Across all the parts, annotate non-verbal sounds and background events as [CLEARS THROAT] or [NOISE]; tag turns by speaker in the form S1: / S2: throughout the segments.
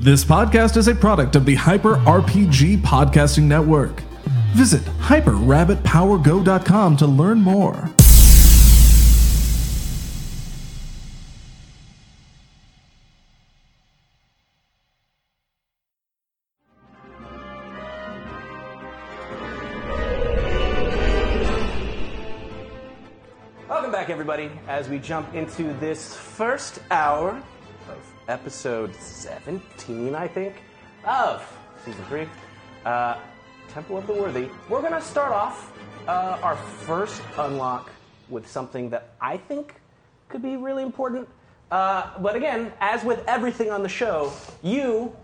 S1: This podcast is a product of the Hyper RPG Podcasting Network. Visit hyperrabbitpowergo.com to learn more.
S2: Welcome back, everybody, as we jump into this first hour of episode 17, I think, of season three, uh, Temple of the Worthy. We're going to start off uh, our first unlock with something that I think could be really important. Uh, but again, as with everything on the show, you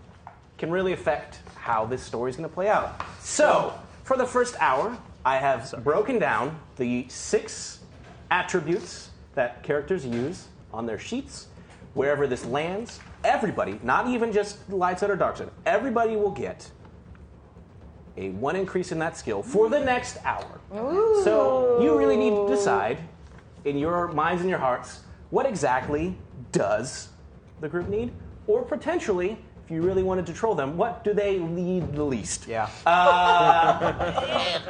S2: can really affect how this story is going to play out. So, for the first hour, I have broken down the six attributes that characters use on their sheets. Wherever this lands, everybody, not even just light side or dark side, everybody will get a one increase in that skill for the next hour. So you really need to decide in your minds and your hearts what exactly does the group need, or potentially, if you really wanted to troll them, what do they need the least? Yeah.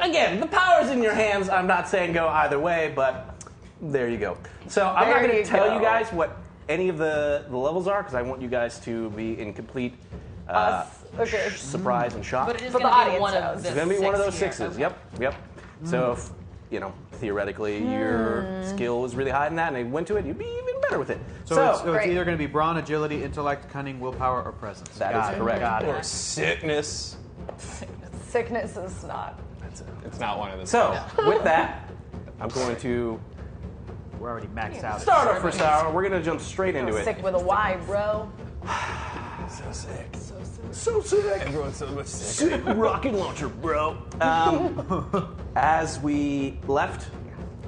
S2: [LAUGHS] Again, the power's in your hands. I'm not saying go either way, but there you go. So I'm not
S3: There
S2: going
S3: you
S2: to tell
S3: go.
S2: you guys what any of the, the levels are because I want you guys to be in complete uh,
S3: Us. Okay.
S2: sh- surprise and shock.
S4: But it is
S3: For the
S4: going to be
S3: audience
S4: one of
S3: knows.
S4: the
S2: It's gonna be one of those
S4: six here.
S2: sixes. Yep, yep.
S5: Hmm.
S2: So, if, you know, theoretically, your skill is really high in that, and they went to it, you'd be even better with it. So,
S5: So, it's, so it's
S3: Great.
S5: either going to be brawn, agility, intellect, cunning, willpower, or presence.
S2: that
S5: Got
S2: is
S5: it.
S2: correct.
S5: Got it.
S6: sickness.
S3: Sickness is not.
S6: It's not one of those.
S2: So, with that, I'm going to
S5: We're already maxed out.
S2: start our first hour. We're gonna jump straight into it.
S3: Sick with a Y, bro.
S6: so sick. So sick.
S2: So sick.
S6: Everyone's so much sick.
S2: Sick rocket launcher, bro. Um, as we left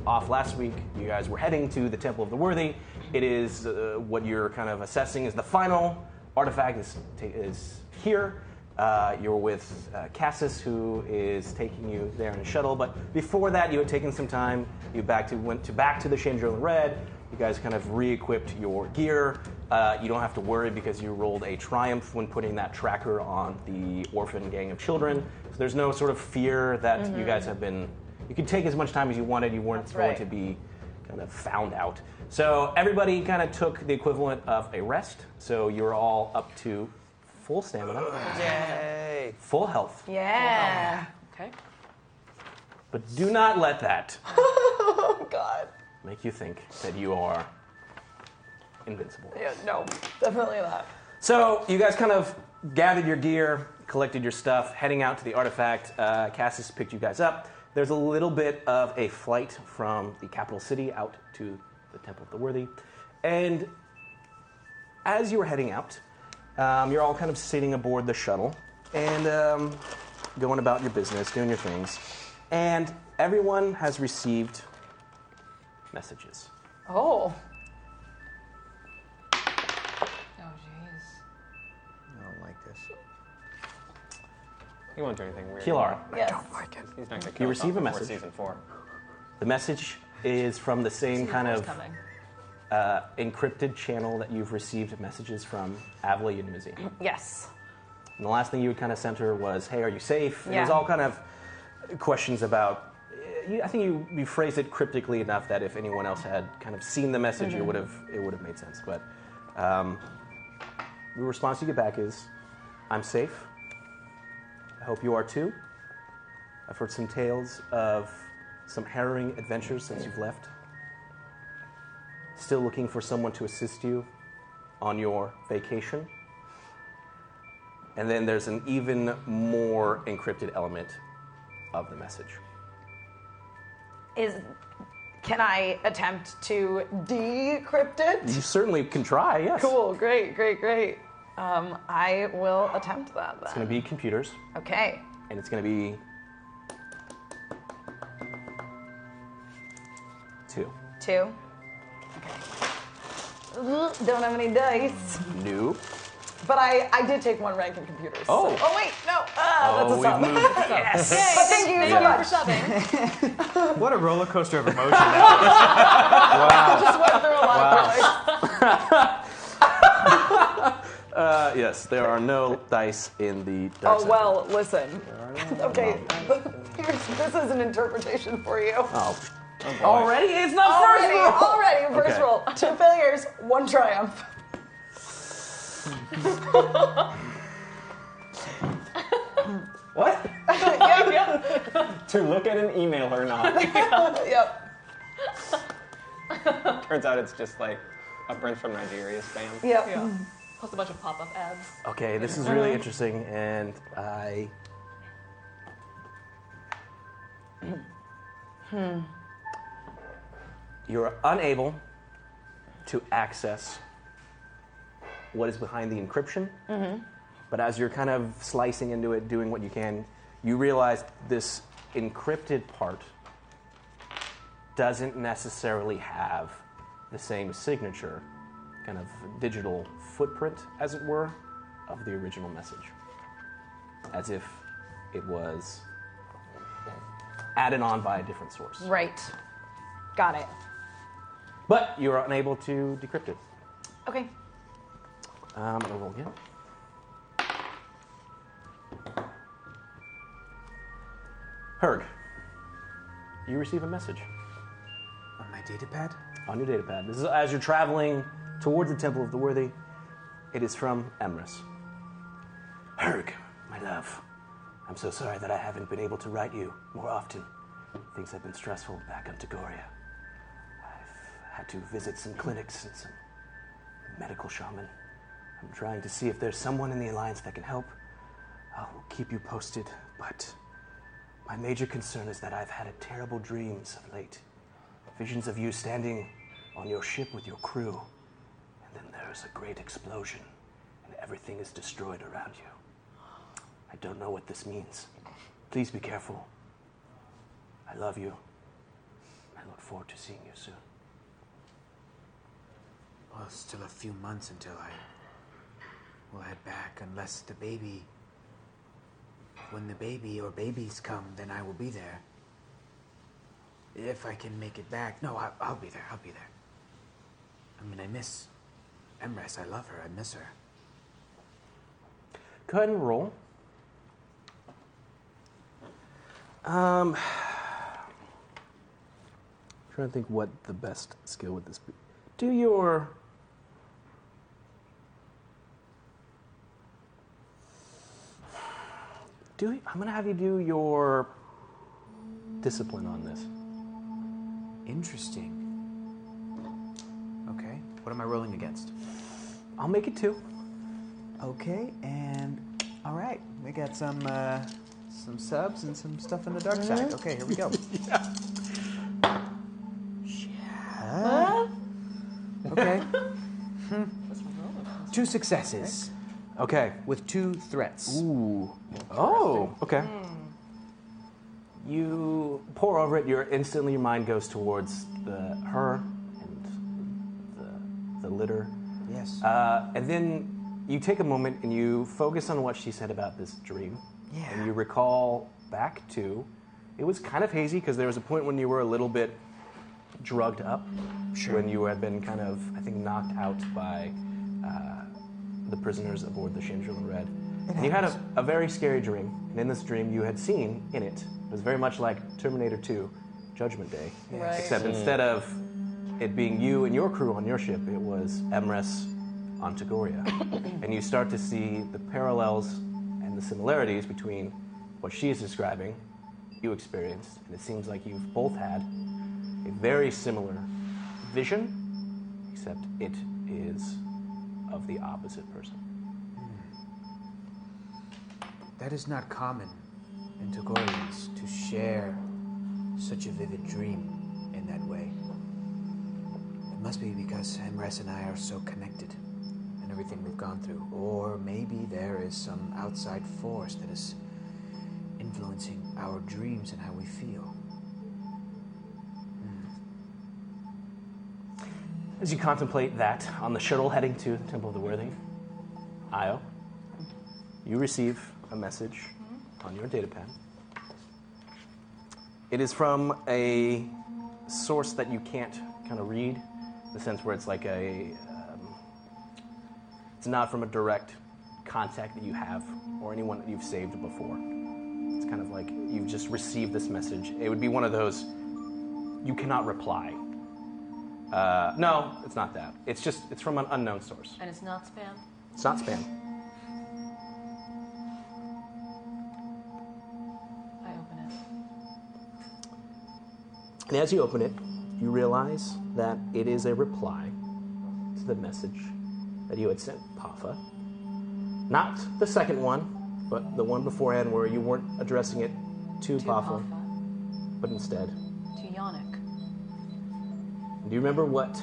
S2: off last week, you guys were heading to the Temple of the Worthy. It is uh, what you're kind of assessing is the final artifact is, ta- is here. Uh, you're with uh, Cassis, who is taking you there in a shuttle. But before that, you had taken some time. You back to went to back to the Chandrila Red. You guys kind of re-equipped your gear. Uh, you don't have to worry because you rolled a triumph when putting that tracker on the orphan gang of children. So there's no sort of fear that you guys have been. You could take as much time as you wanted. You weren't
S3: Mm-hmm. That's
S2: going
S3: right.
S2: to be kind of found out. So everybody kind of took the equivalent of a rest. So you're all up to full stamina,
S6: Yay.
S2: full health.
S3: Yeah.
S4: Okay.
S2: But do not let
S3: [LAUGHS]
S2: that
S3: Oh God.
S2: make you think that you are invincible.
S3: Yeah, no, definitely not.
S2: So you guys kind of gathered your gear, collected your stuff, heading out to the artifact. Uh, Cassis picked you guys up. There's a little bit of a flight from the capital city out to the Temple of the Worthy, and as you were heading out, um, you're all kind of sitting aboard the shuttle and um, going about your business, doing your things, and everyone has received messages.
S3: Oh,
S4: Oh jeez.
S6: I don't like this. He won't do anything weird.
S2: Kilara,
S3: yes.
S6: He's not gonna
S2: You
S6: kill us
S2: receive
S6: off before
S2: a message.
S6: Season four.
S2: the message is from the same kind of.
S4: Coming.
S2: uh, encrypted channel that you've received messages from Avila Yunmizi. And
S3: Yes.
S2: the last thing you would kind of sent her was, "Hey, are you safe?" And It was
S3: Yeah.
S2: all kind of questions about. you- I think you, you phrased it cryptically enough that if anyone else had kind of seen the message, it would have it would have made sense. But um, the response you get back is, "I'm safe. I hope you are too. I've heard some tales of some harrowing adventures since you've left. Still looking for someone to assist you on your vacation. And then there's an even more encrypted element of the message.
S3: Is can I attempt to decrypt it?
S2: You certainly can try, yes.
S3: Cool. Great. Great. Great. Um, I will attempt that
S2: It's
S3: then.
S2: going to be computers,
S3: Okay.
S2: and it's going to be two.
S3: Two. Okay. Ugh, Don't have any dice,
S2: New.
S3: but I, I did take one rank in computers. so-
S2: Oh.
S3: Oh wait, no. Uh, that's a
S2: we've
S3: sub.
S2: moved.
S3: [LAUGHS] But thank you so much.
S4: Subbing.
S5: What a roller coaster of emotion Oh, that
S3: Just went through a lot
S5: Wow.
S3: of colors.
S2: Uh, yes, there are no dice in the dark
S3: Oh
S2: side.
S3: well, listen. okay, [LAUGHS] here's this is an interpretation for you.
S2: Oh.
S3: Already, it's not already,
S4: first roll.
S3: Already, first
S2: Okay.
S3: roll. Two failures, one triumph.
S6: [LAUGHS]
S2: What?
S3: yeah, yeah,
S7: To look at an email
S6: [LAUGHS]
S7: or not.
S3: yep,
S7: Turns out it's just like a Brent from Nigeria spam.
S3: yep.
S4: Yeah. Plus a bunch of pop-up ads.
S2: Okay, this is
S3: Uh-huh.
S2: really interesting, and I. You're unable to access what is behind the encryption, but as you're kind of slicing into it, doing what you can, you realize this encrypted part doesn't necessarily have the same signature, kind of digital footprint, as it were, of the original message. As if it was added on by a different source.
S3: Right. Got it.
S2: But you're unable to decrypt it.
S3: Okay.
S2: Um, I'm gonna roll again. Herg, you receive a message
S8: On my data pad?
S2: on your datapad. This is as you're traveling towards the Temple of the Worthy. It is from Emrys. Herg, my love, I'm so sorry that I haven't been able to write you more often. Things have been stressful back on Tagoria. I've had to visit some clinics and some medical shaman. I'm trying to see if there's someone in the Alliance that can help. I'll keep you posted, but my major concern is that I've had a terrible dreams of late. Visions of you standing on your ship with your crew, and then there's a great explosion, and everything is destroyed around you. I don't know what this means. Please be careful. I love you. I look forward to seeing you soon.
S8: Well, it's still a few months until I will head back, unless the baby. When the baby or babies come, then I will be there. If I can make it back, no, I, I'll be there. I'll be there. I mean, I miss Emrys. I love her. I miss her.
S2: Go ahead and roll. Um, [SIGHS] trying to think what the best skill would this be. Do your do I'm gonna have you do your discipline on this.
S8: Interesting. Okay. What am I rolling against?
S2: I'll make it two.
S8: Okay, and all right, we got some uh, some subs and some stuff in the dark side. Okay, here we go. yeah. Okay. two successes
S2: Okay.
S8: with two threats.
S2: Ooh. Oh, okay. Hmm. You pour over it, your instantly your mind goes towards the her and the, the litter.
S8: Yes.
S2: Uh, and then you take a moment and you focus on what she said about this dream.
S8: Yeah.
S2: And you recall back to it was kind of hazy because there was a point when you were a little bit drugged up.
S8: Sure.
S2: When you had been kind of, I think, knocked out by uh, the prisoners aboard the Shamshul Red. and you had a, a very scary dream. And in this dream, you had seen in it, it was very much like Terminator 2 Judgment Day.
S3: Right.
S2: Except instead of it being you and your crew on your ship, it was Emrys on Tagoria. and you start to see the parallels and the similarities between what she is describing, you experienced, and it seems like you've both had a very similar vision, except it is of the opposite person.
S8: That is not common in Tagorians to share such a vivid dream in that way. It must be because Emrys and I are so connected and everything we've gone through. Or maybe there is some outside force that is influencing our dreams and how we feel.
S2: As you contemplate that on the shuttle heading to the Temple of the Worthy, Io, you receive a message on your data pad. It is from a source that you can't kind of read, in the sense where it's like a um, It's not from a direct contact that you have or anyone that you've saved before. It's kind of like you've just received this message. It would be one of those you cannot reply. Uh, no, it's not that. It's just it's from an unknown source.
S4: And it's not spam.
S2: It's not spam.
S4: I open it.
S2: And as you open it, you realize that it is a reply to the message that you had sent Pafa. Not the second one, but the one beforehand where you weren't addressing it to,
S4: To
S2: Pafa,
S4: Pafa.
S2: but instead.
S4: To Yannick.
S2: Do you remember what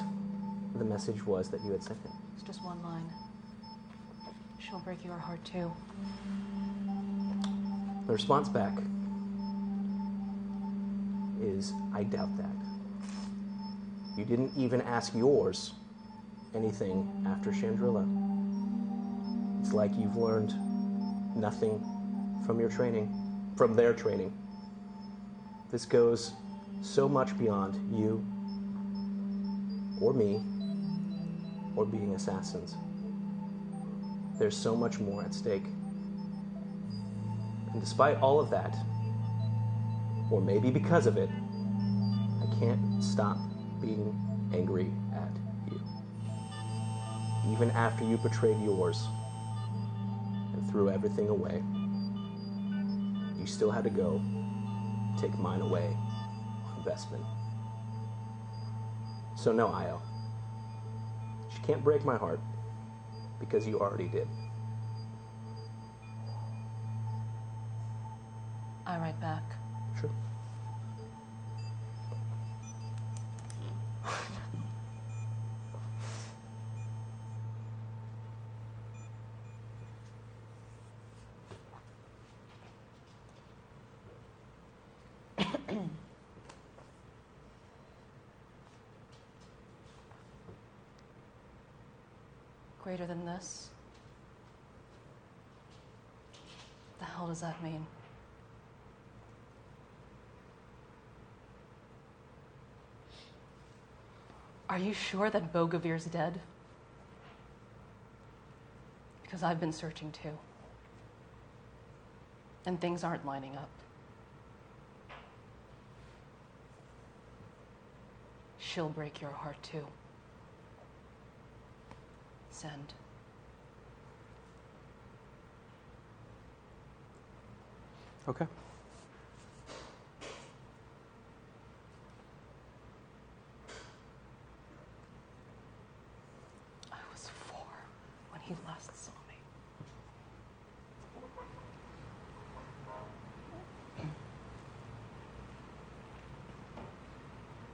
S2: the message was that you had sent him?
S4: It's just one line. She'll break your heart too.
S2: The response back is I doubt that. You didn't even ask yours anything after Chandrila. It's like you've learned nothing from your training, from their training. This goes so much beyond you or me or being assassins. There's so much more at stake. And despite all of that, or maybe because of it, I can't stop being angry at you. Even after you betrayed yours and threw everything away, you still had to go take mine away on Vestman. So, no, Io. She can't break my heart because you already did.
S4: I write back.
S2: Sure.
S4: Greater than this? The hell does that mean? Are you sure that Bogavir's dead? Because I've been searching too. And things aren't lining up. She'll break your heart too. Send.
S2: Okay.
S4: I was four when he last saw me.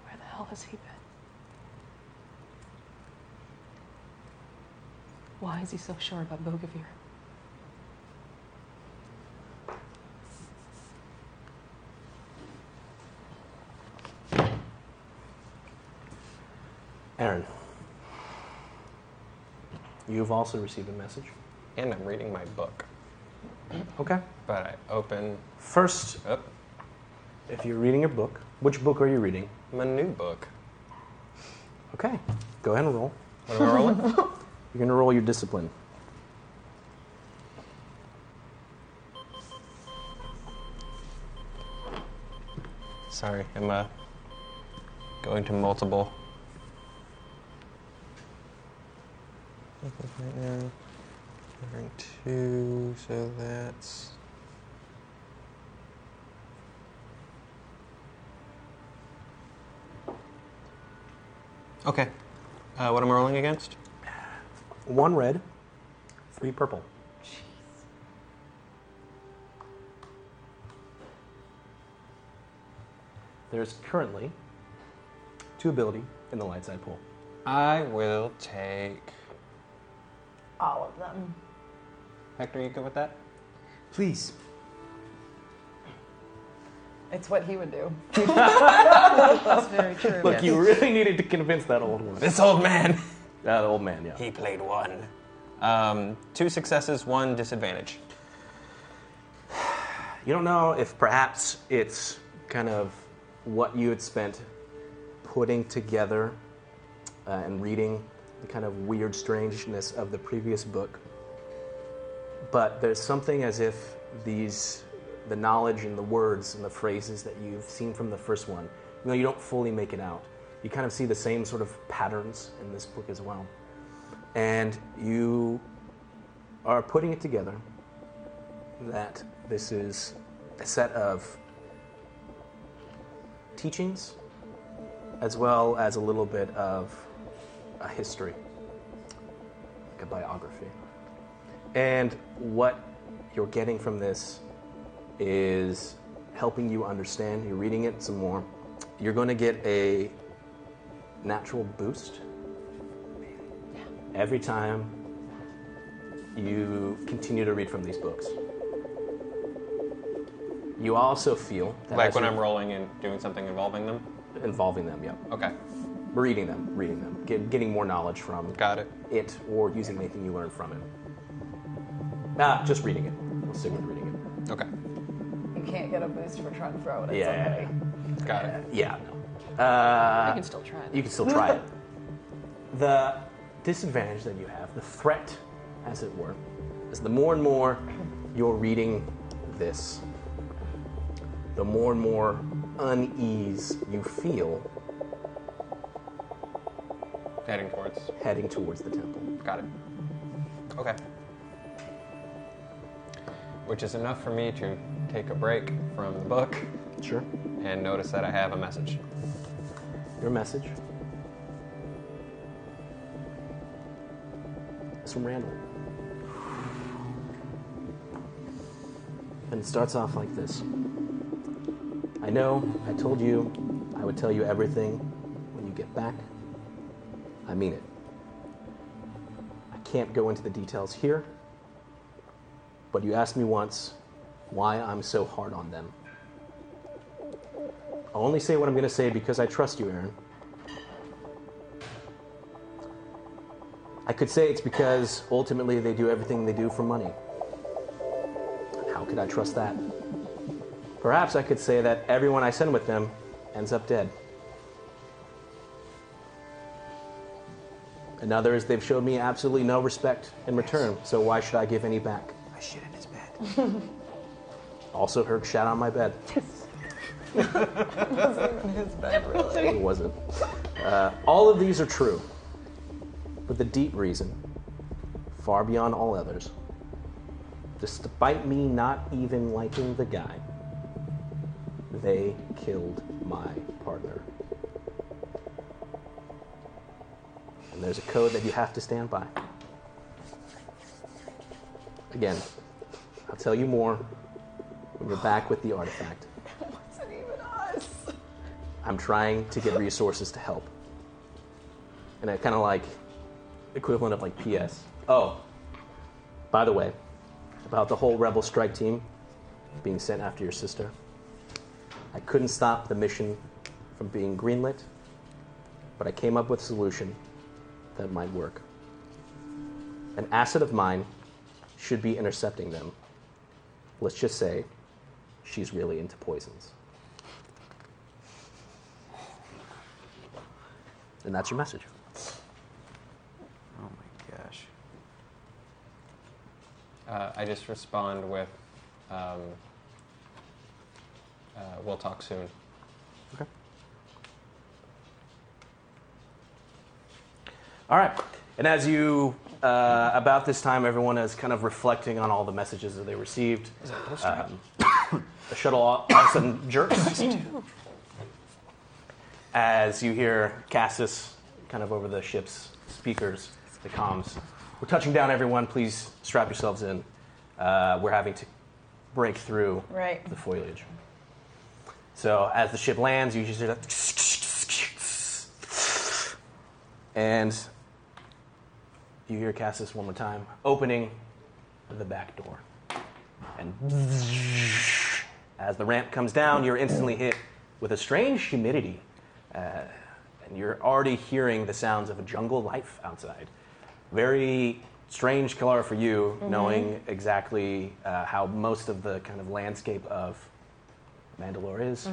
S4: Where the hell has he been? Why is he so sure about Bogavir?
S2: Aaron, you've also received a message.
S6: And I'm reading my book,
S2: Okay.
S6: but I open
S2: First,
S6: up
S2: if you're reading your book, which book are you reading?
S6: my new book.
S2: Okay. Go ahead and roll.
S6: What am I
S2: [LAUGHS]
S6: rolling?
S2: You're going to roll your discipline.
S6: Sorry, I'm uh, going to multiple. Right now, wearing two, so that's. Okay. Uh, what am I rolling against?
S2: One red, three purple. There's currently two ability in the light side pool.
S6: I will take.
S3: All of them.
S6: Hector, you good with that?
S5: Please.
S3: It's what he would [LAUGHS] do.
S4: That's very true.
S2: Look, you really needed to convince that old one.
S6: This old man! [LAUGHS]
S2: That old man, yeah.
S6: He played one. Um, two successes, one disadvantage.
S2: You don't know if perhaps it's kind of what you had spent putting together uh, and reading the kind of weird strangeness of the previous book. But there's something as if these, the knowledge and the words and the phrases that you've seen from the first one, you know, you don't fully make it out. You kind of see the same sort of patterns in this book as well. And you are putting it together that this is a set of teachings as well as a little bit of a history, like a biography. And what you're getting from this is helping you understand. You're reading it some more. You're going to get a natural boost every time you continue to read from these books. You also feel that
S6: Like
S2: as
S6: when
S2: you're
S6: I'm rolling and doing something involving them?
S2: involving them, yeah
S6: Okay.
S2: reading them, reading them, get, getting more knowledge from
S6: Got it.
S2: it or using anything you learned from it. Nah, just reading it. We'll stick with reading it.
S6: Okay.
S3: You can't get a boost for trying to throw it at
S2: Yeah.
S3: somebody.
S6: Got it.
S2: Yeah, no. Uh,
S4: I can still try.
S2: You can still try it. The disadvantage that you have, the threat, as it were, is the more and more you're reading this, the more and more unease you feel
S6: Heading towards.
S2: heading towards the temple.
S6: Got it. Okay. Which is enough for me to take a break from the book
S2: Sure.
S6: and notice that I have a message.
S2: Your message is from Randall. And it starts off like this I know I told you I would tell you everything when you get back. I mean it. I can't go into the details here, but you asked me once why I'm so hard on them. I'll only say what I'm going to say because I trust you, Aaron. I could say it's because ultimately they do everything they do for money. How could I trust that? Perhaps I could say that everyone I send with them ends up dead. Another is they've showed me absolutely no respect in return, so why should I give any back?
S5: I shit in his bed.
S2: Also, heard shat on my [LAUGHS] bed. It wasn't. Uh, all of these are true, but the deep reason, far beyond all others, despite me not even liking the guy, they killed my partner. And there's a code that you have to stand by. Again, I'll tell you more when we're back with the artifact.
S3: It's not even us.
S2: I'm trying to get resources to help. And I kind of like equivalent of like PS. Oh, by the way, about the whole Rebel Strike team being sent after your sister. I couldn't stop the mission from being greenlit, but I came up with a solution that might work. An asset of mine should be intercepting them. Let's just say she's really into poisons. And that's your message.
S6: Oh my gosh. Uh, I just respond with, um, uh, we'll talk soon.
S2: Okay. All right. And as you, uh, about this time, everyone is kind of reflecting on all the messages that they received. Um, [COUGHS] the shuttle all, all of a sudden jerks. as you hear Cassis kind of over the ship's speakers, the comms. We're touching down, everyone. Please strap yourselves in. Uh, we're having to break through
S3: Right.
S2: the foliage. So as the ship lands, you just hear that. And you hear Cassis one more time opening the back door. And as the ramp comes down, you're instantly hit with a strange humidity. Uh, and you're already hearing the sounds of a jungle life outside. Very strange color for you, knowing exactly uh, how most of the kind of landscape of Mandalore is.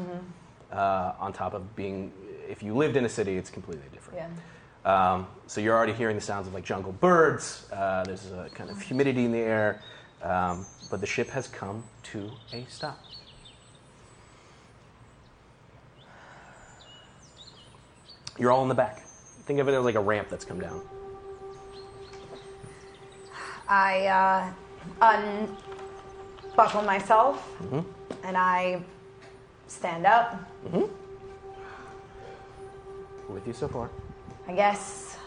S2: Uh, on top of being, if you lived in a city, it's completely different.
S3: Yeah.
S2: Um, so you're already hearing the sounds of like jungle birds. Uh, there's a kind of humidity in the air, um, but the ship has come to a stop. You're all in the back. Think of it as like a ramp that's come down.
S3: I uh, unbuckle myself and I stand up.
S2: With you so far.
S3: I guess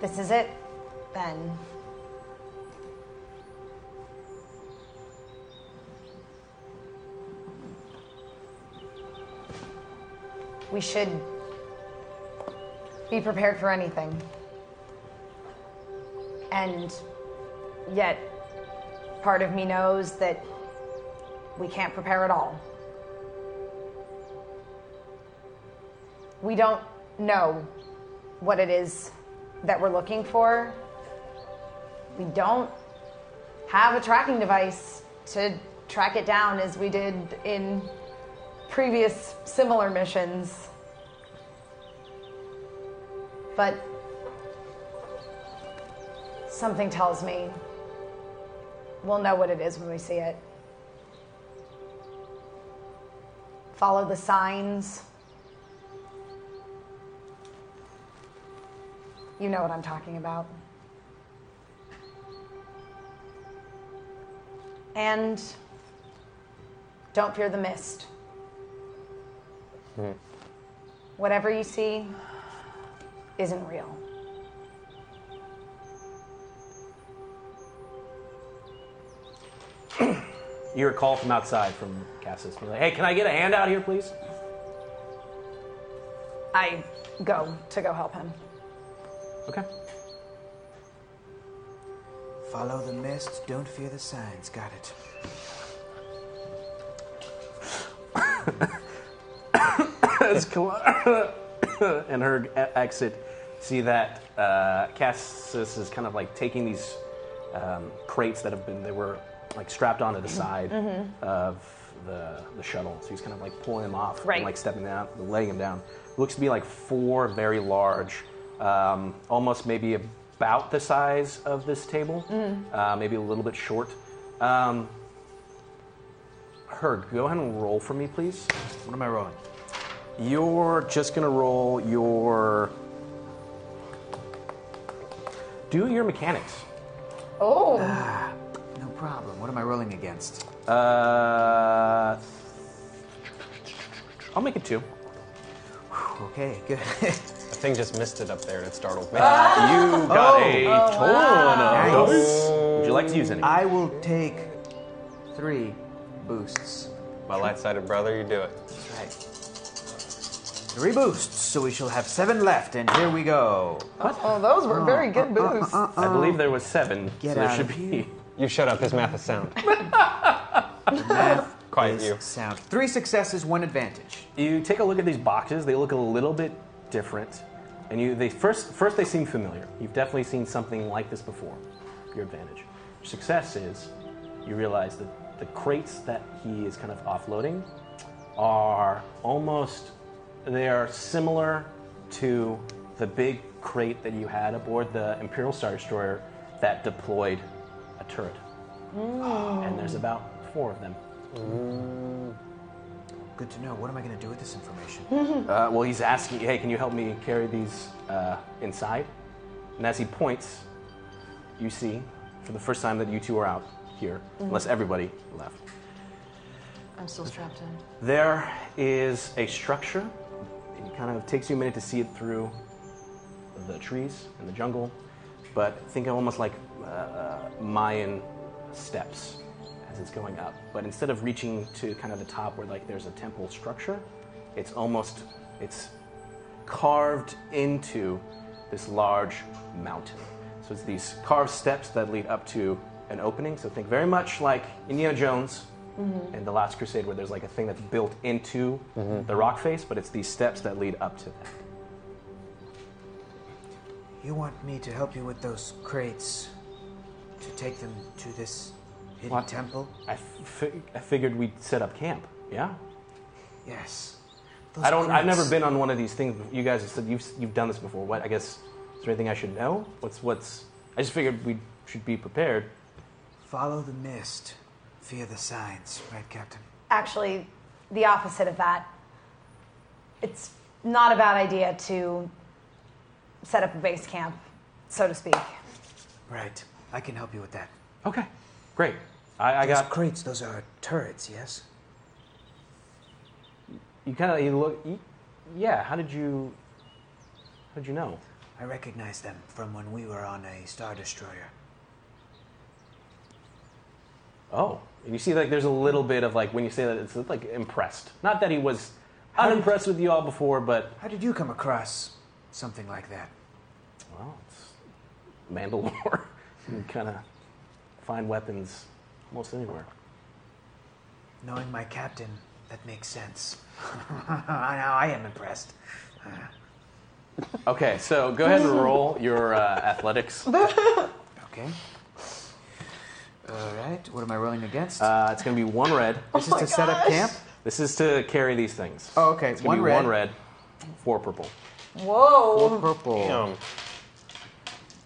S3: this is it then. We should be prepared for anything. And yet, part of me knows that we can't prepare at all. We don't know what it is that we're looking for. We don't have a tracking device to track it down as we did in previous similar missions. But something tells me we'll know what it is when we see it. Follow the signs. You know what I'm talking about. And don't fear the mist. Whatever you see isn't real.
S2: You hear a call from outside from Cassis. You're like, hey, can I get a hand out here, please?
S3: I go to go help him.
S2: Okay.
S5: Follow the mist, don't fear the signs. Got it.
S2: As Kal- [COUGHS] and her e- exit, see that uh, Cassis is kind of like taking these um, crates that have been they were like strapped onto the side of the, the shuttle. So he's kind of like pulling them off
S3: Right.
S2: and like stepping them out, laying them down. Looks to be like four very large, um, almost maybe about the size of this table, uh, maybe a little bit short. Um, Herg, go ahead and roll for me, please.
S5: What am I rolling?
S2: You're just gonna roll your. Do your mechanics.
S3: Oh,
S5: No problem. What am I rolling against?
S2: Uh, I'll make it two.
S5: Okay, good.
S8: [LAUGHS]
S6: The thing just missed it up there and it startled me.
S2: You got a ton of
S5: Nice.
S2: those. Would you like to use any?
S5: I will take three boosts.
S6: My light sided brother, you do it.
S5: That's right. Three boosts, so we shall have seven left, and here we go.
S3: oh, those were very good boosts.
S2: I believe there was seven,
S5: Get
S2: so there
S5: out
S2: should
S5: of
S2: be.
S6: You shut up, his math is sound.
S5: Math
S6: Quiet
S5: is
S6: you.
S5: Sound. Three successes, one advantage.
S2: You take a look at these boxes. They look a little bit different, and you they first first they seem familiar. You've definitely seen something like this before. Your advantage. Your success is you realize that the crates that he is kind of offloading are almost they are similar to the big crate that you had aboard the Imperial Star Destroyer that deployed a turret. And there's about four of them.
S5: Good to know. What am I going to do with this information?
S2: Uh, well, he's asking, hey, can you help me carry these uh, inside? And as he points, you see, for the first time that you two are out here, unless everybody left,
S4: I'm still strapped in.
S2: there is a structure. It kind of takes you a minute to see it through the trees and the jungle, but think of almost like uh, uh, Mayan steps as it's going up. But instead of reaching to kind of the top where like there's a temple structure, it's almost it's carved into this large mountain. So it's these carved steps that lead up to an opening. So think very much like Indiana Jones and The Last Crusade, where there's like a thing that's built into the rock face, but it's these steps that lead up to that.
S5: you want me to help you with those crates to take them to this hidden
S2: What?
S5: temple?
S2: I, fi- I figured we'd set up camp. Yeah.
S5: Yes.
S2: I don't. I've never been on one of these things. You guys have said you've you've done this before. What? I guess is there anything I should know? What's what's? I just figured we should be prepared.
S5: Follow the mist, fear the signs, right, Captain?
S3: Actually, the opposite of that. It's not a bad idea to set up a base camp, so to speak.
S5: Right. I can help you with that.
S2: Okay, great. I, I
S5: Those
S2: got.
S5: crates, those are turrets, yes?
S2: You kind of you look. You, yeah. How did you? How did you know?
S5: I recognize them from when we were on a Star Destroyer.
S2: Oh, you see, like there's a little bit of like when you say that it's like impressed. Not that he was unimpressed with you all before, but
S5: How did you come across something like that?
S2: well, it's Mandalore. [LAUGHS] you can kind of find weapons almost anywhere.
S5: Knowing my captain, that makes sense. [LAUGHS] now I am impressed.
S2: Okay, so go ahead and roll your uh,
S5: [LAUGHS]
S2: athletics. Uh,
S5: Okay. All right. What am I rolling against?
S2: Uh, it's going to be one red.
S5: this is to set up camp.
S2: This is to carry these things.
S5: Oh, okay.
S2: It's
S5: One
S2: going to be
S5: red.
S2: one red, four purple.
S3: Whoa!
S5: Purple.
S6: Um,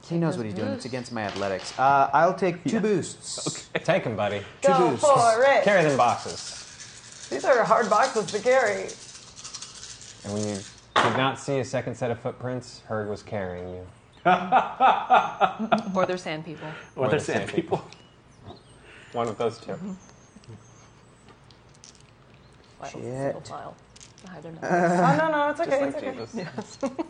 S5: He knows what he's doing. It's against my athletics. Uh, I'll take two boosts.
S7: Take him, buddy.
S3: Go
S5: boosts.
S3: for it.
S7: Carry them boxes.
S3: These are hard boxes to
S7: [LAUGHS]
S3: carry.
S7: And when you did not see a second set of footprints, Herg was carrying you.
S4: Or they're sand people.
S2: Or
S7: they're
S2: they're sand
S7: sand
S2: people.
S7: One of those 2
S4: Why don't
S5: Shit.
S4: Single pile. I don't know.
S3: Oh no, no, it's okay.
S7: Just
S3: it's
S7: like
S3: okay.
S7: Jesus.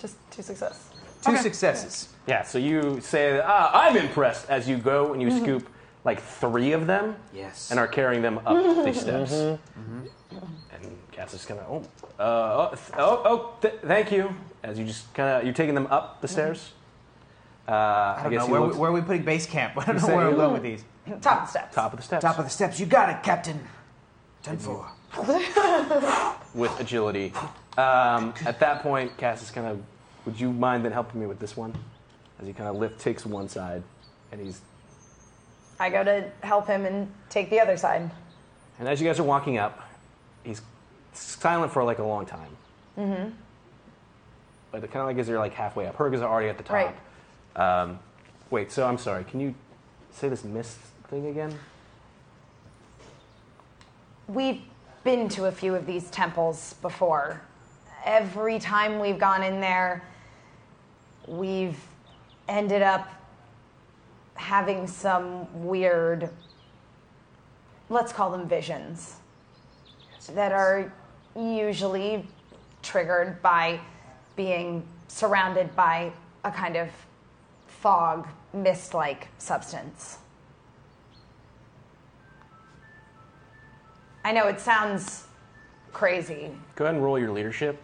S3: Just two success.
S5: Two successes.
S2: [LAUGHS] Yeah, so you say, ah, I'm impressed as you go and you
S5: Mm-hmm.
S2: scoop like three of them
S5: Yes.
S2: and are carrying them
S5: Mm-hmm.
S2: up these steps. Mm-hmm. And Cass is kind of, oh, uh, oh, th- oh, oh th- thank you. As you just kind of, you're taking them up the stairs. Uh, I,
S5: Mm-hmm. I don't
S2: guess
S5: know.
S2: he
S5: Where,
S2: looks
S5: where are we putting base camp? [LAUGHS] I don't know
S2: said
S5: where
S2: you-
S5: I'm going with these.
S3: Top of the steps.
S2: top of the steps
S5: Top of the steps. You got it, Captain. Ten four.
S2: with agility. Um, at that point, Cass is kind of, would you mind then helping me with this one? As he kind of lift takes one side and he's
S3: I go to help him and take the other side.
S2: And as you guys are walking up, he's silent for like a long time. Mm-hmm. But it kind of like is you're like halfway up. Herg is already at the top.
S3: Right.
S2: Um, wait, so I'm sorry. Can you say this mist thing again?
S3: We've been to a few of these temples before. Every time we've gone in there, we've ended up having some weird, let's call them visions, that are usually triggered by being surrounded by a kind of fog, mist like substance. I know it sounds crazy.
S2: Go ahead and roll your leadership.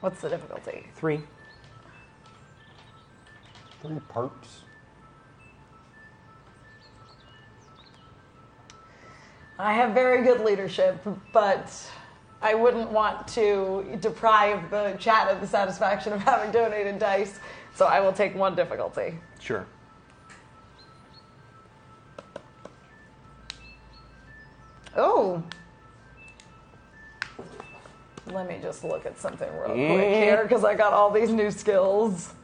S3: What's the difficulty?
S2: Three.
S7: Three parts.
S3: I have very good leadership, but I wouldn't want to deprive the chat of the satisfaction of having donated dice, so I will take one difficulty.
S2: Sure.
S3: Oh. Let me just look at something real quick here because I got all these new skills.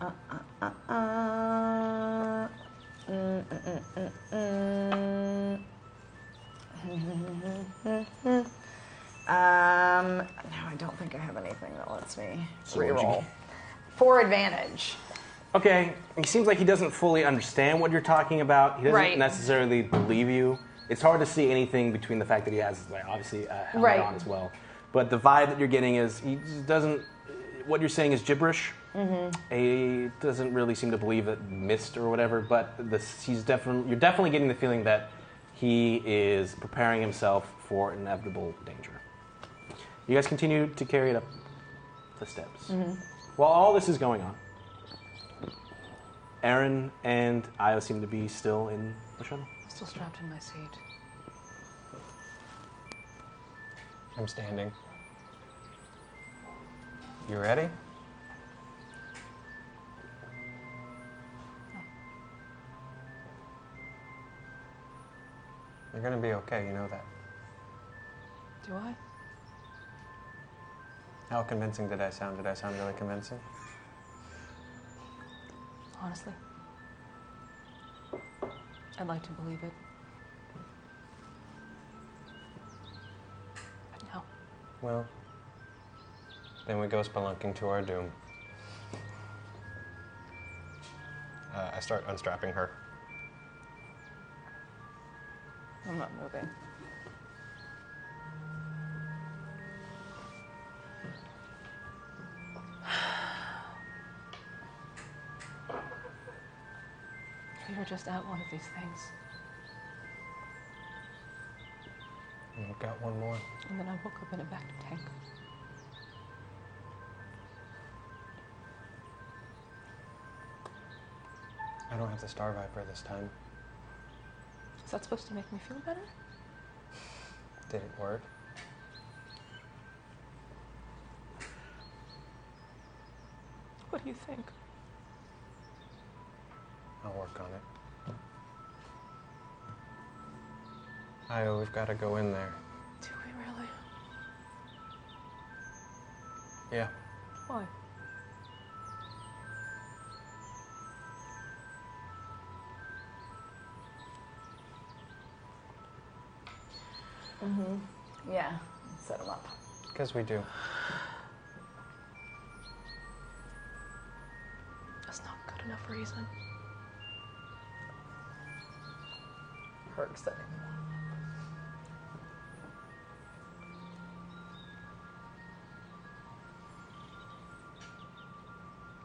S3: Uh, uh, uh, uh. Mm, mm, mm, mm, mm. Um, no, I don't think I have anything that lets me reroll. For advantage.
S2: Okay. He seems like he doesn't fully understand what you're talking about. He doesn't
S3: Right.
S2: necessarily believe you. It's hard to see anything between the fact that he has like obviously a helmet
S3: Right.
S2: on as well. But the vibe that you're getting is he just doesn't. What you're saying is gibberish.
S3: Mm-hmm.
S2: He doesn't really seem to believe that mist or whatever. But this, he's definitely you're definitely getting the feeling that he is preparing himself for inevitable danger. You guys continue to carry it up the steps.
S3: Mm-hmm.
S2: While all this is going on, Aaron and Io seem to be still in the shuttle.
S4: Still strapped in my seat.
S7: I'm standing. You ready? You're gonna be okay, you know that.
S4: Do I?
S7: How convincing did I sound? Did I sound really convincing?
S4: Honestly. I'd like to believe it. But no.
S7: Well, then we go spelunking to our doom. Uh, I start unstrapping her.
S4: I'm not moving. We were just at one of these things,
S7: And I've got one more.
S4: and then I woke up in a back tank.
S7: I don't have the Star Viper this time.
S4: Is that supposed to make me feel better?
S7: Did it work?
S4: What do you think?
S7: I'll work on it. Io, we've got to go in there.
S4: Do we really?
S7: Yeah.
S4: Why?
S3: Yeah, set him up.
S7: Because we do.
S4: That's not good enough reason.
S3: Herc setting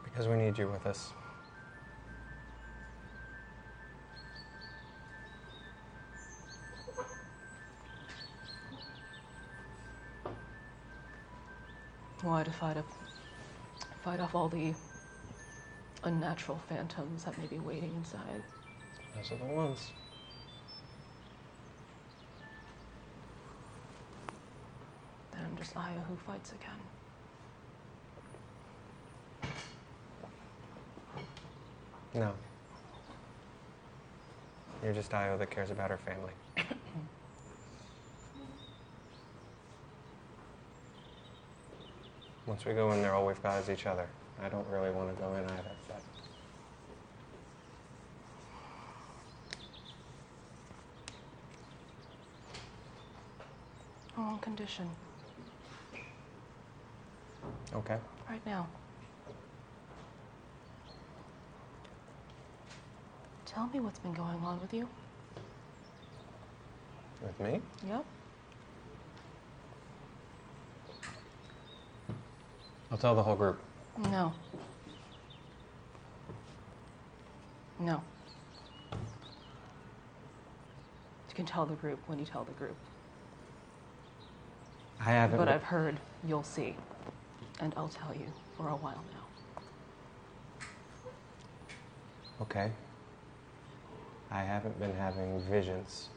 S7: Because we need you with us.
S4: Why to fight up, fight off all the unnatural phantoms that may be waiting inside?
S7: Those are the ones.
S4: Then I'm just Aya who fights again.
S7: No. You're just Io that cares about her family. [COUGHS] Once we go in there, all we've got is each other. I don't really want to go in either, but.
S4: On condition,
S7: Okay.
S4: right now. Tell me what's been going on with you.
S7: With me?
S4: Yep.
S7: I'll tell the whole group.
S4: No. No. You can tell the group when you tell the group.
S7: I haven't.
S4: But
S7: re-
S4: I've heard you'll see. And I'll tell you for a while now.
S7: Okay. I haven't been having visions.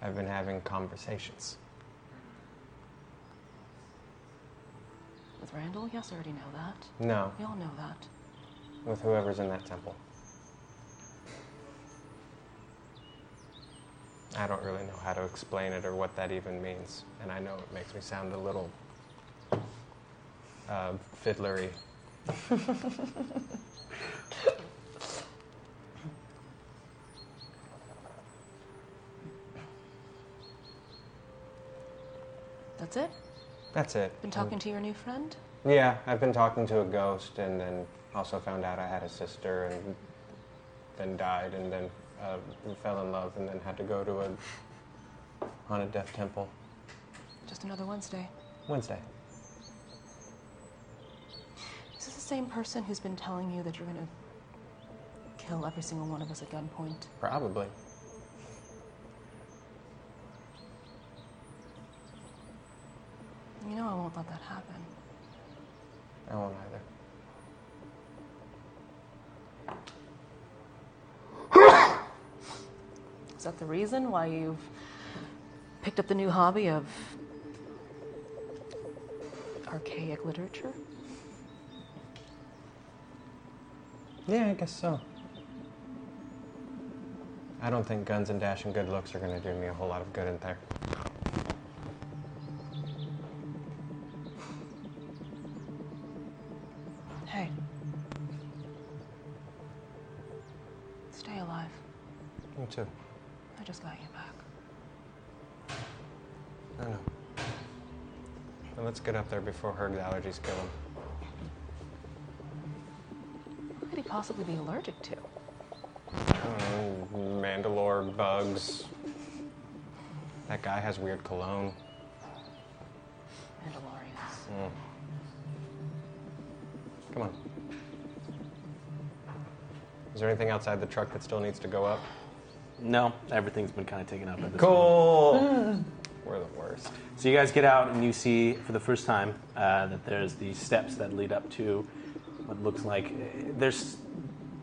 S7: I've been having conversations.
S4: With Randall, yes, I already know that.
S7: No,
S4: We all know that.
S7: with whoever's in that temple. I don't really know how to explain it or what that even means, and I know it makes me sound a little uh, fiddlery.
S4: That's it?
S7: That's it.
S4: Been talking to your new friend?
S7: Yeah, I've been talking to a ghost, and then also found out I had a sister, and then died, and then uh, fell in love, and then had to go to a haunted death temple.
S4: Just another Wednesday.
S7: Wednesday.
S4: Is this the same person who's been telling you that you're gonna kill every single one of us at gunpoint?
S7: Probably.
S4: You know I won't let that happen.
S7: I won't either.
S4: Is that the reason why you've picked up the new hobby of archaic literature?
S7: Yeah, I guess so. I don't think guns and dash and good looks are going to do me a whole lot of good in there.
S4: Hey. Stay alive.
S7: Me too.
S4: I just got you back.
S7: I know. Now let's get up there before her allergies kill him.
S4: What could he possibly be allergic to?
S7: Mm, Mandalore bugs. That guy has weird cologne.
S4: Mandalorians.
S7: Come on. Is there anything outside the truck that still needs to go up?
S2: No, everything's been kind of taken up. At this point.
S7: Cool. We're the worst.
S2: So you guys get out and you see for the first time uh, that there's these steps that lead up to what looks like there's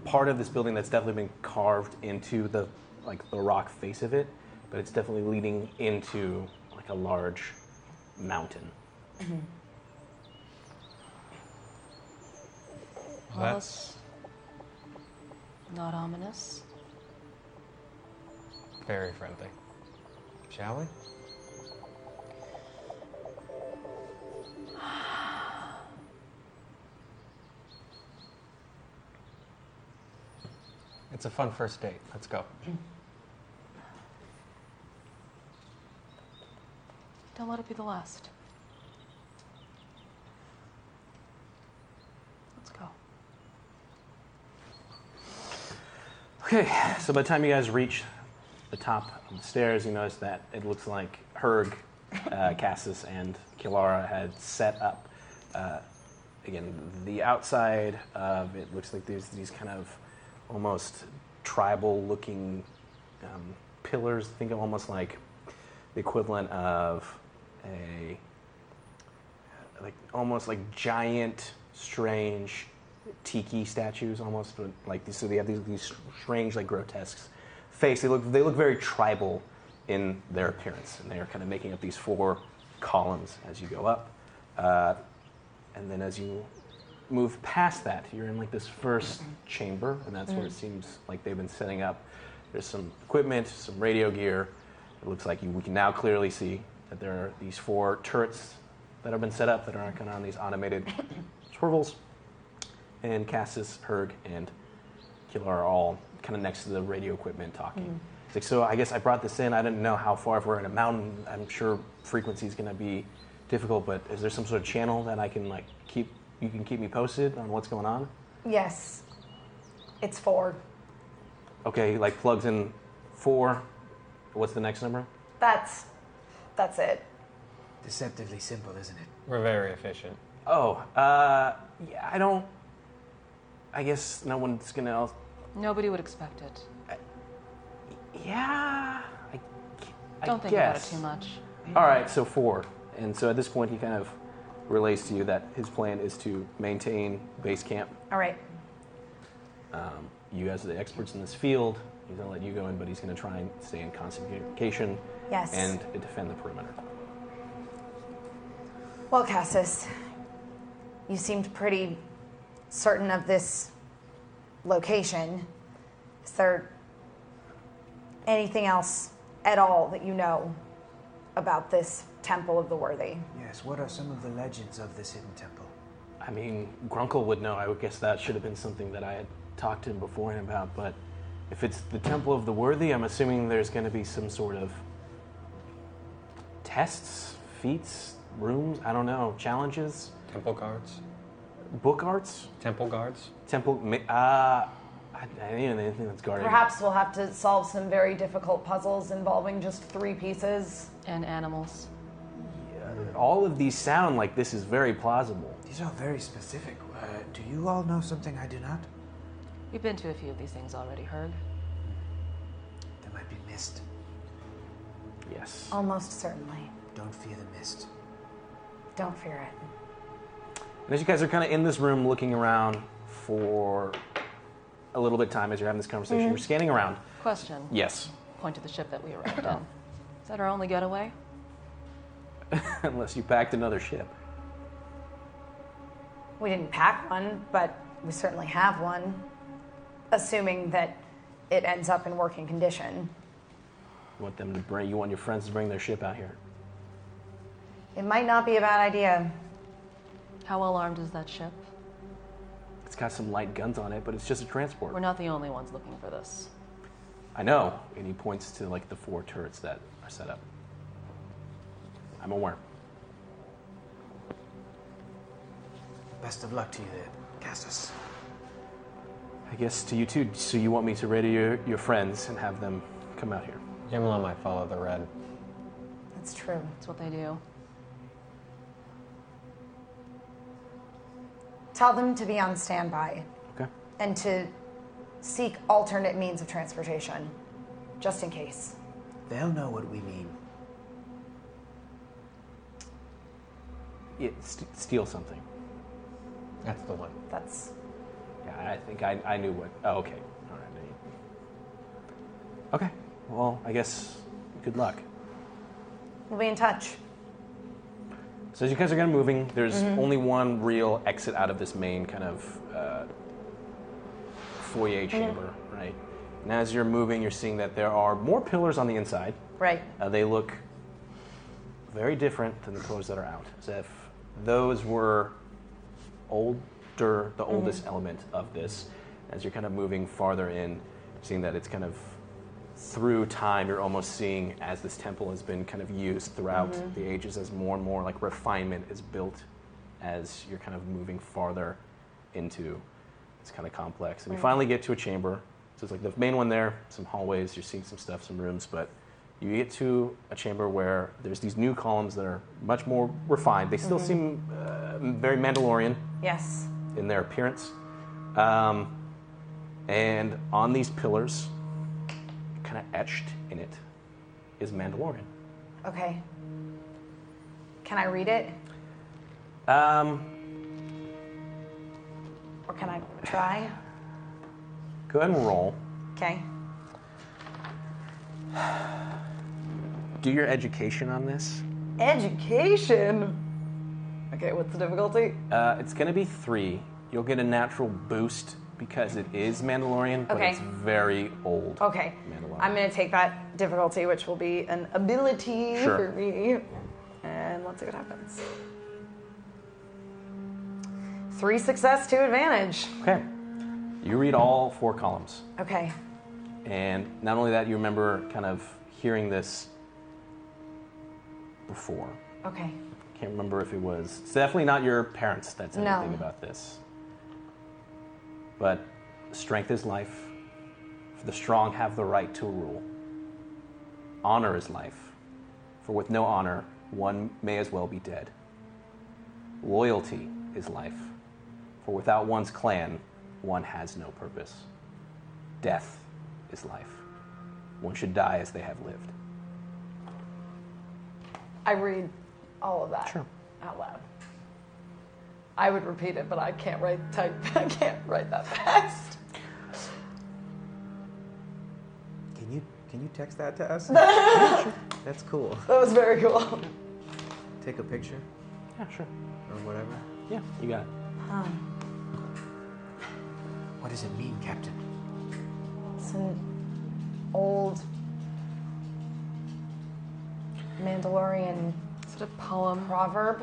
S2: part of this building that's definitely been carved into the like the rock face of it, but it's definitely leading into like a large mountain.
S4: Well, that's not ominous.
S7: Very friendly. Shall we? [SIGHS] It's a fun first date. Let's go.
S4: Don't let it be the last. Let's go.
S2: Okay, so by the time you guys reach the top of the stairs, you notice that it looks like Herg, uh, Cassis, and Kilara had set up. Uh, again, the outside of it looks like there's these kind of almost tribal-looking um, pillars. Think of almost like the equivalent of a like almost like giant, strange tiki statues, almost but like these. So they have these, these strange, like grotesque face. They look they look very tribal in their appearance, and they are kind of making up these four columns as you go up, uh, and then as you move past that, you're in like this first chamber, and that's where it seems like they've been setting up. There's some equipment, some radio gear. It looks like you, we can now clearly see that there are these four turrets that have been set up that are kind of on these automated [COUGHS] swirls. And Cassis, Herg, and Killer are all kind of next to the radio equipment talking.
S4: Mm.
S2: It's like, so I guess I brought this in. I didn't know how far. If we're in a mountain, I'm sure frequency is going to be difficult. But is there some sort of channel that I can like keep? You can keep me posted on what's going on.
S3: Yes. It's four.
S2: Okay, like plugs in four. What's the next number?
S3: That's that's it.
S5: Deceptively simple, isn't it?
S7: We're very efficient.
S2: Oh, uh, yeah, I don't. I guess no one's gonna. Else.
S4: Nobody would expect it.
S2: Yeah, I, I
S4: Don't think
S2: guess.
S4: about it too much.
S2: All right, so four. And so at this point, he kind of relates to you that his plan is to maintain base camp.
S3: All right.
S2: Um, you guys are the experts in this field. He's going to let you go in, but he's going to try and stay in constant communication
S3: Yes.
S2: and defend the perimeter.
S3: Well, Cassis, you seemed pretty certain of this location. Is there anything else at all that you know about this Temple of the Worthy?
S5: Yes, what are some of the legends of this hidden temple?
S2: I mean, Grunkle would know. I would guess that should have been something that I had talked to him beforehand about. But if it's the Temple of the Worthy, I'm assuming there's going to be some sort of tests, feats, rooms, I don't know, challenges,
S7: Temple guards.
S2: book arts,
S7: Temple guards.
S2: temple. ma- Uh, I, I don't even think that's guarding.
S3: Perhaps we'll have to solve some very difficult puzzles involving just three pieces.
S4: And animals.
S2: All of these sound like this is very plausible.
S5: These are very specific. Uh, do you all know something I do not?
S4: We've been to a few of these things already, Herg.
S5: That Hmm. might be mist.
S2: Yes.
S3: Almost certainly.
S5: Don't fear the mist.
S3: Don't fear it.
S2: And as you guys are kind of in this room looking around for a little bit of time as you're having this conversation, you're scanning around.
S4: Question.
S2: Yes.
S4: Point to the ship that we arrived on. Is that our only getaway?
S2: [LAUGHS] Unless you packed another ship.
S3: We didn't pack one, but we certainly have one. Assuming that it ends up in working condition.
S2: want them to bring you want your friends to bring their ship out here.
S3: It might not be a bad idea.
S4: How well armed is that ship?
S2: It's got some light guns on it, but it's just a transport.
S4: We're not the only ones looking for this.
S2: I know. And he points to like the four turrets that are set up. I'm aware.
S5: Best of luck to you there, Castus.
S2: I guess to you too. So you want me to radio your, your friends and have them come out here?
S7: Yamala might follow the red.
S3: That's true.
S4: That's what they do.
S3: Tell them to be on standby
S2: Okay.
S3: and to seek alternate means of transportation, just in case.
S5: They'll know what we mean.
S2: Yeah, st- steal something.
S7: That's the one.
S3: That's
S2: Yeah, I think I, I knew what. Oh, okay. All right. I- Okay. Well, I guess good luck.
S3: we'll be in touch.
S2: So as you guys are kind of moving, there's only one real exit out of this main kind of uh, foyer chamber, right? And as you're moving, you're seeing that there are more pillars on the inside.
S3: Right.
S2: Uh, they look very different than the pillars that are out, as if those were older, the oldest element of this. As you're kind of moving farther in, seeing that it's kind of through time, you're almost seeing as this temple has been kind of used throughout the ages, as more and more like refinement is built as you're kind of moving farther into this kind of complex. And you finally get to a chamber. So it's like the main one there, some hallways, you're seeing some stuff, some rooms, but you get to a chamber where there's these new columns that are much more refined. They still seem uh, very Mandalorian
S3: Yes.
S2: in their appearance. Um, and on these pillars, kind of etched in it, is Mandalorian.
S3: Okay. Can I read it?
S2: Um,
S3: Or can I try?
S2: go ahead and roll.
S3: Okay.
S2: Do your education on this.
S3: Education. Okay, what's the difficulty?
S2: Uh, it's going to be three. You'll get a natural boost because it is Mandalorian, but
S3: Okay.
S2: it's very old.
S3: Okay.
S2: Mandalorian.
S3: I'm going to take that difficulty, which will be an ability
S2: Sure.
S3: for me. And let's see what happens. Three success, two advantage.
S2: Okay. You read all four columns.
S3: Okay.
S2: And not only that, you remember kind of hearing this before.
S3: Okay.
S2: Can't remember if it was. It's definitely not your parents that said
S3: No.
S2: anything about this. But strength is life. For the strong have the right to rule. Honor is life. For with no honor, one may as well be dead. Loyalty is life. For without one's clan, one has no purpose. Death is life. One should die as they have lived.
S9: I read all of that
S2: Sure.
S9: out loud. I would repeat it, but I can't write
S3: [LAUGHS]
S9: type. I can't write that fast.
S5: Can you can you text that to
S4: [LAUGHS]
S5: us? That's cool.
S9: That was very cool.
S5: Take a picture
S2: Yeah, sure.
S5: or whatever.
S2: Yeah, you got it.
S5: What does it mean, Captain?
S3: It's an old Mandalorian
S4: Is it a poem?
S3: proverb.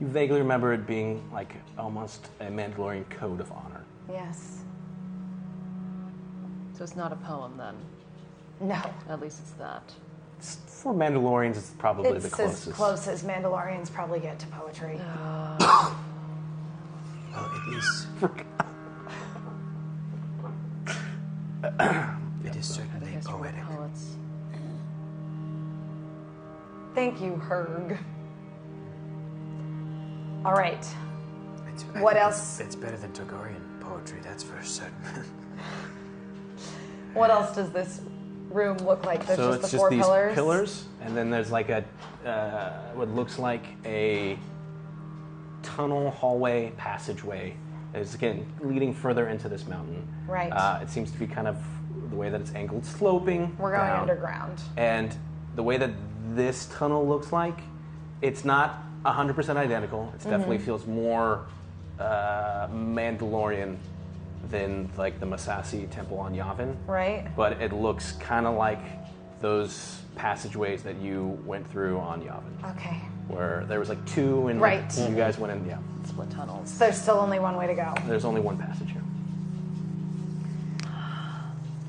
S2: You vaguely remember it being like almost a Mandalorian code of honor.
S3: Yes.
S4: So it's not a poem then.
S3: No.
S4: At least it's that.
S2: It's, for Mandalorians, it's probably
S3: it's
S2: the closest.
S3: as close as Mandalorians probably get to poetry.
S5: Well, it is. it is certainly
S4: History
S5: poetic.
S4: of poets.
S3: Thank you, Herg. All right.
S5: It's, I
S3: What
S5: think
S3: else?
S5: It's, it's better than Togorian poetry, that's for certain.
S3: What else does this room look like? There's
S2: so
S3: just
S2: it's
S3: the
S2: just
S3: four
S2: these
S3: pillars.
S2: and then there's like a uh, what looks like a tunnel, hallway, passageway. It's again leading further into this mountain.
S3: Right.
S2: Uh, it seems to be kind of the way that it's angled, sloping.
S3: We're going
S2: down.
S3: underground.
S2: And the way that this tunnel looks like, it's not
S3: Mm-hmm.
S2: 100% identical. It definitely feels more uh, Mandalorian than like the Masasi Temple on Yavin.
S3: Right.
S2: But it looks kind of like those passageways that you went through on Yavin,
S3: Okay.
S2: where there was like two and
S3: Right.
S2: you guys went in. Yeah,
S4: Split tunnels.
S3: So there's still only one way to go.
S2: there's only one passage here.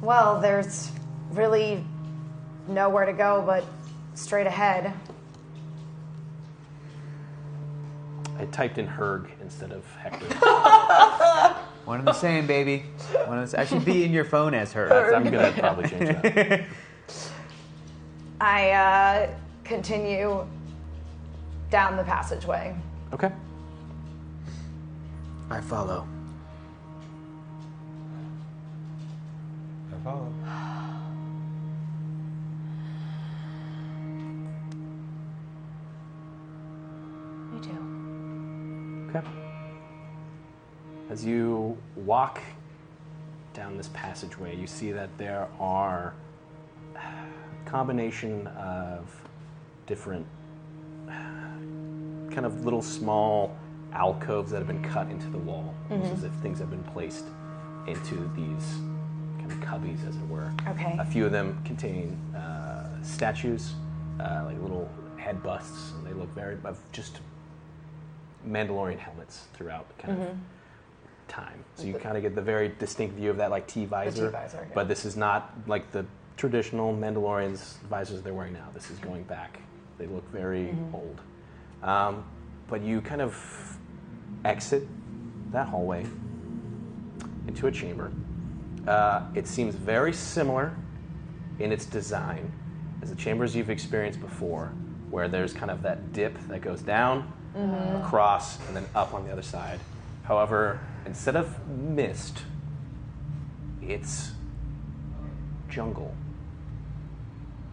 S3: Well, there's really nowhere to go but straight ahead.
S2: I typed in Herg instead of Hector.
S5: One and the same, baby. One and the, I should be in your phone as her.
S2: That's- I'm gonna probably change that.
S3: [LAUGHS] I uh, continue down the passageway.
S2: Okay.
S5: I follow.
S7: I follow.
S4: Me too.
S2: Okay. As you walk down this passageway, you see that there are a combination of different kind of little small alcoves that have been cut into the wall. It's as if things have been placed into these kind of cubbies, as it were.
S3: Okay.
S2: A few of them contain uh, statues, uh, like little head busts, and they look very of just Mandalorian helmets throughout kind of time. So you kind of get Mm-hmm. the very distinct view of that like T visor.
S9: T-visor, yeah.
S2: But this is not like the traditional Mandalorians visors they're wearing now. This is going back. They look very old. Um, but you kind of exit that hallway into a chamber. Uh, it seems very similar in its design as the chambers you've experienced before, where there's kind of that dip that goes down, across, and then up on the other side. However, instead of mist, it's jungle.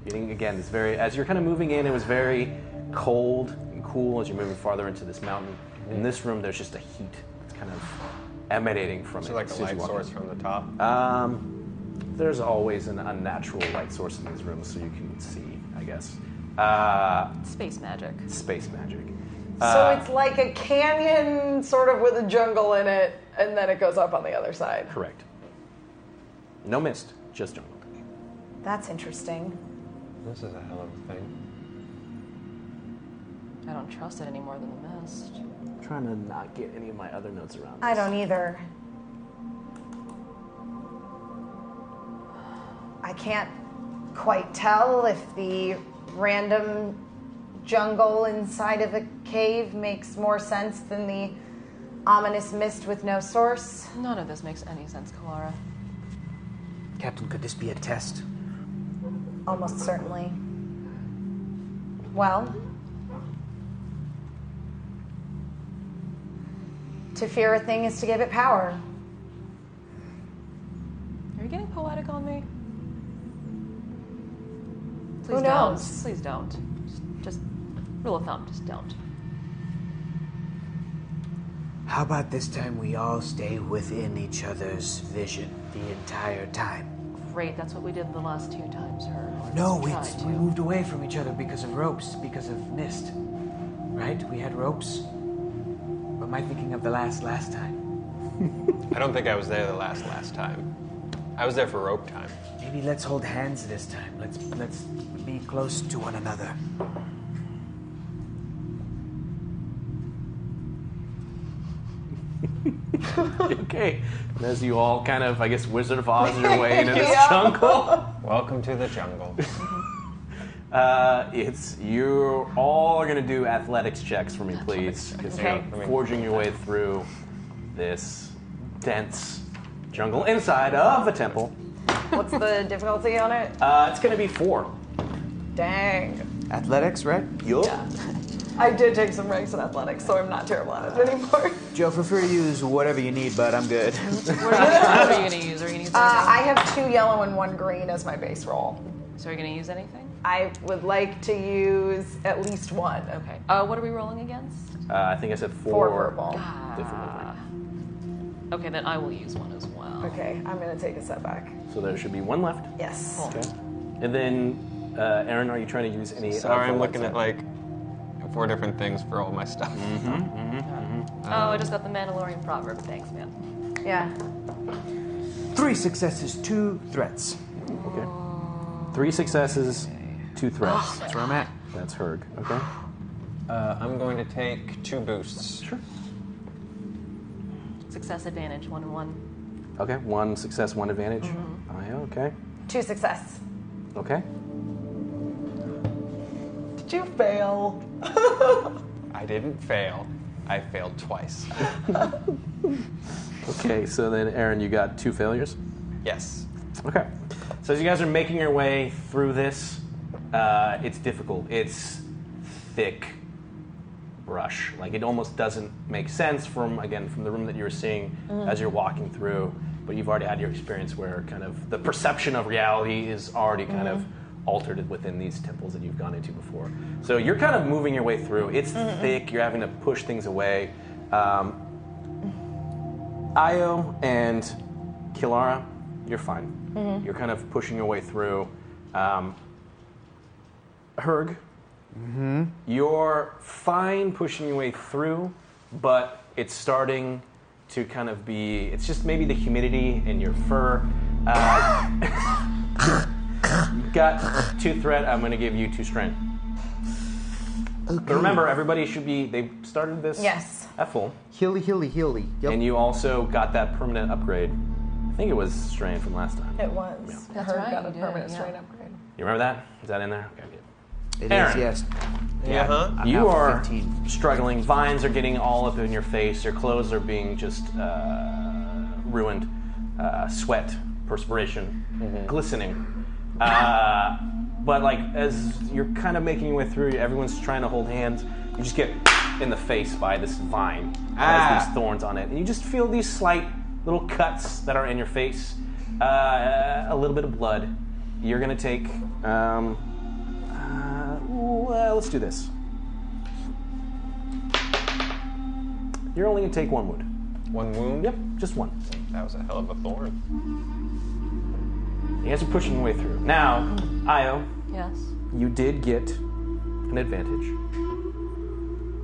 S2: Getting again, this very as you're kind of moving in, it was very cold and cool as you're moving farther into this mountain. In this room, there's just a heat that's kind of emanating from
S7: So
S2: it.
S7: like
S2: as
S7: a
S2: soon as you
S7: light
S2: walk in.
S7: source from the top.
S2: Um, there's always an unnatural light source in these rooms, so you can see, I guess. Uh,
S4: Space magic.
S2: space magic.
S9: so it's like a canyon, sort of with a jungle in it, and then it goes up on the other side.
S2: Correct. No mist, just jungle.
S3: That's interesting.
S7: this is a hell of a thing.
S4: I don't trust it any more than the mist.
S2: I'm trying to not get any of my other notes around.
S3: I don't either. I can't quite tell if the random jungle inside of a cave makes more sense than the ominous mist with no source.
S4: None of this makes any sense, Kalara.
S5: Captain, could this be a test?
S3: Almost certainly. Well, to fear a thing is to give it power.
S4: Are you getting poetic on me? Please
S3: Who
S4: don't.
S3: knows?
S4: Please don't. Just, just rule of thumb, just don't.
S5: How about this time we all stay within each other's vision the entire time?
S4: Great, that's what we did the last two times, her. or
S5: No,
S4: we
S5: it's,
S4: tried
S5: we
S4: to.
S5: moved away from each other because of ropes, because of mist. Right? We had ropes. Or am I thinking of the last last time?
S7: I don't think I was there the last last time. I was there for rope time.
S5: Maybe let's hold hands this time. Let's let's be close to one another.
S2: [LAUGHS] Okay. And as you all kind of, I guess, Wizard of Oz
S3: [LAUGHS]
S2: your way into this jungle,
S7: Welcome to the jungle.
S2: uh, it's you all are gonna do athletics checks for me, please. Because
S3: Okay.
S2: you're forging your way through this dense jungle inside of a temple.
S9: What's [LAUGHS] the difficulty on it?
S2: Uh, it's gonna be four.
S9: Dang.
S5: Athletics, right?
S2: Yup.
S9: [LAUGHS] I did take some ranks in athletics, so I'm not terrible at it [LAUGHS] anymore.
S5: Joe, feel free to use whatever you need, but I'm good.
S4: What are you going to use? Are you going to use anything?
S9: Uh, I have two yellow and one green as my base roll.
S4: so are you going to use anything?
S9: I would like to use at least one.
S4: Okay. Uh, what are we rolling against?
S2: Uh, I think I said
S9: Four
S2: four.
S9: purple.
S2: different ones.
S4: Okay, then I will use one as well.
S9: Okay, I'm gonna take a step back.
S2: So there should be one left.
S9: Yes.
S2: And then, uh, Aaron, are you trying to use any?
S7: Sorry,
S2: of
S7: I'm
S2: the
S7: looking
S2: lights
S7: at like four Mm. different things for all my stuff.
S4: Oh, I just got the Mandalorian proverb. Thanks, man.
S3: Yeah.
S5: Three successes, two threats.
S2: Okay. Three successes, two threats.
S5: [GASPS] That's where I'm at.
S2: That's Herg. Okay.
S7: Uh, I'm going to take two boosts.
S2: Sure.
S4: Success advantage, one and one.
S2: Okay. One success, one advantage.
S5: Mm-hmm.
S2: Aye, okay.
S3: Two success.
S2: Okay.
S9: Did you fail?
S7: I didn't fail. I failed [LAUGHS] twice.
S2: Okay. So then, Aaron, you got two failures.
S7: yes.
S2: Okay. So as you guys are making your way through this, uh, it's difficult. It's thick brush. Like it almost doesn't make sense from again from the room that you were seeing as you're walking through. But you've already had your experience where kind of the perception of reality is already kind of altered within these temples that you've gone into before. So you're kind of moving your way through. It's thick. You're having to push things away. Um, Io and Kilara, you're fine. You're kind of pushing your way through. Um, Herg,
S5: Mm-hmm.
S2: you're fine pushing your way through, but it's starting to kind of be. It's just maybe the humidity in your fur. Uh, [LAUGHS] you've got two threat. I'm going to give you two strength. But remember, everybody should be. They started this
S3: Yes.
S2: at full.
S5: Hilly, hilly, hilly. Yep.
S2: And you also got that permanent upgrade. I think it was strain from last time.
S9: It was.
S4: That's
S9: Her
S4: right,
S9: got a
S4: you did,
S9: permanent
S4: yeah.
S9: strain upgrade.
S2: You remember that? Is that in there? Okay, good.
S5: It is,
S2: Aaron.
S5: yes.
S7: Yeah. Uh-huh. huh
S2: You
S5: now
S2: are
S5: 15.
S2: struggling. Vines are getting all up in your face. Your clothes are being just uh, ruined. Uh, sweat, perspiration,
S5: Mm-hmm.
S2: glistening. Uh, but like as you're kind of making your way through, everyone's trying to hold hands. You just get in the face by this vine that has
S7: Ah.
S2: these thorns on it, and you just feel these slight little cuts that are in your face. Uh, a little bit of blood. You're gonna take. Um, uh, well, let's do this. You're only gonna take one wound.
S7: One wound.
S2: Yep, just one.
S7: That was a hell of a thorn.
S2: You guys are pushing your way through. Now, Io,
S4: Yes.
S2: you did get an advantage.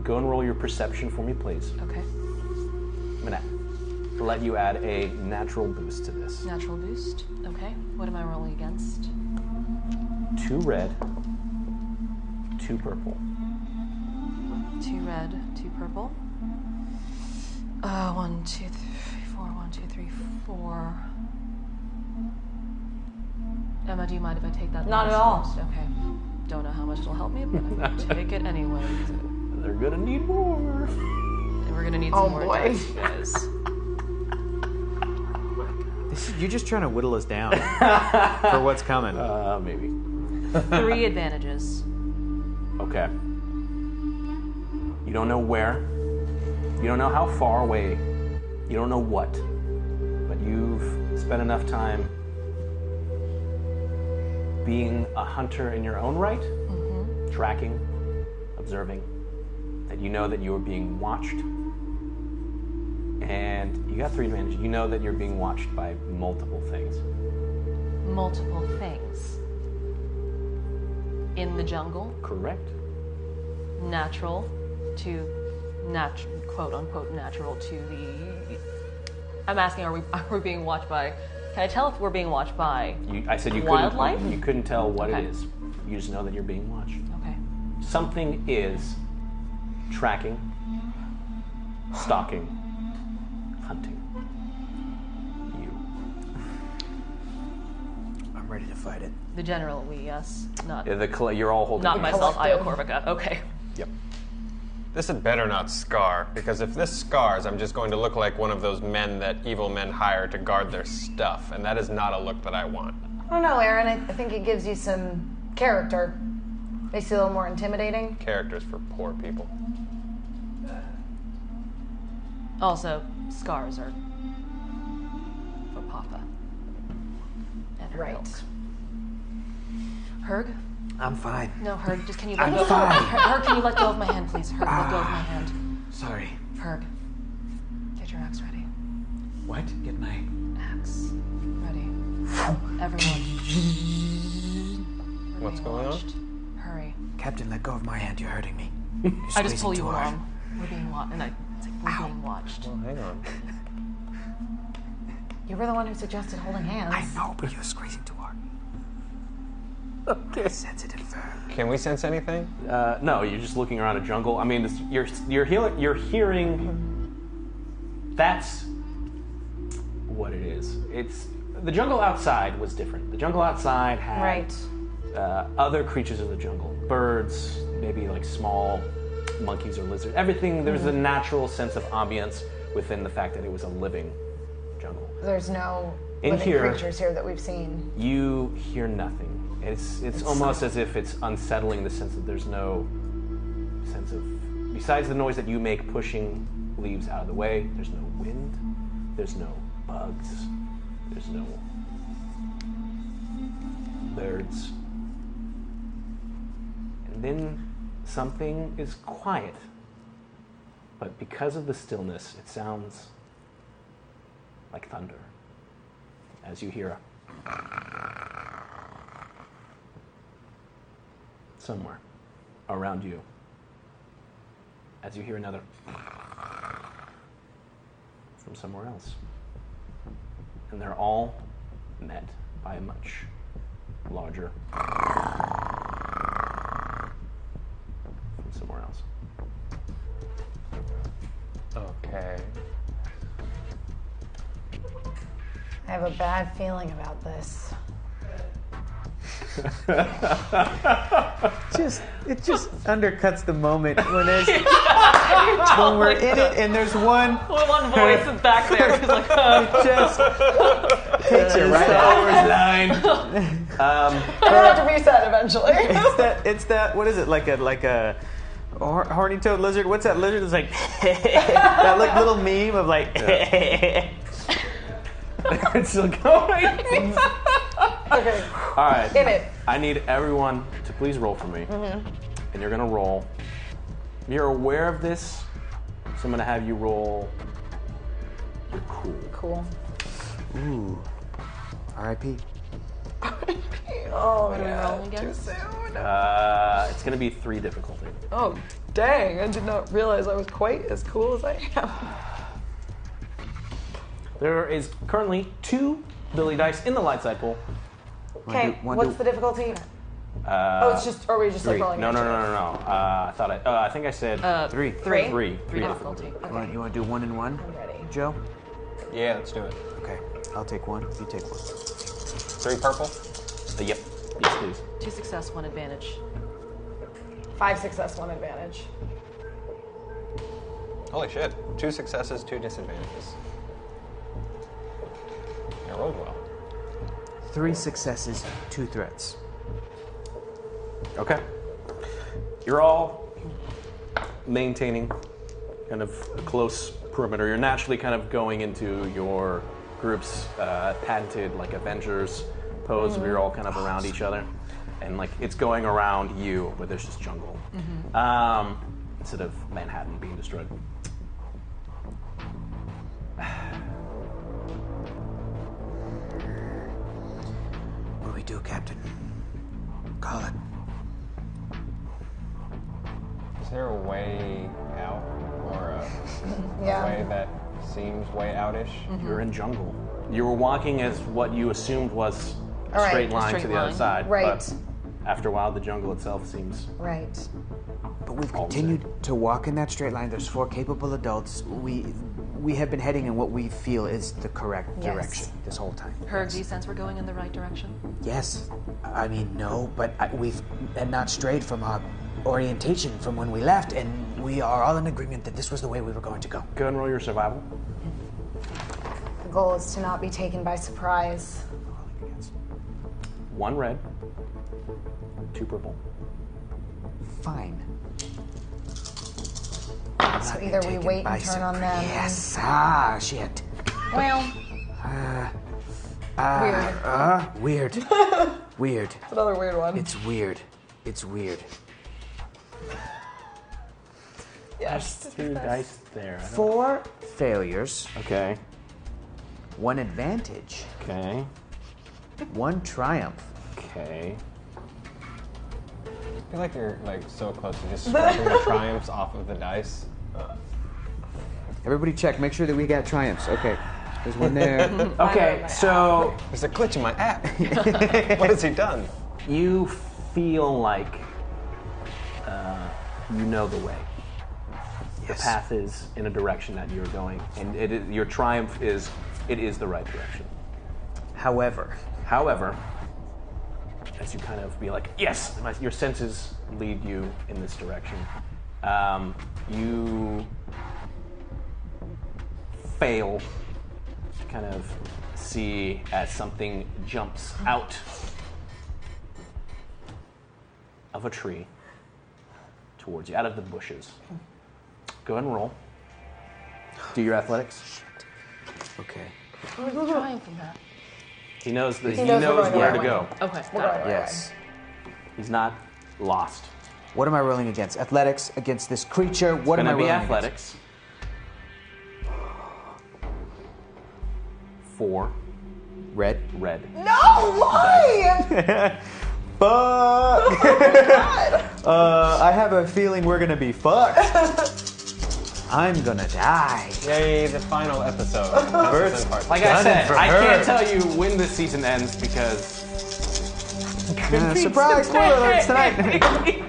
S2: Go and roll your perception for me, please.
S4: Okay.
S2: I'm gonna let you add a natural boost to this.
S4: Natural boost. Okay. What am I rolling against?
S2: Two red, two purple.
S4: Two red, two purple. Uh, one, two, three, four. One, two, three, four. Emma, do you mind if I take that?
S3: Not at
S4: last
S3: all.
S4: boost? Okay. Don't know how much it'll help me, but I'm gonna take it anyway.
S2: They're gonna need more.
S4: And we're gonna need
S3: Oh,
S4: some more
S3: boy.
S4: dice, you guys.
S5: This is- You're just trying to whittle us down for what's coming.
S2: Uh, maybe.
S4: Three advantages.
S2: Okay. You don't know where. You don't know how far away. You don't know what. But you've spent enough time being a hunter in your own right,
S4: Mm-hmm.
S2: tracking, observing, that you know that you are being watched. And you got three advantages. You know that you're being watched by multiple things.
S4: Multiple things. In the jungle,
S2: Correct?
S4: natural to nat- quote unquote natural to the I'm asking are we [LAUGHS] are we being watched by can I tell if we're being watched by
S2: You, I said you
S4: Wildlife?
S2: couldn't. You couldn't tell what
S4: Okay.
S2: it is. You just know that you're being watched.
S4: Okay.
S2: something is tracking, stalking, hunting you.
S5: I'm ready to fight it.
S4: The general we yes, not
S2: Yeah, the coll- you're all holding.
S4: not
S2: hands.
S4: myself, Io Corvica. Okay.
S2: Yep.
S7: This had better not scar, because if this scars, I'm just going to look like one of those men that evil men hire to guard their stuff, and that is not a look that I want.
S3: I don't know, Aaron. I, I think it gives you some character. Makes you a little more intimidating.
S7: Characters for poor people.
S4: Also, scars are for Papa. And her
S3: Right.
S4: ilk. Herg?
S5: I'm fine.
S4: No, Herg, just can you let
S5: I'm
S4: go of
S5: fine.
S4: Herg, can you let go of my hand, please? Herg, let
S2: Ah.
S4: go of my hand.
S5: Sorry.
S4: Herg. Get your axe ready.
S5: What? Get my.
S4: Axe. Ready. Everyone.
S7: What's going on?
S4: on? Hurry.
S5: Captain, let go of my hand. You're hurting
S4: [LAUGHS]
S5: me. You're
S4: I just
S5: squeezing
S4: pull you
S5: too hard.
S4: along. We're being watched. And I, it's like, we're being watched.
S7: Hang on.
S3: You were the one who suggested holding hands.
S5: I know, but you're squeezing too hard. Sensitive fur.
S7: Can we sense anything?
S2: Uh, no, you're just looking around a jungle. I mean, it's, you're you're healing, you're hearing. That's what it is. It's the jungle outside was different. The jungle outside had
S3: Right.
S2: uh, other creatures of the jungle, birds, maybe like small monkeys or lizards. Everything there's a natural sense of ambience within the fact that it was a living jungle.
S3: There's no
S2: In
S3: living
S2: here-
S3: creatures here that we've seen.
S2: You hear nothing. It's it's almost as if it's unsettling the sense that there's no sense of besides the noise that you make pushing leaves out of the way. There's no wind. There's no bugs. There's no birds. And then something is quiet. But because of the stillness, it sounds like thunder. As you hear a somewhere around you. As you hear another from somewhere else. And they're all met by a much larger from somewhere else. [LAUGHS]
S7: Okay.
S3: I have a bad feeling about [LAUGHS] this.
S6: just it just undercuts the moment when there's when we're in it and there's one
S4: One voice is back there. He's like, uh,
S6: just takes it right out.
S9: I have to reset eventually.
S2: [LAUGHS]
S6: It's that it's that what is it like a like a hor- horny toad lizard? What's that lizard that's like that like little meme of like
S2: it's still going.
S9: okay,
S2: All right.
S9: in it.
S2: I need everyone to please roll for me. And you're gonna roll. You're aware of this, so I'm gonna have you roll. You're cool.
S3: Cool.
S5: Ooh. R.I.P.
S9: Oh,
S4: what are we rolling again?
S2: Uh, it's gonna be three difficulty.
S9: Oh, dang. I did not realize I was quite as cool as I am.
S2: There is currently two Billy dice in the light side pool.
S5: Wanna
S3: Okay,
S5: do- wanna
S3: what's
S5: do-
S3: the difficulty?
S9: oh, it's just, are we just like
S2: Uh, Three. No,
S9: rolling?
S2: no, no, no, no. Uh, I thought I. Uh, I think I said
S6: three?
S2: three.
S3: Three?
S2: Three
S4: three
S2: difficulty.
S4: difficulty.
S5: Why don't you want to do one and one,
S3: Ready.
S5: Joe?
S7: Yeah, let's do it.
S5: Okay, I'll take one. You take one.
S7: Three purple.
S2: Uh, yep. Yes, please.
S4: Two success, one advantage.
S9: Five success, one advantage.
S7: Holy shit. Two successes, two disadvantages. I rolled well.
S5: Three successes, two threats.
S2: Okay. You're all maintaining kind of a close perimeter. You're naturally kind of going into your group's uh, patented like Avengers pose where you're all kind of around each other. And like it's going around you, but there's just jungle. Um, instead of Manhattan being destroyed.
S5: What do we do, Captain? Call it.
S7: Is there a way out? Or a way that seems way outish?
S3: Mm-hmm.
S2: You're in jungle. You were walking as what you assumed was a
S3: All right,
S2: straight
S3: a
S2: line to
S4: straight
S2: the other
S4: line.
S2: side.
S3: Right.
S2: But after a while, the jungle itself seems
S3: Right.
S5: But we've continued to walk in that straight line. There's four capable adults. We we have been heading in what we feel is the correct
S3: Yes.
S5: direction this whole time.
S4: Herb, do you sense we're going in the right direction?
S5: Yes. I mean, no, but I, we've and not strayed from our orientation from when we left, and we are all in agreement that this was the way we were going to go.
S2: Go and roll your survival.
S3: The goal is to not be taken by surprise.
S2: One red, two purple.
S5: Fine. So
S3: either we wait and turn on them.
S5: Yes. Ah, shit.
S3: Well,
S5: Ah,
S3: [LAUGHS]
S5: weird. weird.
S9: Another weird one.
S5: It's weird. It's weird.
S9: Yes.
S2: Two dice there.
S5: Four failures,
S2: Okay,
S5: one advantage,
S2: okay,
S5: one triumph.
S2: okay.
S7: I feel like you're like so close to just scrubbing the triumphs off of the dice.
S5: Everybody check. Make sure that we got triumphs. Okay. There's one
S3: [LAUGHS]
S5: there.
S2: Okay, so
S7: [LAUGHS] There's a glitch in my app. [LAUGHS] what has he done?
S2: you feel like uh, you know the way. The path is in a direction that you're going, and it, is- your triumph is it is the right direction. However, however, as you kind of be like, yes, my, your senses lead you in this direction. Um, you fail to kind of see as something jumps out of a tree towards you, out of the bushes. Go ahead and roll. Do your athletics.
S5: okay.
S4: Trying from that.
S2: He knows that he,
S9: knows we're
S2: knows,
S9: going the
S2: where
S9: right
S2: to
S9: way.
S2: go.
S4: Okay. got it.
S5: Yes.
S2: He's not lost.
S5: What am I rolling against? Athletics against this creature. What am I
S2: Gonna be
S5: rolling
S2: athletics. Four
S5: against? Red.
S2: red.
S9: No,
S3: Oh,
S9: why?
S5: [LAUGHS] Fuck. [LAUGHS] uh, I have a feeling we're gonna
S9: [LAUGHS]
S5: be fucked. I'm gonna die.
S7: Yay, the final episode. That's the fun part.
S2: Like I
S5: Done it
S2: said,
S5: for
S2: I
S5: her.
S2: can't tell you when this season ends because
S5: Uh, surprise! Spoiler alerts [LAUGHS] tonight.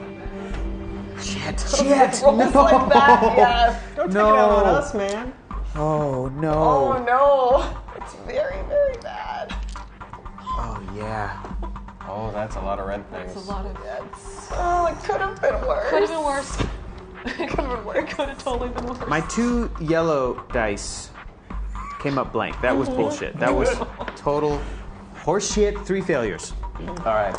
S9: Shit.
S5: Shit,
S9: Rolls
S5: no.
S9: like that, yes.
S7: Don't
S5: No.
S7: take it out on us, man.
S5: Oh
S9: Oh
S5: no.
S9: no, it's very, very bad.
S5: Oh, yeah.
S7: Oh, that's a lot of red things.
S4: A lot of it.
S9: Oh, it could have been worse.
S4: Could have
S9: [LAUGHS]
S4: been worse.
S9: Could have been worse.
S4: Could have totally been worse.
S5: My two yellow dice came up blank. That was bullshit. That was total horseshit. Three failures.
S2: all right.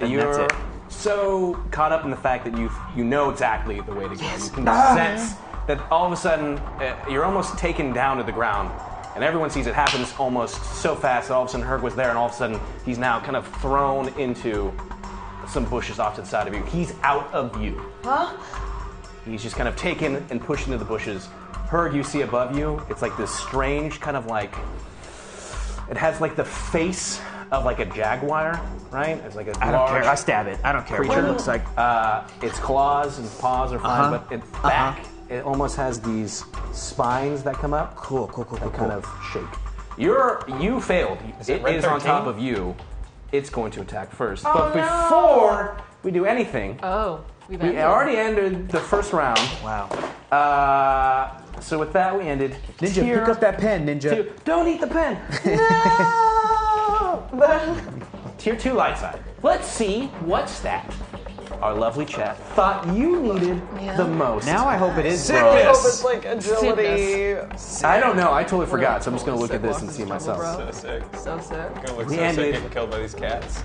S5: And
S2: you're
S5: that's it.
S2: so caught up in the fact that you you know exactly the way to go. You can sense that all of a sudden uh, you're almost taken down to the ground, and everyone sees it happens almost so fast that all of a sudden Herc was there, and all of a sudden he's now kind of thrown into some bushes off to the side of you. He's out of view. Huh? He's just kind of taken and pushed into the bushes. Herg, you see above you, it's like this strange kind of like it has like the face of like a jaguar, right? It's like a
S5: I don't
S2: large
S5: care. I stab it. I don't care what it
S2: creature.
S5: looks like.
S2: Uh, its claws and paws are fine,
S5: Uh-huh.
S2: but its back it almost has these spines that come up.
S5: Cool, cool, cool,
S2: That
S5: cool,
S2: kind
S5: cool.
S2: of shake. You're you failed.
S7: it
S2: it
S7: red
S2: is on
S7: 13?
S2: top of you. It's going to attack first, but before we do anything,
S4: Oh, we've
S2: we already ended the first round.
S5: Wow.
S2: Uh, so with that, we ended.
S5: Ninja, pick up that pen, Ninja.
S2: Two. Don't eat the [LAUGHS] pen. No. [LAUGHS] Tier two light side. Let's see what's that. Our lovely chat thought you needed the most.
S5: Now Oh, I hope it is
S9: I
S5: bro.
S9: hope it's like agility.
S2: I don't know. I totally
S4: We're
S2: forgot,
S4: not
S2: so I'm just gonna look at
S4: totally
S2: this and see
S4: sick. Walker's
S2: myself.
S4: trouble,
S7: So sick.
S4: So sick.
S7: Gonna look
S2: We
S7: so
S2: ended-
S7: sick getting killed by these cats.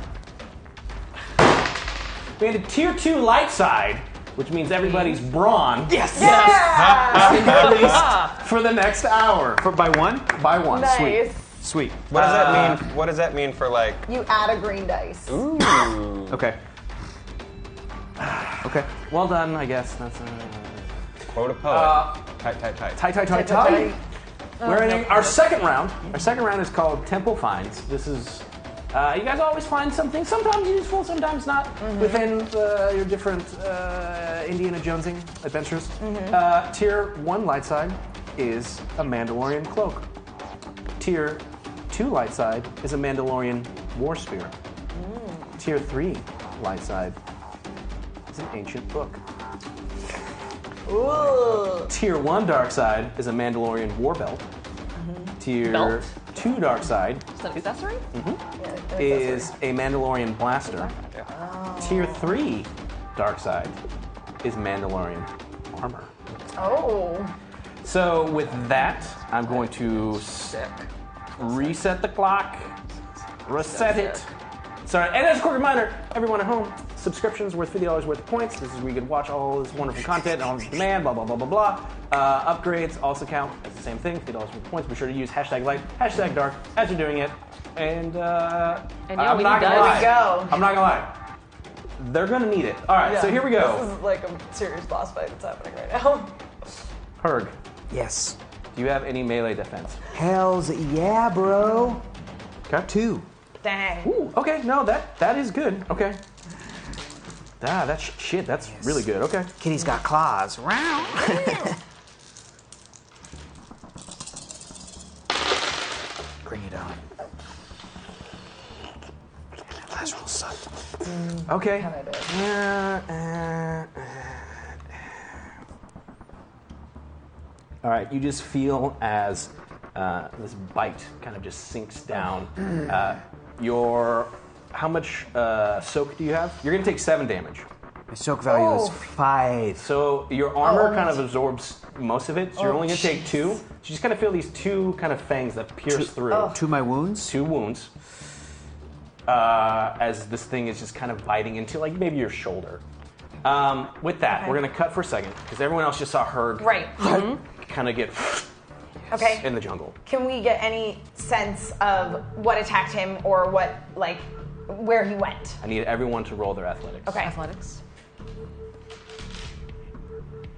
S2: We had a tier two light side, which means everybody's brawn
S9: Yes. Yeah.
S2: [LAUGHS] increased for the next hour
S5: For by one?
S2: by one.
S9: nice.
S5: Sweet.
S7: What does
S2: Uh,
S7: that mean? What does that mean for like?
S9: You add a green dice.
S7: Ooh.
S2: [SIGHS]
S5: Okay. Okay.
S2: Well done, I guess. That's uh,
S7: Quote a poet. tight, tight, tight.
S2: tie, tie, tie, tie. We're in our second round. Our second round is called Temple Finds. This is. Uh, you guys always find something, sometimes useful, sometimes not, within uh, your different uh, Indiana Jonesing adventures. Uh, tier 1 light side is a Mandalorian cloak. Tier 2 light side is a Mandalorian war spear. Tier 3 light side is an ancient book. Tier 1 dark side is a Mandalorian war belt. Tier
S4: Mm-hmm. Belt?
S2: 2 dark side
S4: Is that an accessory?
S2: Mm. is a Mandalorian blaster. Tier
S4: Oh.
S2: 3 dark side is Mandalorian armor.
S9: Oh.
S2: So with that, I'm going to s- reset the clock. Reset it. Sorry, and as a quick reminder, everyone at home, subscriptions worth fifty dollars worth of points. This is where you can watch all this wonderful content on demand. Blah blah blah blah blah. Uh, upgrades also count as the same thing. Fifty dollars worth of points. Be sure to use hashtag light, hashtag dark as you're doing it. And uh,
S4: And yeah,
S2: I'm
S4: we
S2: not
S4: need
S2: gonna
S4: that.
S2: lie.
S4: We
S9: go.
S2: I'm not gonna lie. They're gonna need it. All right, so
S9: Yeah.
S2: here we go.
S9: This is like a serious boss fight that's happening right now.
S2: Herg,
S5: Yes.
S2: do you have any melee defense?
S5: Hells yeah, bro.
S2: Okay.
S5: Two.
S3: Dang.
S2: Ooh, okay, no, that that is good. Okay. Ah, that's shit. That's really good. Okay.
S5: Kitty's got claws. [LAUGHS] Round. Bring it on.
S6: Last roll sucked. Okay.
S9: Kinda did.
S2: All right, you just feel as uh, this bite kind of just sinks down. Uh, your how much uh, soak do you have? You're gonna take seven damage.
S5: My soak value is
S9: Oh.
S5: five.
S2: So your armor
S9: Oh.
S2: kind of absorbs most of it. So you're
S9: Oh,
S2: only gonna take
S9: jeez.
S2: two. So you just kind of feel these two kind of fangs that pierce through
S9: Oh.
S5: To my wounds.
S2: two wounds. Uh, as this thing is just kind of biting into like maybe your shoulder. Um, with that, we're gonna cut for a second because everyone else just saw Herg
S3: Right.
S2: kind of get [LAUGHS]
S3: Okay.
S2: in the jungle.
S3: Can we get any sense of what attacked him or what, like, where he went?
S2: I need everyone to roll their athletics.
S3: Okay.
S4: Athletics.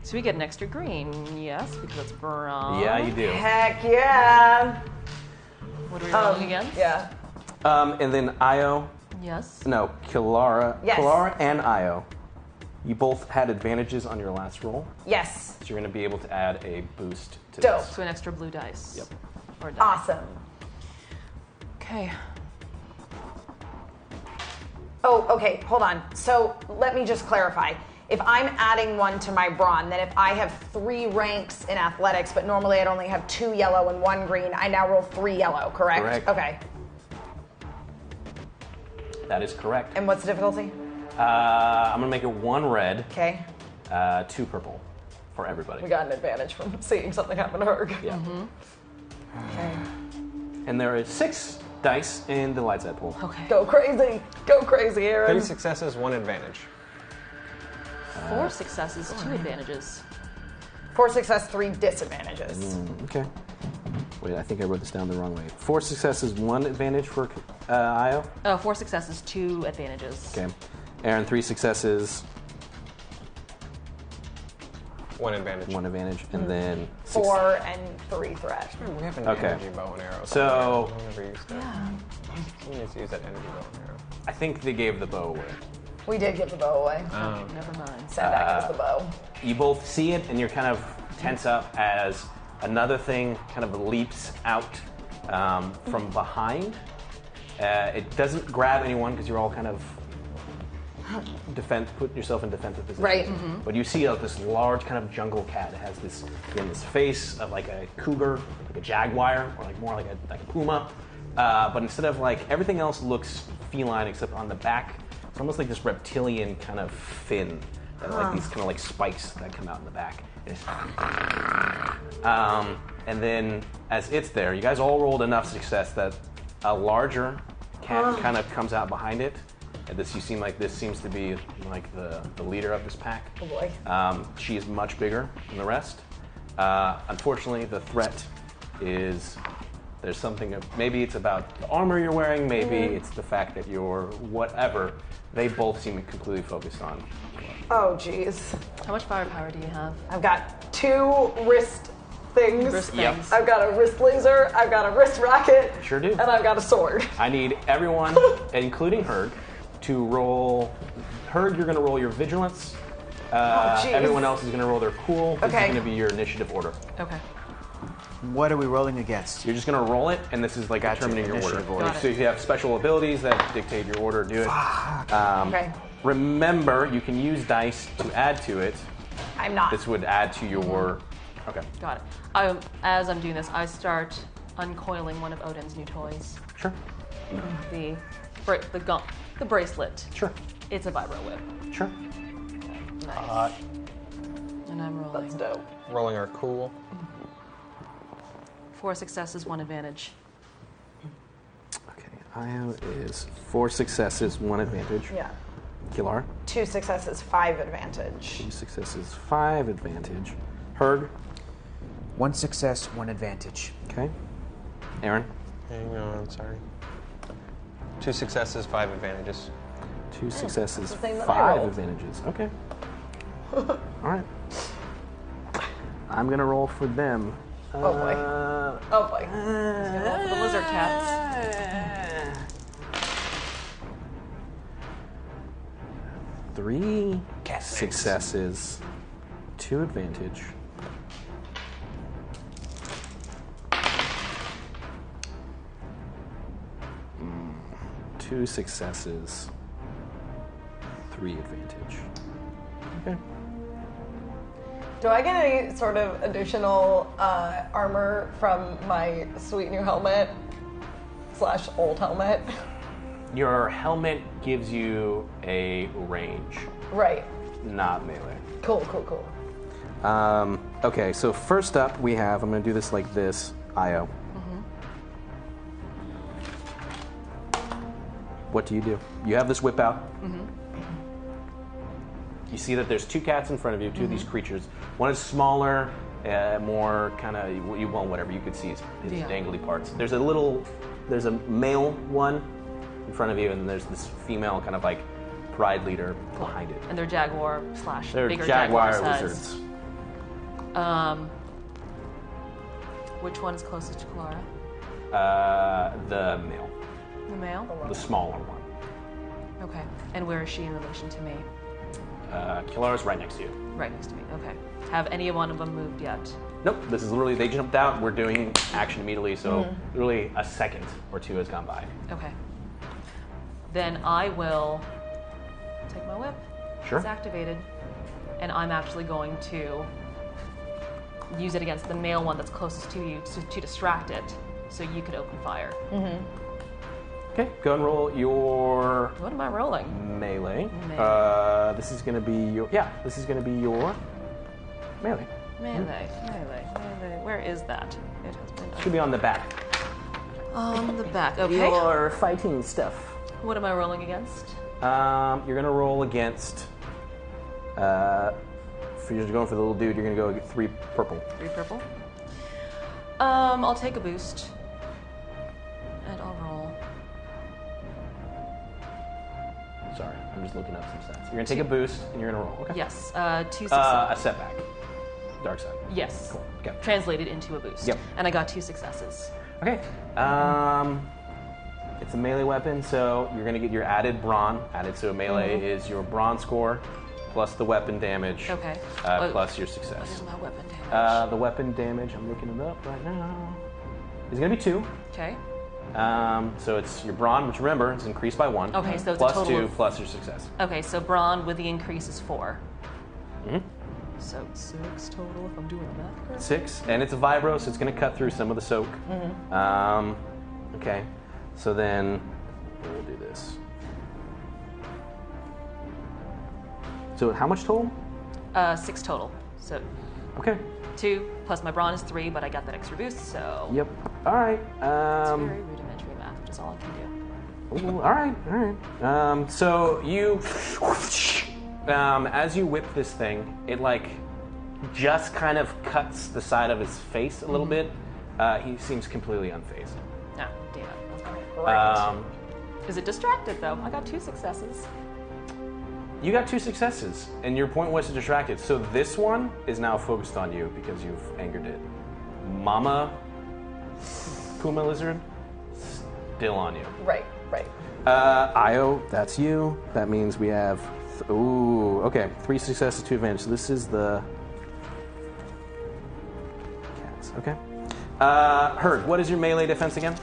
S4: So we get an extra green, yes, because it's bronze.
S2: Yeah, you do.
S3: Heck yeah.
S4: What are we rolling again?
S9: Yeah.
S2: Um, and then Io,
S4: Yes.
S2: no, Kilara,
S3: Yes.
S2: Kilara and Io, you both had advantages on your last roll,
S3: Yes.
S2: so you're going to be able to add a boost to
S3: Dope.
S2: this.
S4: So an extra blue dice.
S2: Yep.
S4: Or
S9: Ah.
S4: die.
S3: Awesome.
S4: Okay.
S3: Oh, okay, hold on. So let me just clarify. If I'm adding one to my brawn, then if I have three ranks in athletics, but normally I'd only have two yellow and one green, I now roll three yellow, correct?
S2: Correct.
S3: Okay.
S2: That is correct.
S3: And what's the difficulty?
S2: Uh, I'm going to make it one red,
S3: Okay.
S2: uh, two purple for everybody.
S9: We got an advantage from seeing something happen to her.
S2: yeah.
S3: Okay.
S2: And there is six dice in the lights at pool.
S4: Okay.
S9: Go crazy. Go crazy,
S7: Three
S9: Aaron.
S7: successes, one advantage.
S4: Four successes, two advantages.
S3: Four success, three disadvantages.
S2: Okay. Wait, I think I wrote this down the wrong way. Four successes, one advantage for uh, Io.
S4: Uh, four successes, two advantages.
S2: Okay. Aaron, three successes,
S7: One advantage.
S2: one advantage, and then six-
S3: Four and three threat.
S7: We have an
S2: Okay.
S7: energy bow and arrow.
S2: So-
S7: somewhere. I'll never use that. We need to use that energy bow and arrow.
S2: I think they gave the bow away.
S9: We did give the bow away.
S2: Uh,
S4: Never mind.
S9: Sandak gives the bow.
S2: You both see it, and you're kind of tense up as another thing kind of leaps out um, from behind. Uh, it doesn't grab anyone because you're all kind of defend, put yourself in defensive position.
S9: Right.
S2: But you see like, this large kind of jungle cat. It has this again, this face of like a cougar, like a jaguar, or like more like a like a puma. Uh, but instead of like everything else looks feline except on the back, it's almost like this reptilian kind of fin that like these kind of like spikes that come out in the back. And it's- um, and then as it's there, you guys all rolled enough success that a larger cat
S9: Oh.
S2: kind of comes out behind it. And this, you seem like this seems to be like the, the leader of this pack.
S9: Oh boy.
S2: Um, she is much bigger than the rest. Uh, unfortunately, the threat is there's something of maybe it's about the armor you're wearing, maybe
S9: Mm-hmm.
S2: it's the fact that you're whatever. They both seem completely focused on.
S9: Oh jeez.
S4: How much firepower do you have?
S9: I've got two wrist things.
S4: Wrist
S2: Yep.
S4: things.
S9: I've got a wrist laser. I've got a wrist rocket.
S2: Sure do. Uh,
S9: And I've got a sword.
S2: I need everyone, including Herg, to roll. Herg, you're going to roll your vigilance. Uh,
S9: [LAUGHS] Oh, jeez.
S2: everyone else is going to roll their cool. This
S9: Okay.
S2: is going to be your initiative order.
S4: Okay.
S5: What are we rolling against?
S2: You're just going to roll it, and this is like
S5: Gotcha,
S2: determining your order.
S5: initiative order.
S4: Got it.
S2: So if you have special abilities that dictate your order, do it. um,
S3: Okay.
S2: Remember, you can use dice to add to it.
S3: I'm not.
S2: This would add to your. Okay,
S4: Got it. I, as I'm doing this, I start uncoiling one of Odin's new toys.
S2: sure,
S4: The bra- the gaunt, the bracelet.
S2: sure,
S4: It's a vibro whip.
S2: sure.
S4: Nice. and I'm rolling.
S9: That's dope.
S7: Rolling our cool.
S4: Four successes, one advantage.
S2: Okay, Io is four successes, one advantage.
S9: Yeah.
S2: Kilar,
S3: Two successes, five advantage.
S2: two successes, five advantage. Herg,
S5: One success, one advantage.
S2: okay. Aaron,
S7: Hang on, sorry. Two successes, five advantages.
S9: Oh,
S2: two successes,
S9: same that I
S2: five
S9: rolled.
S2: advantages.
S9: [LAUGHS]
S2: Okay. All right. I'm gonna roll for them.
S9: Oh boy.
S2: Uh,
S9: Oh boy.
S4: Roll for the lizard cats.
S2: Three successes, two advantage.
S7: Mm,
S10: Two successes, three advantage.
S3: Do I get any sort of additional uh, armor from my sweet new helmet slash old helmet?
S7: Your helmet gives you a range,
S3: Right.
S7: not melee.
S3: Cool. Cool. Cool.
S7: Um, okay, so first up we have, I'm going to do this like this Io. Mm-hmm. What do you do? You have this whip out. Mm-hmm. You see that there's two cats in front of you, 2 of these creatures. One is smaller, uh, more kind of, you want whatever you could see his, his
S4: Yeah.
S7: dangly parts. There's a little, there's a male one in front of you, and then there's this female kind of like pride leader behind it.
S4: And they're jaguar slash
S7: They're
S4: bigger
S7: jaguar,
S4: size.
S7: lizards.
S4: Um, which one is closest to Clara?
S7: Uh, the male,
S4: The male.
S7: the smaller one.
S4: Okay. And where is she in relation to me?
S7: Uh, Kilara's right next to you.
S4: Right next to me. Okay. Have any one of them moved yet?
S7: Nope, this is literally, they jumped out. We're doing action immediately, so really a second or two has gone by.
S4: Okay. Then I will take my whip.
S7: Sure.
S4: It's activated. And I'm actually going to use it against the male one that's closest to you to, to distract it so you could open fire.
S7: Mm. Okay, go and roll your
S4: What am I rolling?
S7: melee.
S4: Melee.
S7: Uh, this is gonna be your, yeah, this is gonna be your melee.
S4: Melee, melee, melee. Where is that? It has been
S7: Should be on the back.
S4: on the back. Okay.
S7: Your fighting stuff.
S4: What am I rolling against?
S7: Um, you're gonna roll against, uh, if you're just going for the little dude, you're gonna go get three purple.
S4: Three purple. Um, I'll take a boost. And I'll roll.
S7: Sorry, I'm just looking up some stats. You're gonna take a boost and you're gonna roll. Okay.
S4: Yes, uh, two successes.
S7: Uh, a setback. Dark side.
S4: yes.
S7: Cool. Okay.
S4: Translated into a boost.
S7: Yep.
S4: And I got two successes.
S7: Okay. Um, it's a melee weapon, so you're gonna get your added brawn. Added to a melee
S4: Mm-hmm.
S7: is your brawn score, plus the weapon damage.
S4: Okay. Oh,
S7: Uh,
S4: What-
S7: plus your
S4: This
S7: success.
S4: is my weapon damage.
S7: Uh, the weapon damage. I'm looking it up right now. Is gonna be two.
S4: okay.
S7: Um, so it's your brawn, which remember is increased by one.
S4: Okay, so it's a
S7: Plus
S4: total
S7: two,
S4: of-
S7: plus your success.
S4: Okay, so brawn with the increase is 4
S7: Hmm?
S4: Mm-hmm. So six total if I'm doing the math correct.
S7: Six, and it's a vibro, so it's going to cut through some of the soak. Um, okay, so then we'll do this. So how much total?
S4: Uh, six total. So
S7: Okay.
S4: two plus my brawn is three, but I got that extra boost, so
S7: Yep. All right.
S4: it's
S7: Um,
S4: very rudimentary math, which is all I can do.
S7: Ooh, all right, all right. Um, so you, um, as you whip this thing, it like just kind of cuts the side of his face a little bit. Uh, he seems completely unfazed.
S4: No, damn it. That's all right.
S7: Um,
S4: Is it distracted though? I got two successes.
S7: you got two successes, and your point was to distract it. So this one is now focused on you because you've angered it. Mama, Puma Lizard, still on you.
S3: Right. Right.
S7: Uh, Io, that's you. That means we have. Th- ooh, okay. Three successes, two advantage. This is the. Cats, okay. Uh, Herd, what is your melee defense again?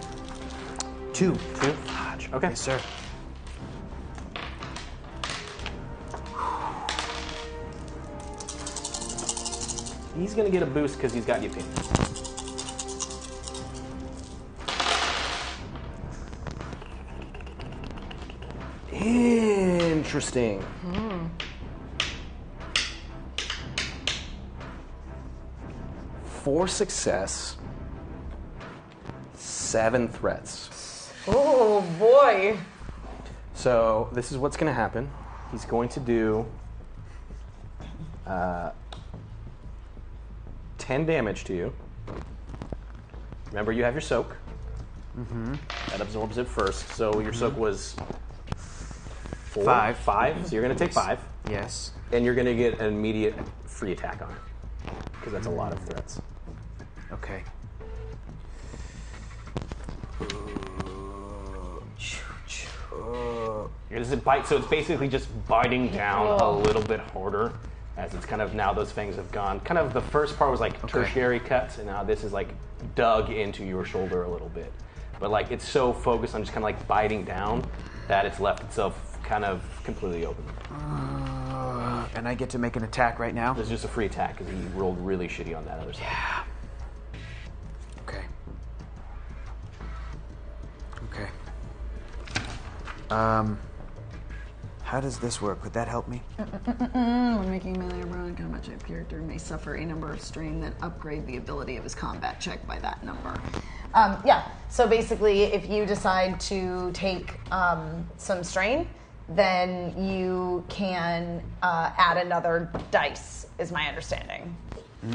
S5: Two.
S7: Two. Fudge, Okay.
S5: Yes, sir.
S7: He's gonna get a boost because he's got you pinned. Interesting. Four success, seven threats.
S3: Oh boy.
S7: So this is what's gonna happen. He's going to do uh, ten damage to you. Remember, you have your soak.
S5: Mm-hmm.
S7: That absorbs it first. So your soak was four,
S5: Five.
S7: Five. So you're gonna take five,
S5: Yes.
S7: and you're gonna get an immediate free attack on it because that's a lot of threats.
S5: Okay.
S7: It doesn't bite, so it's basically just biting down a little bit harder as it's kind of now those fangs have gone. Kind of the first part was like tertiary cuts, and now this is like dug into your shoulder a little bit. But like it's so focused on just kind of like biting down
S2: that it's left itself kind of completely open.
S5: And I get to make an attack right now.
S2: It's just a free attack because he rolled really shitty on that other side.
S5: Okay. Okay. Um. How does this work? Would that help me?
S11: When making melee or brawling combat check, character may suffer a number of strain, then upgrade the ability of his combat check by that number.
S3: Um, yeah. So basically, if you decide to take um, some strain, then you can uh, add another dice. Is my understanding.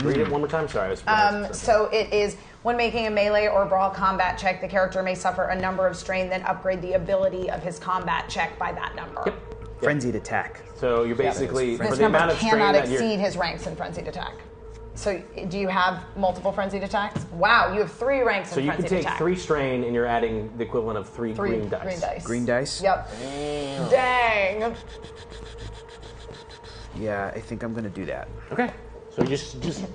S2: Read it one more time. Sorry, I was.
S3: Um, so it is when making a melee or brawl combat check, the character may suffer a number of strain, then upgrade the ability of his combat check by that number. Yep.
S5: Frenzied attack.
S2: So you're basically for
S3: This
S2: the
S3: number
S2: amount of strain
S3: cannot
S2: that
S3: exceed
S2: you're.
S3: his ranks in frenzied attack. So do you have multiple frenzied attacks? Wow, you have three ranks
S2: So
S3: in
S2: you can
S3: frenzied
S2: take
S3: attack.
S2: three strain, and you're adding the equivalent of three,
S3: Three
S2: green dice.
S3: Green dice.
S5: Green dice?
S3: Yep. Dang.
S5: Yeah, I think I'm gonna do that.
S2: Okay. So just just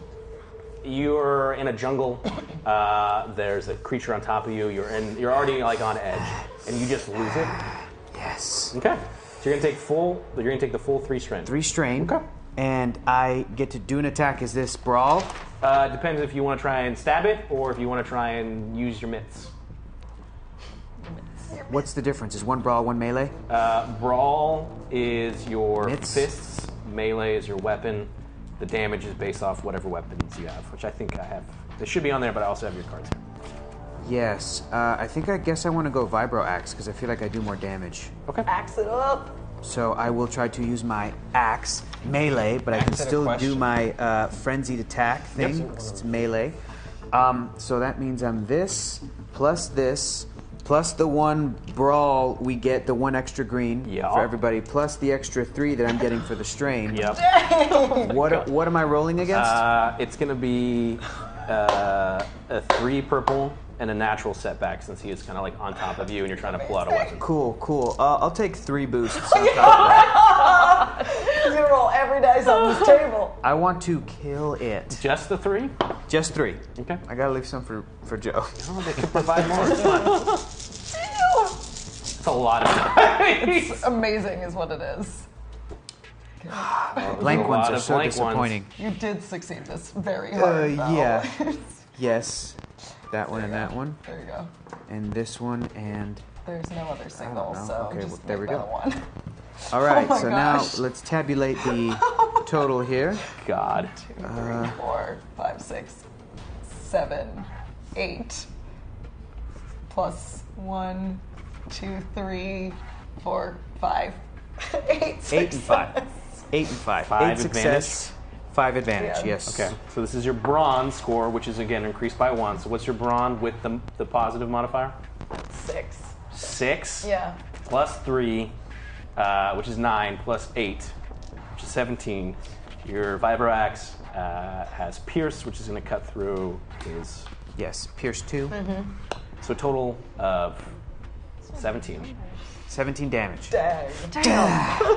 S2: you're in a jungle. Uh, there's a creature on top of you. You're in. You're already like on edge, and you just lose it.
S5: Yes.
S2: Okay. So you're gonna take full. You're gonna take the full three strain.
S5: Three strain.
S2: Okay.
S5: And I get to do an attack. Is this brawl?
S2: Uh, depends if you want to try and stab it or if you want to try and use your mitts.
S5: What's the difference? Is one brawl, one melee?
S2: Brawl is your
S5: Mitts?
S2: fists. Melee is your weapon. The damage is based off whatever weapons you have, which I think I have. They should be on there, but I also have your cards. here.
S5: Yes. Uh, I think I guess I want to go vibro axe because I feel like I do more damage.
S9: Axe it up.
S5: So I will try to use my axe melee, but I can
S7: Axe at a
S5: still do
S7: question.
S5: my uh, frenzied attack thing 'cause it's melee. Um, so that means I'm this plus this plus the one brawl we get the one extra green
S2: Yeah.
S5: for everybody plus the extra three that I'm getting for the strain.
S2: Yep.
S5: What what am I rolling against?
S2: Uh, it's gonna be uh, a three purple and a natural setback since he is kind of like on top of you and you're trying to pull out a weapon.
S5: cool, cool. Uh, I'll take three boosts.
S7: [LAUGHS]
S5: on top of that.
S9: He's gonna roll every dice on this
S2: [LAUGHS]
S9: table.
S5: I want to kill it.
S2: Just the three?
S5: Just three.
S2: Okay.
S5: I gotta leave some for for Joe.
S2: Oh, they can provide more. It's fine. It's a lot of dice.
S9: Amazing is what it is.
S5: Blank
S2: a
S5: ones
S2: lot
S5: are
S2: of
S5: so
S2: blank ones.
S5: disappointing.
S9: You did succeed this very
S5: Uh,
S9: hard. though.
S3: [LAUGHS]
S5: yeah. yes. That one and that one,
S9: There you go.
S5: and this one, and
S9: There's no other signal,
S5: know.
S9: so
S5: Okay,
S9: just
S5: well, there
S9: make
S5: we
S9: that
S5: go.
S9: a
S3: [LAUGHS]
S9: one.
S5: all right.
S9: Oh my
S5: so
S9: gosh.
S5: now let's tabulate
S9: [LAUGHS]
S5: the total here.
S2: God.
S9: Two,
S5: Uh,
S9: three, four, five, six, seven, eight. Plus one, two, three, four,
S3: [LAUGHS]
S9: five, eight, six.
S5: Eight and five. Eight and five.
S2: Five
S5: Eight success. Five advantage.
S9: Yeah.
S5: Yes.
S2: Okay, so this is your bronze score, which is again increased by one. So what's your bronze with the, the positive modifier?
S9: Six.
S2: Six
S9: Yeah.
S2: plus three, uh, which is nine, plus eight, which is 17. Your vibro axe uh, has pierce, which is going to cut through his.
S5: Yes. Pierce 2
S9: Mm-hmm.
S2: So a total of 17.
S5: Seventeen damage
S9: Dang.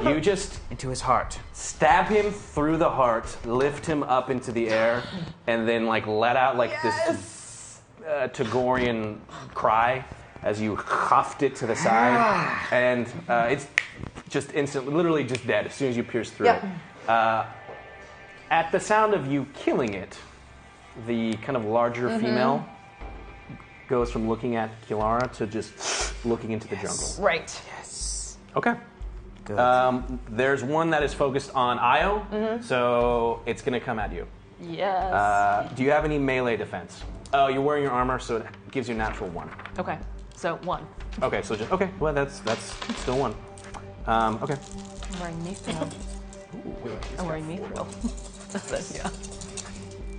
S2: You just
S5: into his heart.
S2: stab him through the heart, lift him up into the air, and then like let out like this uh, Tagorian cry as you huffed it to the side, and uh, it's just instantly, literally just dead as soon as you pierce through
S3: Yep.
S2: it. Uh, at the sound of you killing it, the kind of larger female goes from looking at Kilara to just looking into the jungle.
S3: Right.
S2: Okay.
S5: Good.
S2: Um, there's one that is focused on Io, so it's going to come at you.
S4: Yes.
S2: Uh, do you have any melee defense? Oh, you're wearing your armor, so it gives you a natural one.
S4: okay. So one.
S2: Okay, so just okay. Well, that's that's still one. Um, okay.
S4: I'm wearing
S2: [LAUGHS]
S4: mithril. I'm wearing mithril. [LAUGHS] That's it. Yeah.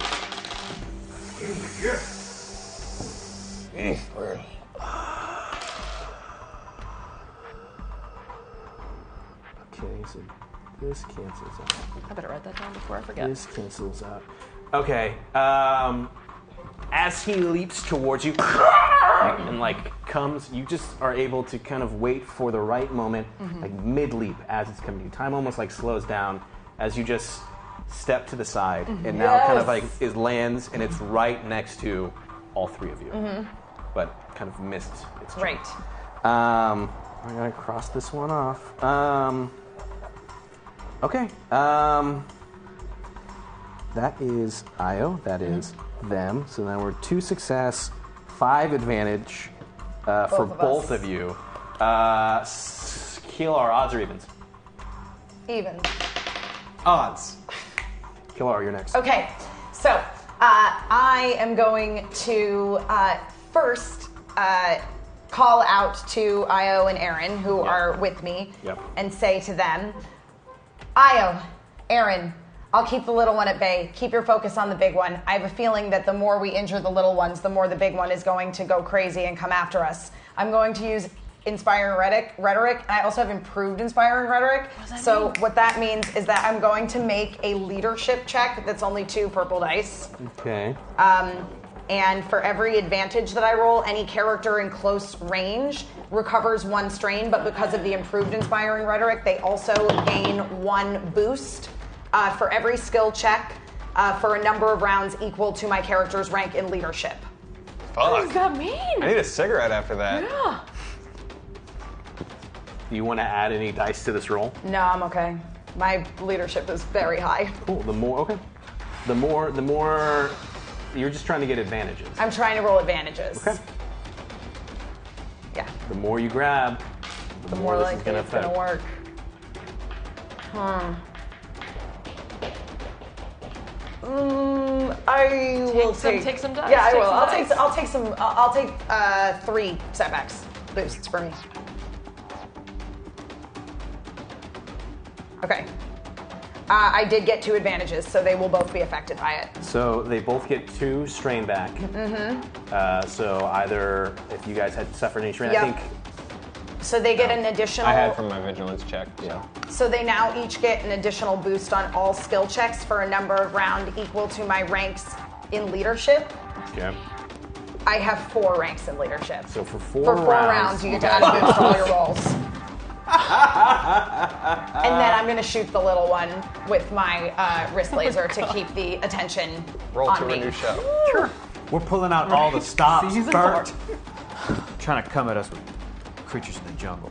S2: Okay, so this cancels out.
S4: I better write that down before I forget.
S2: This cancels out. Okay. Um, as he leaps towards you and like comes, you just are able to kind of wait for the right moment, like mid leap as it's coming to you. Time almost like slows down as you just step to the side and now kind of like it lands and it's right next to all three of you, but kind of missed. Its jump.
S3: Right.
S2: Um, We're gonna cross this one off. Um, okay. Um, that is Io. That is them. So now we're two success, five advantage uh, for
S3: Both of
S2: both
S3: us.
S2: of you. Uh, s- kill our odds or evens.
S3: Even.
S2: Odds. Kilar, you're next.
S3: Okay, so uh, I am going to uh, first uh, call out to Io and Aaron, who are with me,
S2: Yep.
S3: and say to them, Io, Aaron, I'll keep the little one at bay. Keep your focus on the big one. I have a feeling that the more we injure the little ones, the more the big one is going to go crazy and come after us. I'm going to use inspiring rhetoric, rhetoric and I also have improved inspiring rhetoric. so what that means is that I'm going to make a leadership check that's only two purple dice.
S2: Okay.
S3: Um, and for every advantage that I roll, any character in close range recovers one strain, but because of the improved inspiring rhetoric, they also gain one boost uh, for every skill check uh, for a number of rounds equal to my character's rank in leadership.
S4: What does that mean?
S7: I need a cigarette
S3: [GASPS]
S7: after that.
S4: yeah.
S2: Do you want to add any dice to this roll?
S3: No, I'm okay. My leadership is very high.
S2: Cool. The more, okay. The more, the more. You're just trying to get advantages.
S3: I'm trying to roll advantages.
S2: Okay.
S3: Yeah.
S2: The more you grab, the,
S3: the more
S2: this
S3: likely
S2: is gonna
S3: it's going to
S2: affect.
S3: work. Hmm. Mm, I will
S9: some-
S3: take,
S9: take some dice,
S3: Yeah, I
S9: take
S3: will.
S9: some
S3: I'll
S9: dice.
S3: take. I'll take some. I'll I'll take uh, three setbacks boosts for me. Okay. Uh, I did get two advantages, so they will both be affected by it.
S2: So they both get two strain back.
S3: Mm-hmm.
S2: Uh, so either if you guys had suffered any strain,
S3: Yep.
S2: I think
S3: So they get an additional.
S7: I had from my vigilance check. Yeah.
S3: So they now each get an additional boost on all skill checks for a number of round equal to my ranks in leadership.
S2: Okay.
S3: I have four ranks in leadership.
S2: So for four,
S3: for four rounds, you get to add a boost to all your rolls. and then I'm gonna shoot the little one with my uh, wrist laser to keep the attention
S6: Roll
S3: on
S6: to
S3: me.
S6: renew show.
S3: Sure.
S6: We're pulling out all the stops,
S5: Season
S6: Bert. Trying to come at us with creatures in the jungle.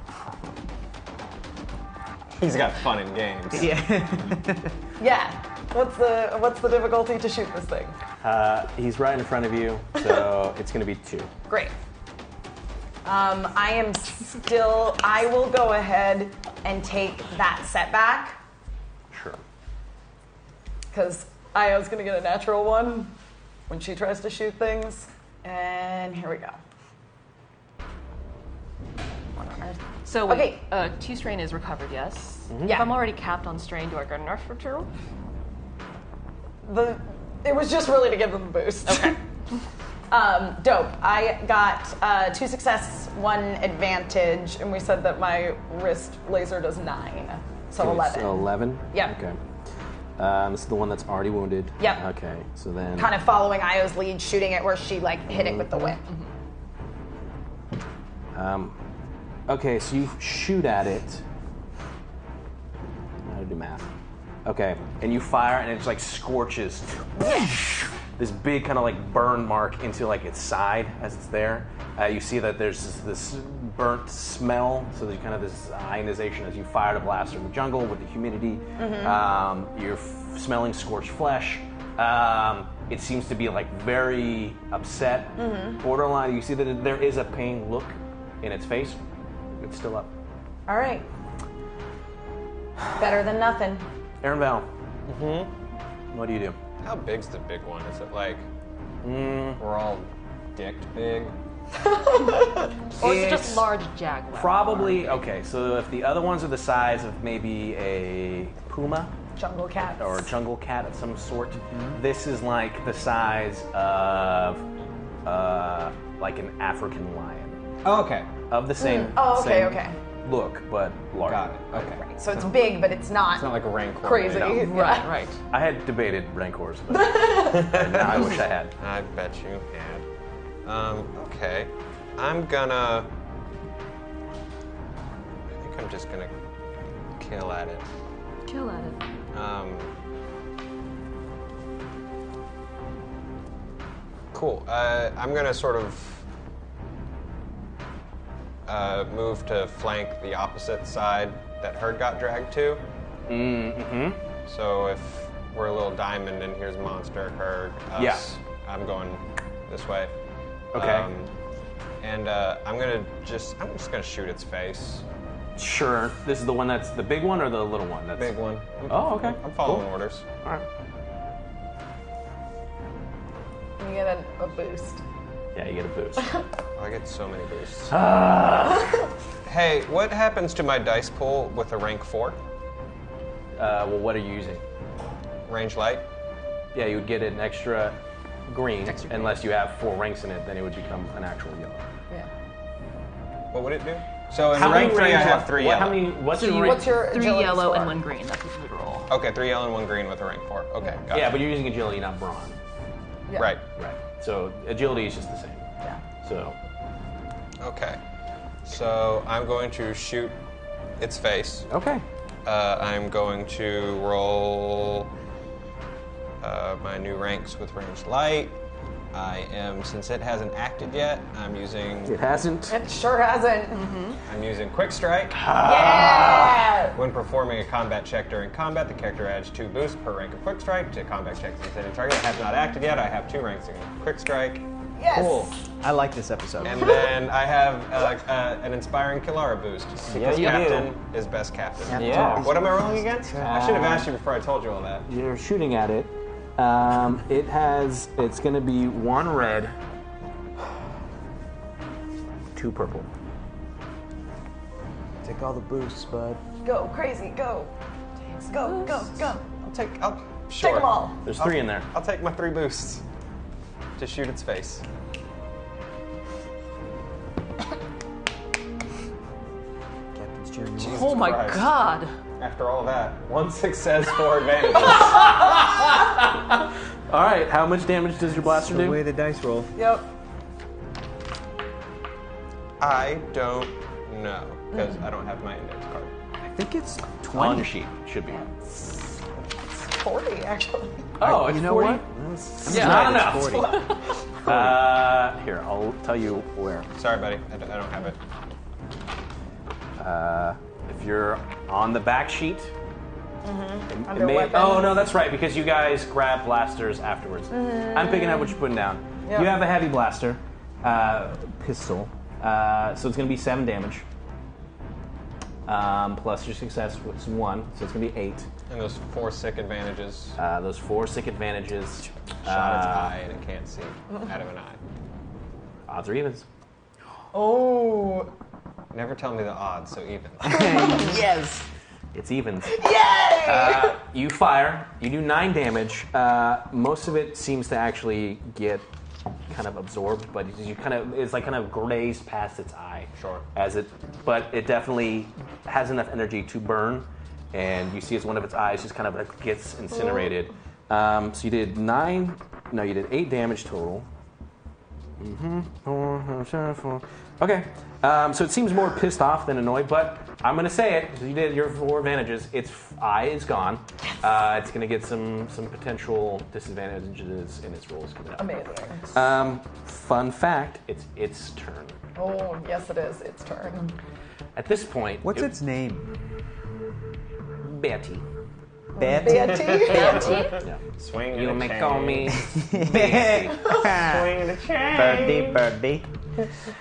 S7: He's got fun in games.
S9: Yeah. What's the what's the difficulty to shoot this thing?
S2: Uh, he's right in front of you, so it's going to be two.
S3: Great. Um, I am still. I will go ahead and take that setback.
S2: Sure.
S9: Because Io's gonna get a natural one when she tries to shoot things. And here we go.
S4: So wait, okay. uh, two strain is recovered, yes?
S2: Mm.
S9: Mhm.
S4: If I'm already capped on strain, do I get an extra two?
S9: The it was just really to give them a boost. [LAUGHS] Okay. um, dope. I got uh, two success, one advantage, and we said that my wrist laser does nine, so
S2: Okay,
S9: eleven.
S2: So 11?
S9: Yep.
S2: Okay. Um, this is the one that's already wounded?
S3: Yep.
S2: Okay, so then.
S3: Kind of following Io's lead, shooting it where she like hit it with the whip.
S2: Um, okay, so you shoot at it. How to do math. Okay, and you fire, and it's like scorches. This big kind of like burn mark into like its side as it's there. Uh, you see that there's this, this burnt smell, so there's kind of this ionization as you fired a blast from the jungle with the humidity.
S12: Mhm.
S2: Um, you're f- smelling scorched flesh. Um, it seems to be like very upset
S9: Mhm.
S2: borderline. You see that there is a pain look in its face. It's still up.
S3: All right. Better than nothing.
S2: Aaron Val. Mm-hmm. What do you do?
S7: How big's the big one? Is it like we're all dicked big?
S4: Or is it just
S2: It's
S4: large jaguar?
S2: Probably okay. So if the other ones are the size of maybe a puma
S3: Jungle cat.
S2: or a jungle cat of some sort,
S3: Mm-hmm.
S2: this is like the size of uh, like an African lion.
S7: Oh, okay.
S2: Of the same.
S3: Mm. Oh, okay,
S2: same
S3: okay.
S2: Look, but larger. Got it.
S7: Okay.
S3: So it's big, but it's not.
S2: rancor.
S3: crazy. Yeah.
S2: Right, right. I had debated rancors, but and now I wish I had.
S7: I bet you had. Um, okay. I'm gonna. I think I'm just gonna kill at it.
S11: Kill at it.
S7: Um, cool. Uh, I'm gonna sort of uh, move to flank the opposite side that Herd got dragged to. Mm-hmm. So if we're a little diamond and here's Monster, Herd, us,
S2: Yeah.
S7: I'm going this way. Um,
S2: Okay.
S7: and uh, I'm gonna just I'm just gonna shoot its face.
S2: Sure. This is the one that's the big one or the little one? That's
S7: Big one.
S2: Oh, okay.
S7: I'm following
S2: Cool.
S7: orders.
S2: All right.
S9: You get a, a boost.
S2: Yeah, you get a boost.
S3: [LAUGHS]
S7: Oh, I get so many boosts.
S2: Ah.
S7: hey, what happens to my dice pool with a rank four?
S2: Uh, well, what are you using?
S7: Range light.
S2: Yeah, you would get an extra green unless you have four ranks in it. Then it would become an actual yellow.
S9: Yeah.
S7: What would it do? So in
S2: How many
S7: rank three, I
S2: range
S7: have
S2: left-
S7: three
S2: what-
S7: yellow.
S2: how many- what's So your you- rank-
S4: What's your three
S2: agility
S4: yellow
S2: score?
S4: and one green. That's what we roll.
S7: Okay, three yellow and one green with a rank four. Okay, got
S2: yeah,
S7: it.
S2: but you're using agility, not brawn.
S9: Yeah.
S7: Right.
S2: Right. So agility is just the same.
S9: Yeah.
S2: So
S7: Okay. So I'm going to shoot its face.
S2: Okay.
S7: Uh, I'm going to roll uh, my new ranks with ranged light. I am, since it hasn't acted yet, I'm using.
S2: It hasn't?
S9: It sure hasn't.
S7: I'm using Quick Strike.
S9: Yeah!
S7: When performing a combat check during combat, the character adds two boosts per rank of Quick Strike to combat checks against any target. I have not acted yet. I have two ranks in Quick Strike.
S9: Yes.
S6: Cool. I like this episode.
S9: [LAUGHS]
S7: And then I have uh, uh, an inspiring Kilara boost.
S6: Yeah,
S7: because
S6: you
S7: Captain is best captain.
S6: Captain Yeah. is
S7: What am I
S6: best
S7: rolling against? I should have asked you before I told you all that.
S2: You're shooting at it. Um, it has. It's going to be one red, two purple.
S5: Take all the boosts, bud.
S9: Go crazy, go. Go, go, go.
S7: I'll take. I'll,
S9: Take 'em all.
S2: There's three in there.
S7: I'll take my three boosts to shoot its face.
S5: Captain's chair. you
S7: Jesus
S5: want?
S4: Oh my
S7: Christ.
S4: God.
S7: After all
S6: [LAUGHS]
S7: that, one success, four advantages.
S2: All right. How much damage does your blaster
S6: the
S2: do?
S6: way the dice roll.
S9: Yep.
S7: I don't know because I don't have my index card.
S6: I think it's
S2: On
S6: 20.
S2: your sheet should be.
S9: Forty
S3: [LAUGHS]
S9: actually.
S2: Oh,
S6: you
S2: it's
S6: know
S2: 40?
S6: what? No, it's
S2: Yeah,
S6: not,
S2: I don't
S6: it's
S2: know.
S6: 40.
S2: Uh, here, I'll tell you where.
S7: Sorry, buddy. I don't, I don't have it.
S2: If you're on the back sheet, it
S9: Under
S2: may-
S9: weapons.
S2: oh no, that's right because you guys grab blasters afterwards. I'm picking up what you're putting down.
S9: Yeah.
S2: You have a heavy blaster, uh, pistol, uh, so it's going to be seven damage. Um, plus your success was one, so it's going to be eight.
S7: And those four sick advantages.
S2: Uh, those four sick advantages.
S7: Shot its
S2: uh,
S7: eye and it can't see out of an eye.
S2: Odds or evens.
S9: Oh.
S7: Never tell me the odds, so [LAUGHS] even.
S2: Yes. It's evens.
S9: Yay!
S2: Uh, you fire. You do nine damage. Uh, most of it seems to actually get kind of absorbed, but you kind of it's like kind of grazed past its eye.
S7: Sure.
S2: As it, but it definitely has enough energy to burn, and you see as one of its eyes just kind of like gets incinerated. Um, so you did nine. No, you did eight damage total. Four, five, seven, four. Okay. Um, so it seems more pissed off than annoyed, but I'm gonna say it. 'cause You did your four advantages. Its f- eye is gone. Uh, it's gonna get some some potential disadvantages in its rolls coming up.
S9: Amazing.
S2: Um, fun fact: it's its turn.
S9: Oh yes, it is. Its turn.
S2: At this point,
S6: What's
S2: it-
S6: its name?
S2: Betty?
S5: Mm-hmm.
S6: Betty.
S9: Betty.
S7: Swing
S2: You
S7: the
S2: may
S7: chain.
S6: [LAUGHS]
S2: call me Betty.
S5: [LAUGHS]
S7: Swing the chain.
S6: Birdie, birdie.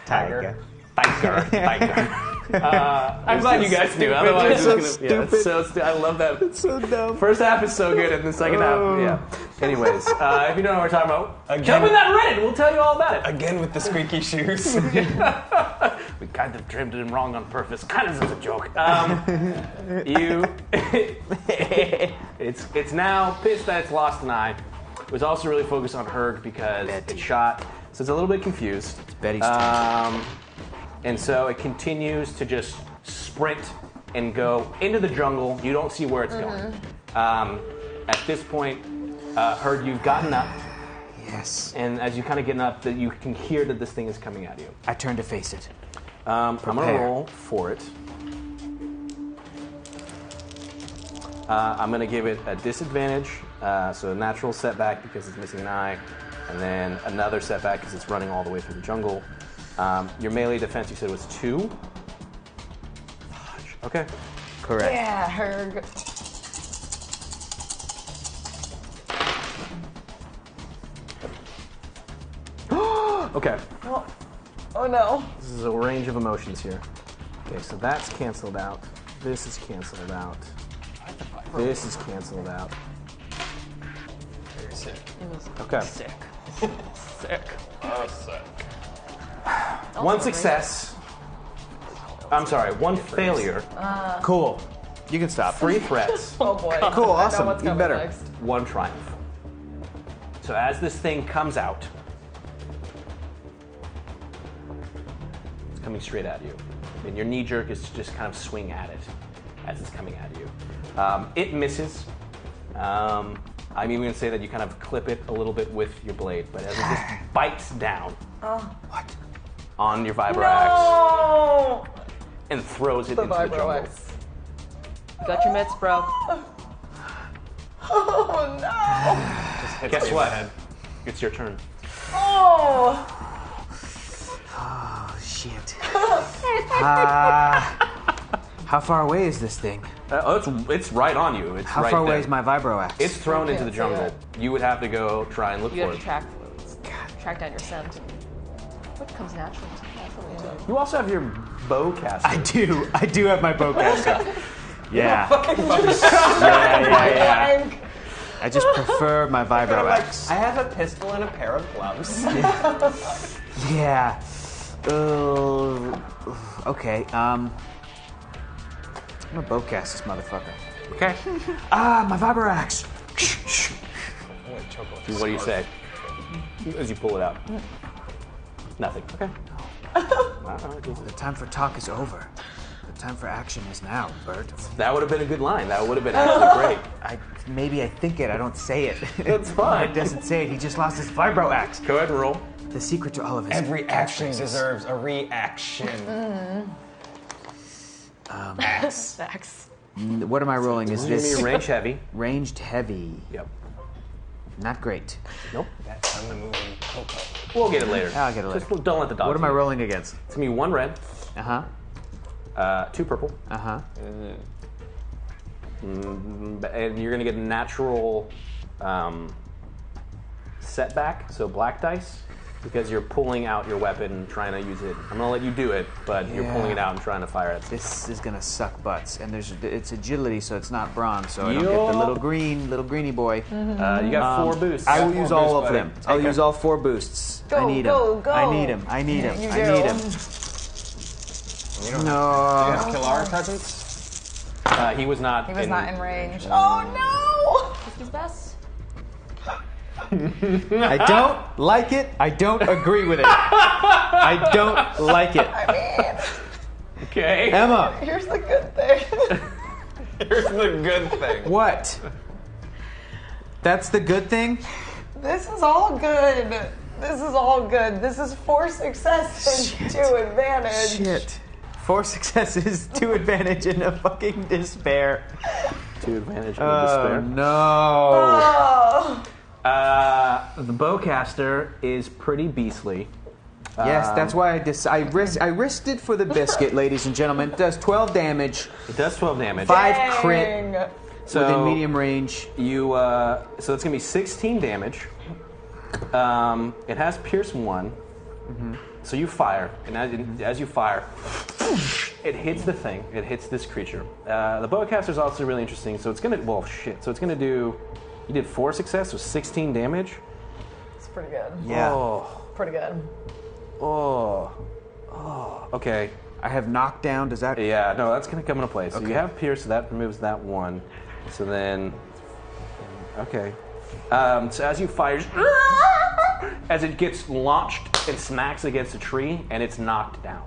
S6: Tiger.
S2: Biker, biker. Uh, I'm glad you guys knew. Otherwise, it's
S6: so
S2: gonna, yeah, it's
S6: stupid.
S2: so stu- I love that.
S6: So dumb.
S2: First half is so good, and the second half,
S6: Oh.
S2: yeah. Anyways, uh, if you don't know what we're talking about,
S7: Again.
S2: jump in that Reddit. We'll tell you all about it.
S7: Again with the squeaky shoes.
S5: [LAUGHS]
S2: We kind of trimmed him wrong on purpose, kind of as a joke.
S6: [LAUGHS]
S2: Um, you, [LAUGHS] it's it's now pissed that it's lost an eye. It was also really focused on Herg because it shot, so it's a little bit confused. It's
S6: Betty's turn.
S2: um, and so it continues to just sprint and go into the jungle. You don't see where it's going. Um, at this point, uh, Herg, you've gotten up,
S6: Yes.
S2: and as you kind of getting up, that you can hear that this thing is coming at you.
S6: I turn to face it.
S2: Um, I'm gonna
S6: Prepare.
S2: roll for it. Uh, I'm gonna give it a disadvantage, uh, so a natural setback because it's missing an eye, and then another setback because it's running all the way through the jungle.
S7: Um, your melee defense, you said, was two. Fudge. Okay. Correct.
S3: Yeah, Herg.
S7: [GASPS] okay.
S3: Oh, oh no.
S7: This is a range of emotions here. Okay, so that's canceled out. This is canceled out. This is canceled out.
S5: Sick.
S7: Okay.
S4: Sick.
S5: sick. Oh, sick.
S7: One success. I'm sorry, one failure.
S3: Uh,
S7: Cool. You can stop. Three threats.
S3: Oh boy.
S7: Cool,
S3: I know
S7: awesome.
S3: what's coming
S7: Even better.
S3: next.
S7: One triumph. So as this thing comes out, it's coming straight at you. And your knee jerk is to just kind of swing at it as it's coming at you. Um, it misses. Um, I'm even going to say that you kind of clip it a little bit with your blade, but as it
S13: Ah.
S7: just bites down
S3: Oh.
S7: on your vibro axe
S3: No!
S7: and throws it
S3: The
S7: into the
S3: vibro
S7: jungle.
S3: axe.
S4: Got your mitts, bro.
S3: Oh no!
S7: Guess what? It's your turn.
S3: Oh!
S5: Oh, shit.
S13: Uh, how far away is this thing?
S7: Uh, oh, it's it's right on you. It's
S13: How
S7: right
S13: far away
S7: there.
S13: is my vibro axe?
S7: It's thrown
S4: You
S7: into the
S4: can't say
S7: jungle. You would have to go try and look
S4: You
S7: for
S4: have
S7: it.
S4: to track. Track down your scent. What comes natural naturally to you?
S7: You also have your bow cast.
S5: I do. I do have my bowcaster. yeah.
S7: yeah,
S5: yeah, yeah. I just prefer my vibro axe.
S14: I have a pistol and a pair of
S5: [LAUGHS]
S14: gloves.
S5: Yeah. Uh, okay. Um. I'm gonna bowcast this motherfucker.
S7: Okay.
S5: Ah, my vibro axe.
S7: What do you say as you pull it out? Nothing. Okay.
S5: The time for talk is over. The time for action is now, Bert.
S7: That would have been a good line. That would have been
S5: Oh.
S7: [LAUGHS] actually great.
S5: I maybe I think it. I don't say it. [LAUGHS]
S7: It's fine.
S5: It doesn't say it. He just lost his vibro axe.
S7: Go ahead and roll.
S5: The secret to all of his
S14: Every action
S5: catchphrases.
S14: deserves a reaction.
S4: Sex.
S5: What am I rolling? Is
S7: You're
S5: [LAUGHS]
S7: gonna
S5: this
S7: be range heavy.
S5: ranged heavy?
S7: Yep.
S5: Not great.
S7: Nope.
S14: That's on the movie Coco.
S7: We'll get it later.
S5: I'll get it later.
S7: Just don't let the dog.
S5: What am I
S7: see it.
S5: rolling against?
S7: It's gonna be one red,
S5: Uh huh.
S7: uh, two purple,
S5: Uh huh.
S7: and you're gonna get a natural um, setback, so black dice, because you're pulling out your weapon and trying to use it. I'm gonna let you do it, but you're
S5: Yeah.
S7: pulling it out and trying to fire at it.
S5: This is gonna suck butts, and there's it's agility, so it's not bronze, so I don't
S7: Yup.
S5: get the little green, little greeny boy.
S7: Uh, you got four boosts.
S5: I will use all of
S14: buddy.
S5: them. I'll use all four boosts. I
S3: Go,
S5: need
S3: go,
S5: them.
S3: go.
S5: I need them. I need them.
S3: You
S5: I need
S3: do.
S5: them.
S14: You don't
S5: No.
S14: have to kill our cousins?
S7: Uh, he was not.
S3: He was not in range. Oh
S4: His best.
S5: I don't like it. I don't agree with it. I don't like it.
S3: no! Man,
S7: [LAUGHS]
S5: [LAUGHS]
S7: Okay.
S5: Emma,
S3: here's the good thing. [LAUGHS]
S14: Here's the good thing.
S5: what? That's the good thing?
S3: This is all good. This is all good. This is four successes to advantage.
S5: Shit. Four [LAUGHS] successes, two advantage, and a fucking despair.
S7: [LAUGHS] Two advantage and
S5: Oh,
S7: despair.
S5: no.
S3: Oh,
S7: Uh, the bowcaster is pretty beastly. Oh.
S5: Yes, that's why I dis- I, risk- I risked it
S7: [LAUGHS]
S5: for the biscuit, ladies and gentlemen. It does 12 damage,
S7: It does 12 damage.
S5: Five crit
S3: dang.
S7: So
S5: within medium range.
S7: You. Uh, so it's gonna be 16 damage. Um, it has pierce one. So you fire, and as, as you fire, it hits the thing. It hits this creature. Uh, the bowcaster is also really interesting. So it's gonna. Well, shit. So it's gonna do. You did four success, so 16 damage.
S3: It's pretty good.
S5: Yeah.
S7: Oh.
S3: Pretty good.
S7: Oh. Oh. Okay.
S5: I have knockdown. Does that.
S7: Yeah, no, that's gonna come into play. So you have Pierce, so that removes that one. So then, okay. Um, so as you fire, [LAUGHS] as it gets launched and smacks against a tree, and it's knocked down.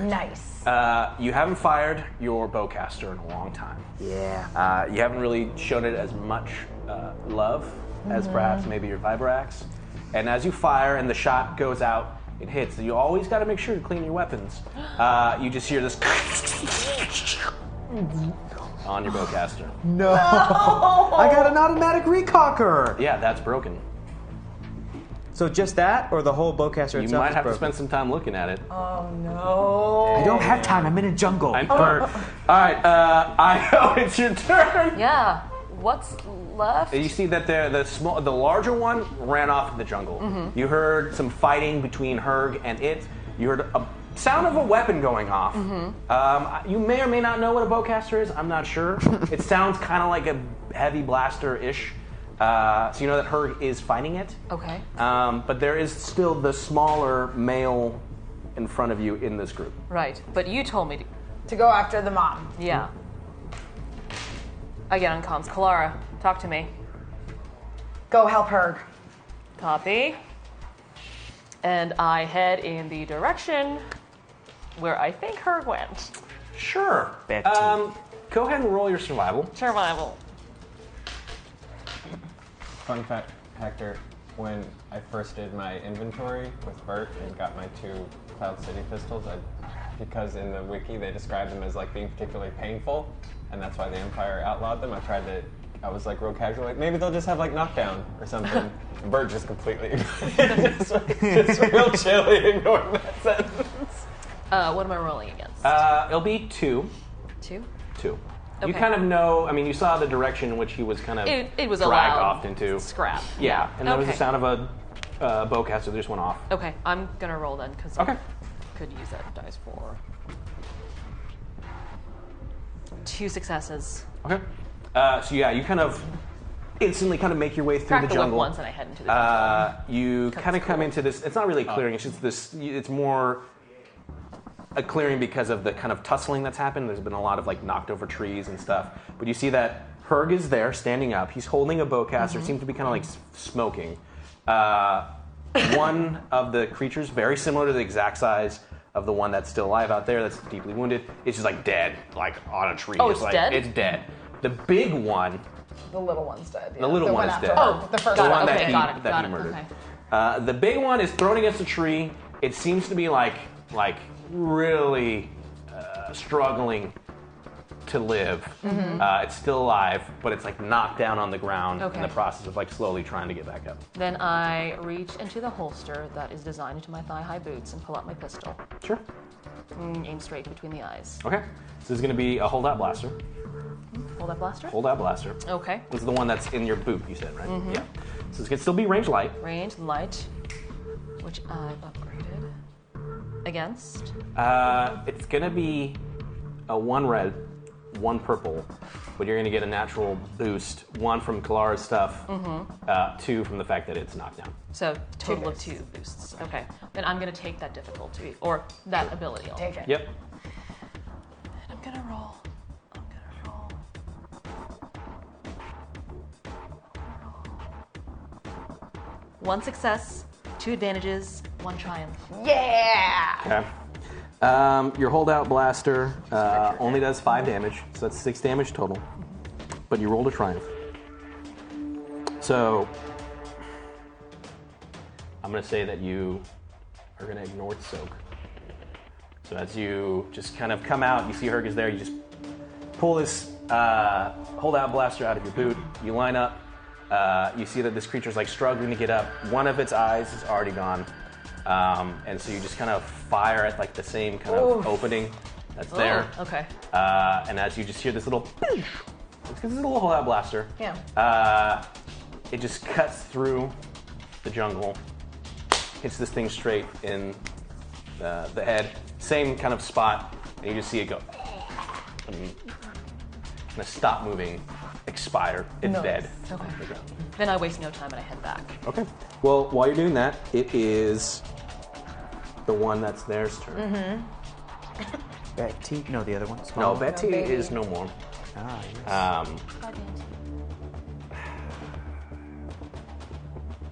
S3: Nice.
S7: Uh, you haven't fired your bowcaster in a long time.
S5: Yeah.
S7: Uh, you haven't really shown it as much uh, love as perhaps maybe your Vibrax. And as you fire and the shot goes out, it hits. You always got to make sure to clean
S5: [GASPS]
S7: your weapons. Uh, you just hear this on your bowcaster.
S5: No. I got an automatic recocker.
S7: Yeah, that's broken.
S5: So just that, or the whole bowcaster itself?
S7: You might
S5: is
S7: have to
S5: broken?
S7: spend some time looking at it.
S3: Oh no.
S5: I don't have time. I'm in a jungle.
S7: I'm burnt.
S5: [LAUGHS]
S7: All right, uh, [LAUGHS] I it's your turn.
S4: Yeah. What's left?
S7: You see that the the small, the larger one ran off in the jungle.
S4: Mhm.
S7: You heard some fighting between Herg and it. You heard a sound of a weapon going off.
S4: Mhm.
S7: Um, you may or may not know what a bowcaster is. I'm not sure. it sounds kind of like a heavy blaster ish. Uh, so you know that Herg is fighting it.
S4: Okay.
S7: Um, but there is still the smaller male in front of you in this group.
S4: Right. But you told me to.
S15: To go after the mom.
S4: Yeah. I get on comms. Kalara, talk to me.
S15: Go help her.
S4: Copy. And I head in the direction where I think her went.
S7: Sure. Um, go ahead and roll your survival.
S4: Survival.
S16: Fun fact, Hector, when I first did my inventory with Bert and got my two Cloud City pistols, I, because in the wiki they described them as like being particularly painful, and that's why the Empire outlawed them. I tried to, I was like real casual, like maybe they'll just have like knockdown or something. And Bert just completely, [LAUGHS] just, just real chilly ignored that sentence.
S4: Uh, what am I rolling against?
S7: Uh, it'll be two.
S4: Two?
S7: Two.
S4: Okay.
S7: You kind of know. I mean, you saw the direction in which he was kind of
S4: It- it was a
S7: dragged
S4: loud
S7: off into
S4: scrap.
S7: Yeah, and there was the
S4: Okay.
S7: sound of a uh, bowcaster that just went off.
S4: Okay, I'm gonna roll then because I could use that dice for two successes.
S7: Okay. Uh, so yeah, you kind of instantly kind of make your way through
S4: Crack
S7: the
S4: the whip
S7: jungle.
S4: once and I head into the
S7: Uh, you kind of come into this. It's not really clearing. It's just this. It's more a clearing because of the kind of tussling that's happened. There's been a lot of like knocked over trees and stuff. But you see that Herg is there, standing up. He's holding a bowcaster.
S3: Mm-hmm.
S17: Mhm.
S7: Seems to be kind of like s- smoking. Uh, one of the creatures, very similar to the exact size of the one that's still alive out there, that's deeply wounded, is just like dead, like on a tree.
S3: Oh, it's
S7: like,
S3: dead?
S7: It's dead. The big one
S3: The little one's dead.
S7: the little
S3: one
S7: one is
S3: after
S7: dead.
S3: her. Oh, the first one.
S7: one that he, that he murdered. Uh, the big one is thrown against a tree. It seems to be like like really uh, struggling to live.
S3: Mm-hmm.
S4: Mhm.
S7: Uh, it's still alive, but it's like knocked down on the ground
S4: Okay.
S7: in the process of like slowly trying to get back up.
S4: Then I reach into the holster that is designed into my thigh-high boots and pull out my pistol.
S7: Sure.
S4: Mm, aim straight between the eyes.
S7: Okay, so this is gonna be a holdout blaster.
S4: Hold that blaster.
S7: Holdout blaster.
S4: Okay.
S7: This is the one that's in your boot. You said right?
S4: Mhm.
S3: Mm-hmm.
S7: Yeah. So this can still be range light.
S4: Range light, which I've upgraded against.
S7: Uh, it's gonna be a one red, one purple, but you're gonna get a natural boost. One from Kalara's stuff,
S4: Mhm.
S7: uh, two from the fact that it's knocked down.
S4: So total of two boosts. Okay. Then I'm gonna take that difficulty or that ability. I'll take
S7: it. Yep.
S4: And I'm gonna roll. One success, two advantages, one triumph.
S15: Yeah.
S7: Okay. Um, your holdout blaster uh, only does five damage, so that's six damage total. But you rolled a triumph. So I'm gonna say that you are gonna ignore soak. So as you just kind of come out, you see Herg is there. You just pull this uh, holdout blaster out of your boot. You line up. Uh, you see that this creature's like struggling to get up. One of its eyes is already gone, um, and so you just kind of fire at like the same kind of
S4: Oof.
S7: opening that's there.
S4: Oh, okay.
S7: Uh, and as you just hear this little, it's because it's a little holdout blaster.
S4: Yeah.
S7: Uh, it just cuts through the jungle, hits this thing straight in the, the head, same kind of spot, and you just see it go. And kind of stop moving, expire, it's
S4: Nice.
S7: dead.
S4: Okay. Then I waste no time and I head back.
S7: Okay. Well, while you're doing that, it is the one that's theirs turn.
S4: Mm-hmm.
S5: Betty, no, the other one.
S7: No,
S5: Small.
S7: Betty is no more.
S5: Ah, yes.
S17: [SIGHS]
S7: Um,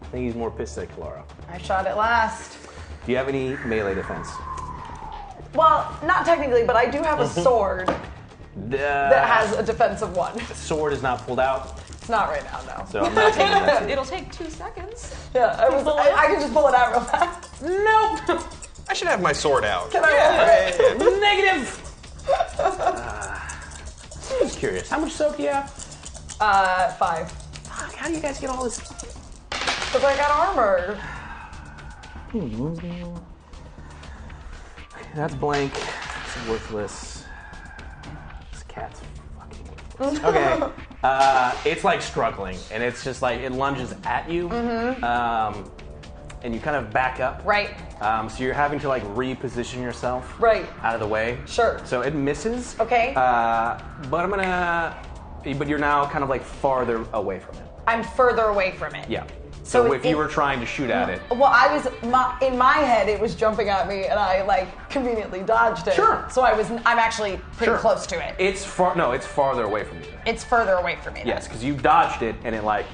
S7: I think he's more pissed at Clara.
S3: I shot it last.
S7: Do you have any melee defense?
S3: Well, not technically, but I do
S7: [LAUGHS]
S3: have a
S7: Mhm.
S3: sword
S7: Uh-huh.
S3: that has a defensive one. [LAUGHS]
S7: the Uh, sword is not pulled out,
S3: It's not right now, no.
S7: so I'm not
S17: [LAUGHS]
S7: giving that to you.
S4: It'll take two seconds.
S3: Yeah, I, was, I, I can just pull it out real fast. [LAUGHS] Nope.
S17: I should have my sword out.
S3: Can I roll for it?
S7: Negative. I'm just curious. How much soak do you have?
S3: Uh, five.
S7: Fuck, how do you guys get all this?
S3: Because I got armor.
S7: That's blank. It's worthless. This cat's fucking
S3: [LAUGHS]
S7: worthless. Okay. Uh, it's like struggling, and it's just like it lunges at you,
S3: Mhm.
S7: um, and you kind of back up.
S3: Right.
S7: Um, so you're having to like reposition yourself.
S3: Right.
S7: Out of the way.
S3: Sure.
S7: So it misses.
S3: Okay.
S7: Uh, but I'm gonna. But you're now kind of like farther away from it.
S3: I'm further away from it.
S7: Yeah.
S3: So
S7: So,
S3: it- Mm.
S7: if you
S3: it-
S7: were trying to shoot at it,
S3: Well, I was my, in my head. It was jumping at me, and I like conveniently dodged it. Sure. So I was. I'm actually pretty
S7: Sure.
S3: close to it.
S7: it's far. No, it's farther away from you.
S3: It's further away from me.
S7: Yes, because you dodged it, and it like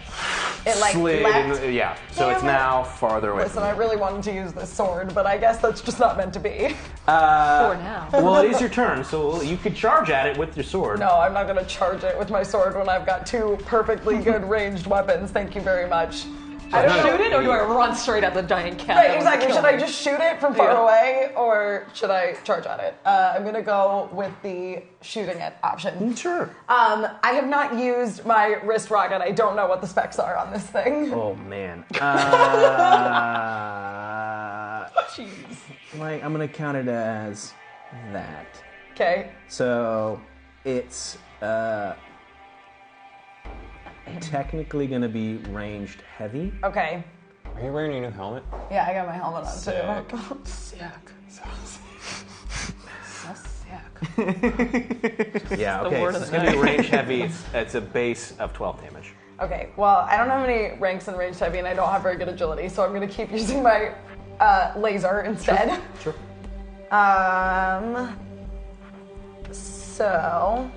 S3: It like
S7: slid.
S3: left.
S7: in- yeah. So
S3: Damn
S7: it's
S3: it.
S7: now farther away.
S3: Listen,
S7: from
S3: I really wanted to use this sword, but I guess that's just not meant to be. [LAUGHS]
S7: you. Uh,
S3: For
S4: [LAUGHS]
S3: now.
S7: well, it is your turn, so you could charge at it with your sword.
S3: No, I'm not gonna charge it with my sword when I've got two
S7: [LAUGHS]
S3: perfectly good ranged weapons. Thank you very much.
S4: I
S3: don't know.
S4: shoot it, or do I run straight at the giant cat? that
S3: Right,
S4: wants to
S3: exactly.
S4: kill
S3: Should
S4: me?
S3: I just shoot it from far
S4: Yeah.
S3: away, or should I charge at it? Uh, I'm gonna go with the shooting it option.
S7: Sure.
S3: Um, I have not used my wrist rocket. I don't know what the specs are on this thing.
S7: Oh
S3: [LAUGHS]
S7: man. Uh,
S3: Jeez.
S18: Like I'm gonna count it as that.
S3: Okay.
S18: So it's uh technically gonna be ranged heavy.
S3: Okay.
S18: Are you wearing your new helmet?
S3: Yeah, I got my helmet on too. [LAUGHS]
S7: yeah.
S3: the
S7: Okay.
S3: word
S7: so
S3: of
S7: it's
S3: the
S7: gonna be
S3: night. [LAUGHS]
S7: range heavy. It's, it's a base of 12 damage.
S3: Okay, well, I don't have any ranks in ranged heavy, and I don't have very good agility, so I'm gonna keep [LAUGHS] using my uh, laser instead.
S7: Sure.
S3: Um. So.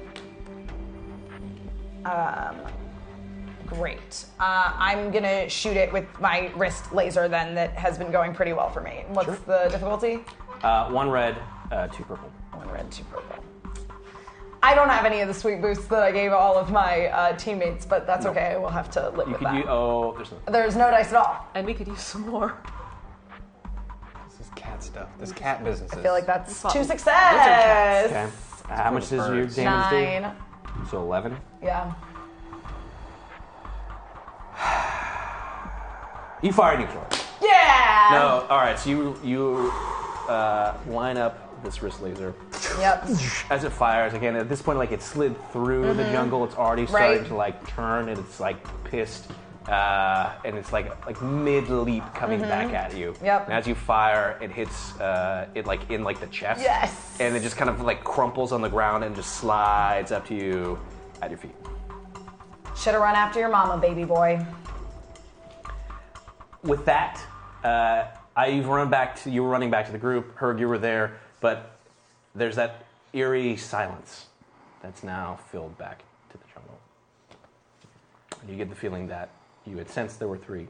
S3: Um. Great. Uh, I'm gonna shoot it with my wrist laser then. That has been going pretty well for me. What's the difficulty?
S7: Uh, one red, uh, two purple.
S3: One red, two purple. I don't have any of the sweet boosts that I gave all of my uh, teammates, but that's
S7: No.
S3: okay. We'll have to live
S7: You
S3: with
S7: could
S3: that.
S7: use. Oh, there's nothing.
S3: There's no dice at all.
S4: And we could use some more.
S19: This is cat stuff. This cat business.
S3: I feel like that's two
S19: cats.
S3: success.
S7: Okay. How much does your
S19: Birds.
S7: damage
S3: Nine.
S7: do? So 11.
S3: Yeah.
S7: You fire an sword.
S3: Yeah.
S7: No, all right. So you you uh, line up this wrist laser
S3: Yep.
S7: as it fires again. At this point, like it slid through the
S3: Mhm.
S7: jungle. It's already
S3: Right.
S7: starting to like turn, and it's like pissed, uh, and it's like like mid leap coming
S3: Mhm.
S7: back at you.
S3: Yep.
S7: And as you fire, it hits uh, it like in like the chest.
S3: Yes.
S7: And it just kind of like crumples on the ground and just slides up to you at your feet.
S3: Should have run after your mama, baby boy.
S7: with that, uh, I've run back to you were running back to the group. Herg, you were there, but there's that eerie silence that's now filled back to the jungle. And you get the feeling that you had sensed there were three,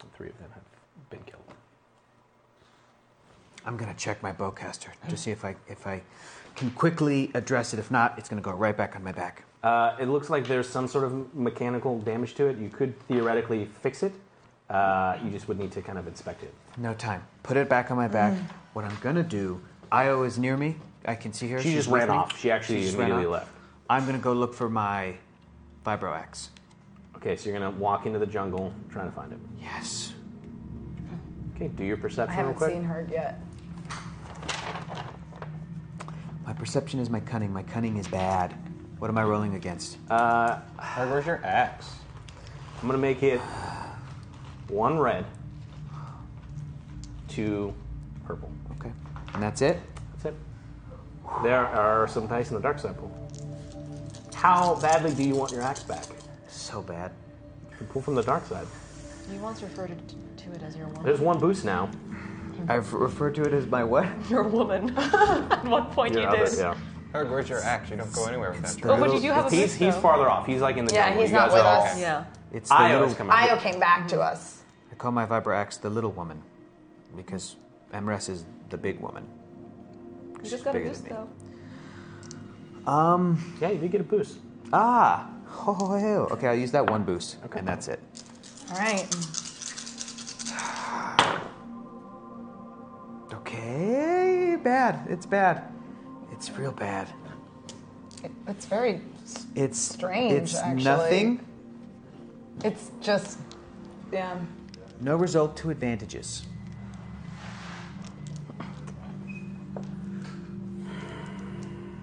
S7: and three of them have been killed.
S5: I'm gonna check my bowcaster to see if I if I can quickly address it. If not, it's gonna go right back on my back.
S7: Uh, it looks like there's some sort of mechanical damage to it. You could theoretically fix it. Uh, you just would need to kind of inspect it.
S5: No time. Put it back on my back.
S4: Mm.
S5: What I'm gonna do, Io is near me. I can see her.
S7: She
S5: She's
S7: just
S5: with
S7: ran
S5: me.
S7: off. She actually
S5: just ran
S7: immediately
S5: off.
S7: left.
S5: I'm gonna go look for my vibro axe.
S7: Okay, so you're gonna walk into the jungle trying to find it.
S5: Yes.
S7: Okay, do your perception
S3: I
S7: real
S3: haven't
S7: quick.
S3: seen her yet.
S5: My perception is my cunning. My cunning is bad. What am I rolling against?
S7: Uh, where's your axe? I'm gonna make it one red, two purple.
S5: Okay. And that's it.
S7: That's it. There are some dice in the dark side pool. How badly do you want your axe back?
S5: So bad.
S7: You can pull from the dark side.
S4: You once referred to, to it as your woman.
S7: There's one boost now.
S5: I've referred to it as my
S7: [LAUGHS]
S5: what?
S4: Your woman. [LAUGHS] At one point
S7: Your
S4: you
S7: other-
S4: did.
S7: yeah.
S19: Herg, where's your axe? You don't go anywhere with that.
S4: Oh, but you do have a
S7: he's,
S4: boost,
S7: he's
S4: though.
S7: farther off. He's like in the
S2: Yeah,
S7: jungle.
S2: he's
S7: You
S2: not
S7: guys
S2: with
S7: are all-
S2: us. Yeah.
S5: It's the
S7: Io
S5: little.
S7: is coming.
S2: Io came back to us.
S5: I call my vibro axe the little woman because Emress is the big woman.
S4: You just got a
S5: bigger
S4: boost
S5: than
S4: though.
S5: Um.
S7: Yeah, you did get a boost.
S5: Ah. [LAUGHS] Oh, hell. Okay, I'll use that one boost, and that's it.
S3: All right.
S5: Okay, bad. It's bad. It's real bad.
S3: It, it's very.
S5: It's
S3: Strange,
S5: It's
S3: actually.
S5: nothing.
S3: It's just. Yeah.
S5: No result to advantages.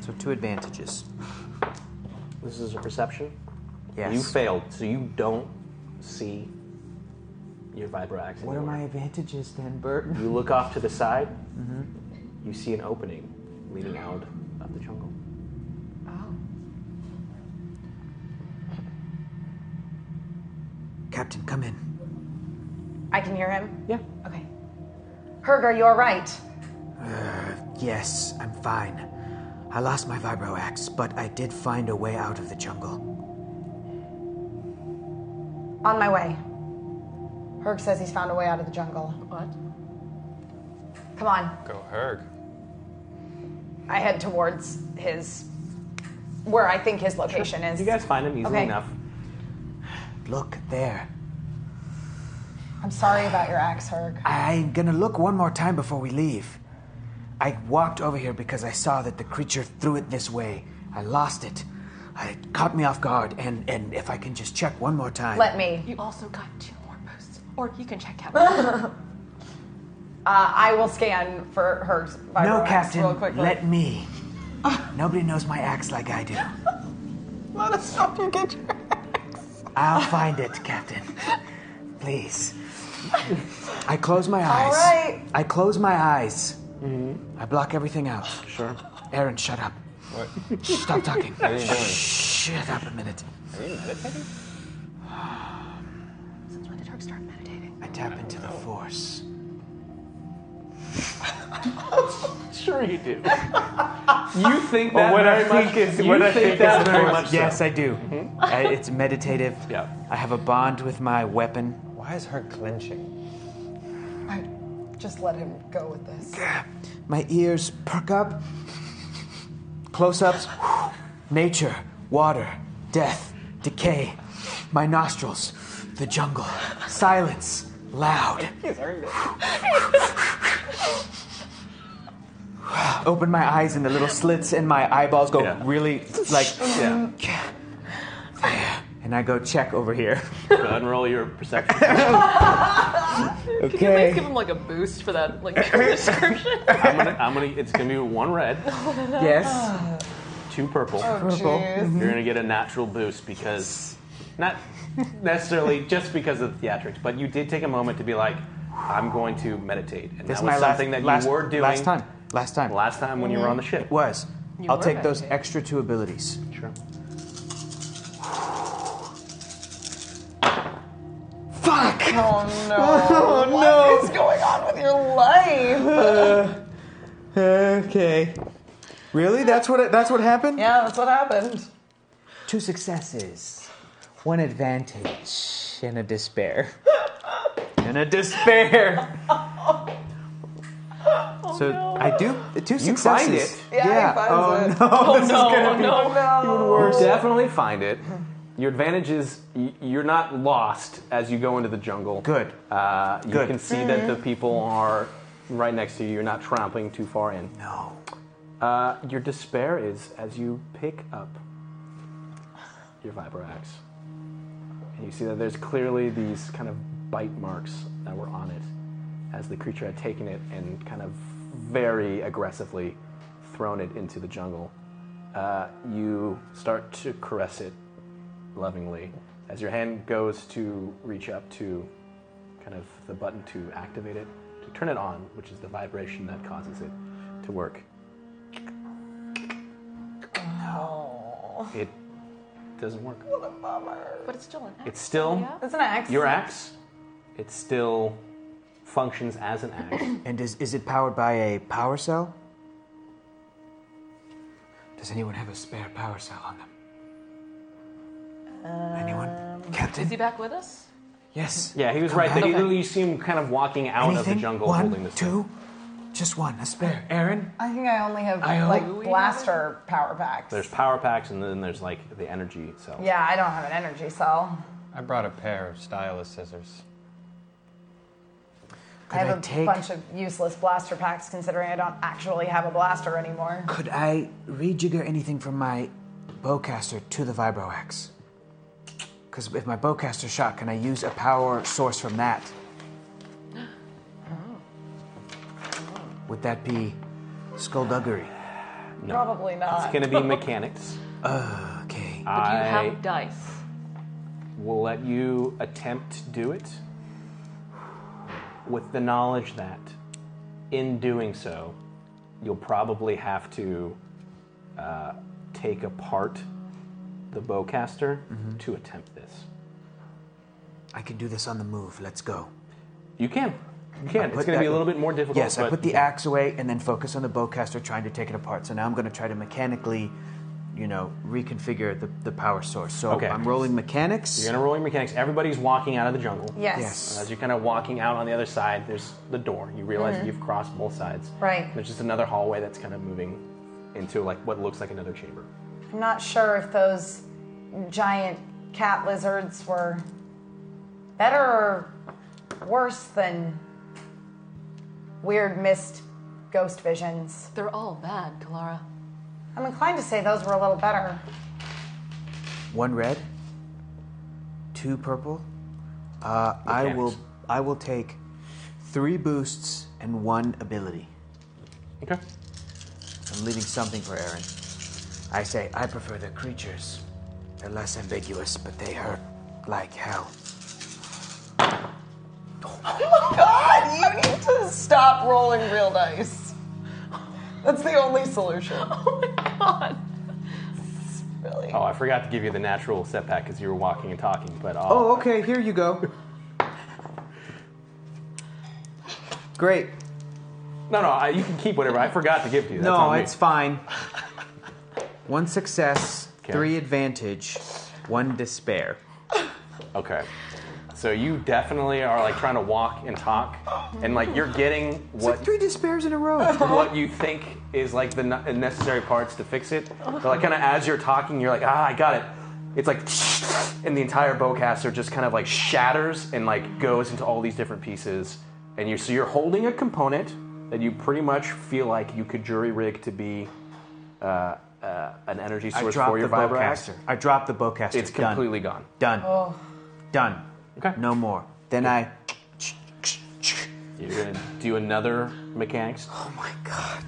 S5: So two advantages.
S7: This is a perception.
S5: Yes.
S7: You failed, so you don't see your vibroax.
S5: What are my advantages then, Bert?
S7: You look off to the side. You see an opening leading out of the jungle.
S5: Captain, come in.
S20: I can hear him.
S7: Yeah.
S20: Okay. Herger, you're right.
S5: Yes, I'm fine. I lost my vibro axe, but I did find a way out of the jungle.
S20: On my way. Herg says he's found a way out of the jungle.
S4: What?
S20: Come on.
S21: Go Herg.
S20: I head towards his, where I think his location is.
S7: You guys find him easily
S20: Okay.
S7: enough.
S5: Look there.
S20: I'm sorry about your axe, Herg.
S5: I'm gonna look one more time before we leave. I walked over here because I saw that the creature threw it this way. I lost it. It caught me off guard, and, and if I can just check one more time.
S20: Let me.
S4: You also got two more posts, or you can check out.
S3: Uh, I will scan for her vibro
S5: no,
S3: axe
S5: Captain,
S3: real quickly.
S5: let me. Nobody knows my axe like I do.
S3: [LAUGHS] Let us help you get your
S5: I'll find it, Captain. Please. I close my eyes.
S3: right.
S5: I close my eyes.
S21: Mm-hmm.
S5: I block everything out. Sure. Aaron, shut up.
S21: What? [LAUGHS]
S5: Stop talking.
S21: What are you doing?
S5: Shut up a minute.
S21: Are you meditating?
S4: Since when did Herc start meditating?
S5: I tap into the force.
S7: Sure you do. you think that
S5: Well, Oh, what I
S7: very much.
S5: think is-
S7: you
S5: what I
S7: think,
S5: think is
S7: that
S5: very
S7: very much.
S5: Yes,
S7: so.
S5: I do.
S21: Mm-hmm.
S5: I, it's meditative.
S7: Yeah.
S5: I have a bond with my weapon.
S21: Why is Herg clenching?
S3: Just let him go with this.
S5: My ears perk up. Close ups. Nature, water, death, decay. My nostrils, the jungle, silence, loud.
S21: He's earned it.
S5: Open my eyes and the little slits in my eyeballs go
S7: Yeah.
S5: really like.
S7: Yeah.
S5: And I go check over here.
S7: Go ahead and roll your perception.
S4: Can you
S5: [LAUGHS]
S4: please
S5: Okay.
S4: give him like a boost for that
S7: [LAUGHS]
S4: like description?
S7: I'm gonna, I'm gonna. It's gonna be one red,
S5: Yes.
S7: two purple.
S5: Purple.
S7: You're gonna get a natural
S5: [LAUGHS]
S7: boost because, not necessarily just because of the theatrics, but you did take a moment to be like, I'm going to meditate, and
S5: This is
S7: that was
S5: my last,
S7: something that you
S5: last,
S7: were doing
S5: last time. Last time.
S7: Last time when you were on the ship.
S5: was.
S4: You
S5: I'll
S4: were
S5: take those
S4: meditating.
S5: extra two abilities.
S7: Sure.
S5: Fuck!
S7: [LAUGHS]
S5: [LAUGHS]
S3: Oh [LAUGHS] no! What is going on with your life?
S5: Okay. Really? That's what it, that's what happened?
S3: Yeah, that's what happened.
S5: Two successes. One advantage and a despair. and a despair. so I do two
S7: You find
S5: successes.
S7: it.
S3: Yeah, he finds it.
S5: oh no. [LAUGHS] this is gonna be
S3: Oh no!
S7: You definitely find it. Your advantage is y- you're not lost as you go into the jungle.
S5: Good.
S7: Uh, you
S5: Good.
S7: can see that the people are right next to you. You're not trampling too far in.
S5: No.
S7: Uh, your despair is as you pick up your vibro axe, and you see that there's clearly these kind of bite marks that were on it as the creature had taken it and kind of very aggressively thrown it into the jungle. Uh, you start to caress it lovingly as your hand goes to reach up to kind of the button to activate it, to turn it on, which is the vibration that causes it to work. It doesn't work.
S4: but it's still an axe.
S7: It's still
S3: It's an axe.
S7: your axe. It still functions as an axe.
S5: And is is it powered by a power cell? Does anyone have a spare power cell on them? anyone?
S4: Is
S5: Captain?
S4: he back with us?
S5: yes.
S7: yeah, he was
S5: Come
S7: right there.
S5: on.
S7: You literally see him kind of walking out of the
S5: Anything?
S7: jungle
S5: One,
S7: holding this. thing.
S5: two? Just one, a spare. Aaron?
S3: I think I only have
S5: I
S3: like
S5: hope-
S3: blaster power packs.
S7: There's power packs, and then there's like the energy itself.
S3: yeah, I don't have an energy cell.
S21: I brought a pair of stylus scissors.
S5: Could
S3: I have
S5: I
S3: a
S5: take-
S3: bunch of useless blaster packs considering I don't actually have a blaster anymore.
S5: Could I rejigger anything from my bowcaster to the vibro axe? Because if my bowcaster shot, can I use a power source from that? Would that be skullduggery?
S2: No.
S22: Probably not.
S2: It's gonna be mechanics.
S23: okay.
S4: But
S2: I
S4: you have dice.
S2: will let you attempt to do it with the knowledge that in doing so, you'll probably have to uh, take apart the bowcaster
S21: Mm-hmm.
S2: to attempt this.
S5: I can do this on the move. Let's go.
S2: You can. You can.
S5: I
S2: It's
S5: put
S2: going to be a
S5: that-
S2: little bit more difficult.
S5: Yes, I
S2: but
S5: put the axe away and then focus on the bowcaster trying to take it apart. So now I'm going to try to mechanically, you know, reconfigure the, the power source. So
S2: Okay.
S5: I'm rolling mechanics.
S2: You're uh, gonna roll your mechanics. Everybody's walking out of the jungle.
S5: Yes. Yes.
S2: As you're kind of walking out on the other side, there's the door. You realize
S3: Mhm.
S2: that you've crossed both sides.
S3: Right.
S2: There's just another hallway that's kind of moving into like what looks like another chamber.
S3: I'm not sure if those giant cat lizards were better or worse than weird mist ghost visions.
S4: They're all bad, Kalara.
S3: I'm inclined to say those were a little better.
S5: One red, two purple. Uh, I will I will take three boosts and one ability.
S2: Okay.
S5: I'm leaving something for Aaron. I say I prefer the creatures. They're less ambiguous, but they hurt like hell.
S22: Oh my god, you need to stop rolling real dice. That's the only solution. Oh my god. Really?
S2: Oh, I forgot to give you the natural setback because you were walking and talking, but uh, I'll,
S5: Oh, okay, here you go. Great.
S2: No, no, I, you can keep whatever. I forgot to give to you. That's
S5: No,
S2: on me.
S5: it's fine. One success,
S2: Okay.
S5: three advantage, one despair.
S2: Okay. So you definitely are like trying to walk and talk, and like you're getting
S5: It's
S2: what
S5: like three despairs in a row.
S2: what you think is like the ne- necessary parts to fix it. But like kind of as you're talking, you're like, ah, I got it. It's like, [LAUGHS] and the entire bowcaster just kind of like shatters and like goes into all these different pieces. And you so you're holding a component that you pretty much feel like you could jury rig to be uh, uh, an energy
S5: I
S2: source
S5: dropped
S2: for your
S5: the
S2: vibroax.
S5: bowcaster. I dropped the bowcaster.
S2: It's
S5: Done.
S2: completely gone.
S5: Done.
S3: Oh.
S5: Done.
S2: Okay.
S5: No more. Then I
S2: You're gonna do another mechanics.
S5: Oh my god.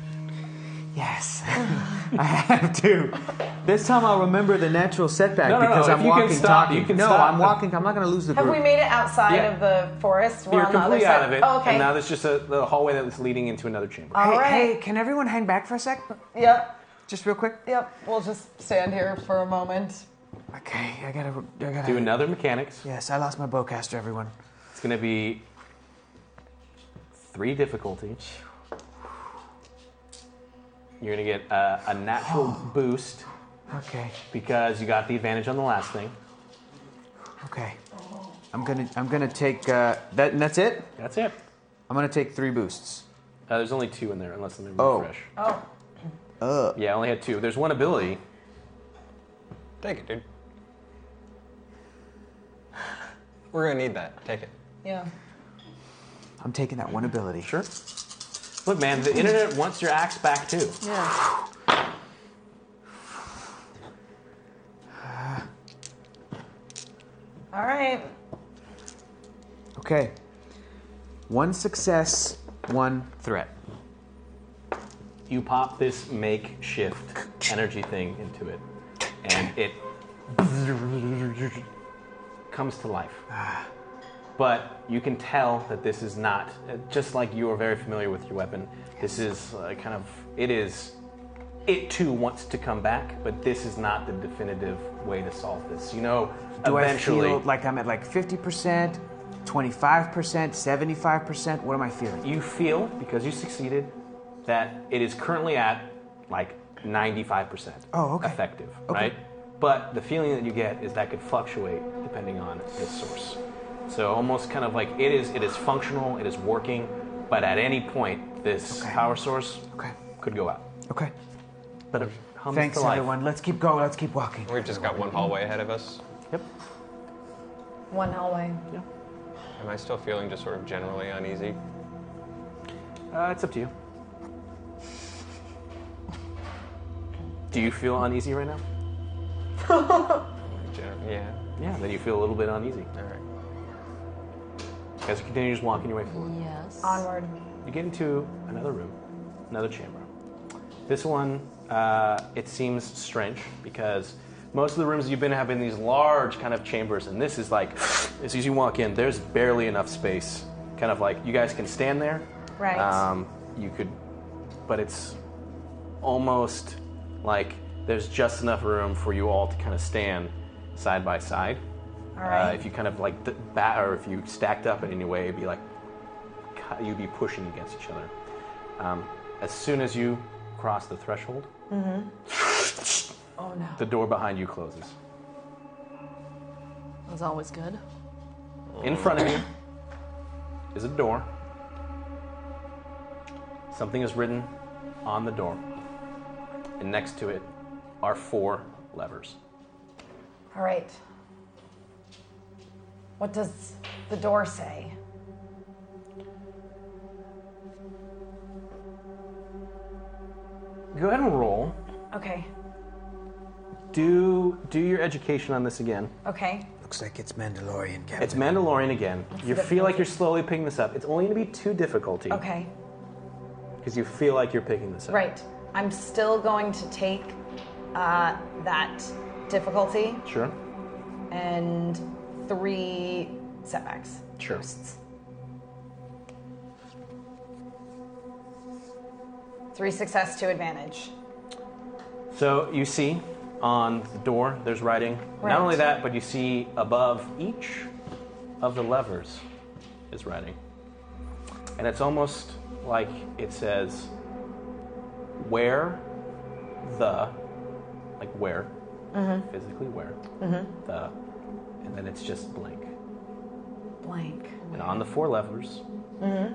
S5: Yes. [LAUGHS] I have to. This time I'll remember the natural setback
S2: No, no, no,
S5: because
S2: if
S5: I'm
S2: you can
S5: walking,
S2: stop,
S5: talking.
S2: you can
S5: no,
S2: stop.
S5: I'm walking. I'm not going to lose the
S3: Have
S5: group.
S3: we made it outside
S2: Yeah.
S3: of the forest? We're
S2: You're
S3: on the other
S2: completely
S3: side.
S2: out of it,
S3: Oh, okay.
S2: and now there's just a, the hallway that's leading into another chamber.
S22: All
S5: hey,
S22: right.
S5: hey, can everyone hang back for a sec?
S22: Yep,
S5: Just real quick.
S22: yep. We'll just stand here for a moment.
S5: Okay, I gotta. I gotta
S2: Do another mechanics.
S5: Yes, I lost my bowcaster, everyone.
S2: It's gonna be three difficulty. You're gonna get a, a natural boost
S5: Okay,
S2: because you got the advantage on the last thing.
S5: okay. I'm gonna. I'm gonna take uh, that, and that's it.
S2: That's it.
S5: I'm gonna take three boosts.
S2: Uh, there's only two in there, unless let me
S5: Oh.
S2: refresh.
S22: Oh.
S5: Uh.
S2: Yeah, I only had two. There's one ability.
S7: Take it, dude. We're gonna need that. Take it.
S22: Yeah.
S5: I'm taking that one ability.
S2: Sure. Look, man, the internet wants your axe back too.
S4: Yeah.
S22: All right.
S5: Okay. One success, one threat.
S2: You pop this makeshift energy thing into it, and it comes to life. But you can tell that this is not uh, just like you are very familiar with your weapon. This is uh, kind of it is. It too wants to come back, but this is not the definitive way to solve this. You know,
S5: Do
S2: eventually.
S5: I feel like I'm at like 50%, 25%, 75%? What am I feeling?
S2: You feel, because you succeeded, that it is currently at like 95%
S5: Oh, okay.
S2: effective,
S5: Okay.
S2: right? But the feeling that you get is that could fluctuate depending on its source. So almost kind of like it is it is functional, it is working, but at any point this power source could go out.
S5: Okay.
S2: But it hums
S5: Thanks,
S2: to life.
S5: everyone. Let's keep going. Let's keep walking.
S7: We've just got one hallway ahead of us.
S2: Yep.
S3: One hallway.
S7: Am I still feeling just sort of generally uneasy?
S2: Uh, it's up to you. Do you feel uneasy right now?
S7: Gen- yeah.
S2: Yeah, then you feel a little bit uneasy. All
S7: right.
S2: As you continue just walking your way forward,
S4: Yes.
S3: Onward.
S2: you get into another room, another chamber. This one, uh, it seems strange because most of the rooms you've been in have been these large kind of chambers, and this is like, [SIGHS] as soon as you walk in, there's barely enough space. Kind of like you guys can stand there.
S24: Right.
S2: Um, you could, but it's almost like there's just enough room for you all to kind of stand side by side.
S24: All right.
S2: Uh, if you kind of like th- bat, or if you stacked up in any way, it'd be like cu- you'd be pushing against each other. Um, as soon as you cross the threshold, [LAUGHS]
S24: Mm-hmm. Oh no.
S2: the door behind you closes.
S4: That's always good.
S2: In front of you is a door. Something is written on the door, and next to it are four levers.
S3: All right. What does the door say?
S2: Go ahead and roll.
S3: Okay.
S2: Do do your education on this again.
S3: Okay.
S5: Looks like it's Mandalorian, Captain.
S2: It's Mandalorian again. You
S5: the
S2: feel like you're slowly picking this up. It's only going to be two difficulty
S3: Okay.
S2: because you feel like you're picking this up.
S3: Right. I'm still going to take uh, that difficulty
S2: Sure.
S3: and three setbacks.
S2: Sure.
S3: Three success, two advantage.
S2: So you see on the door there's writing.
S3: Right.
S2: Not only that, but you see above each of the levers is writing. And it's almost like it says where the like where
S3: Mhm.
S2: physically where
S3: Mhm.
S2: the and then it's just blank.
S3: Blank.
S2: And on the four levers
S3: Mm-hmm.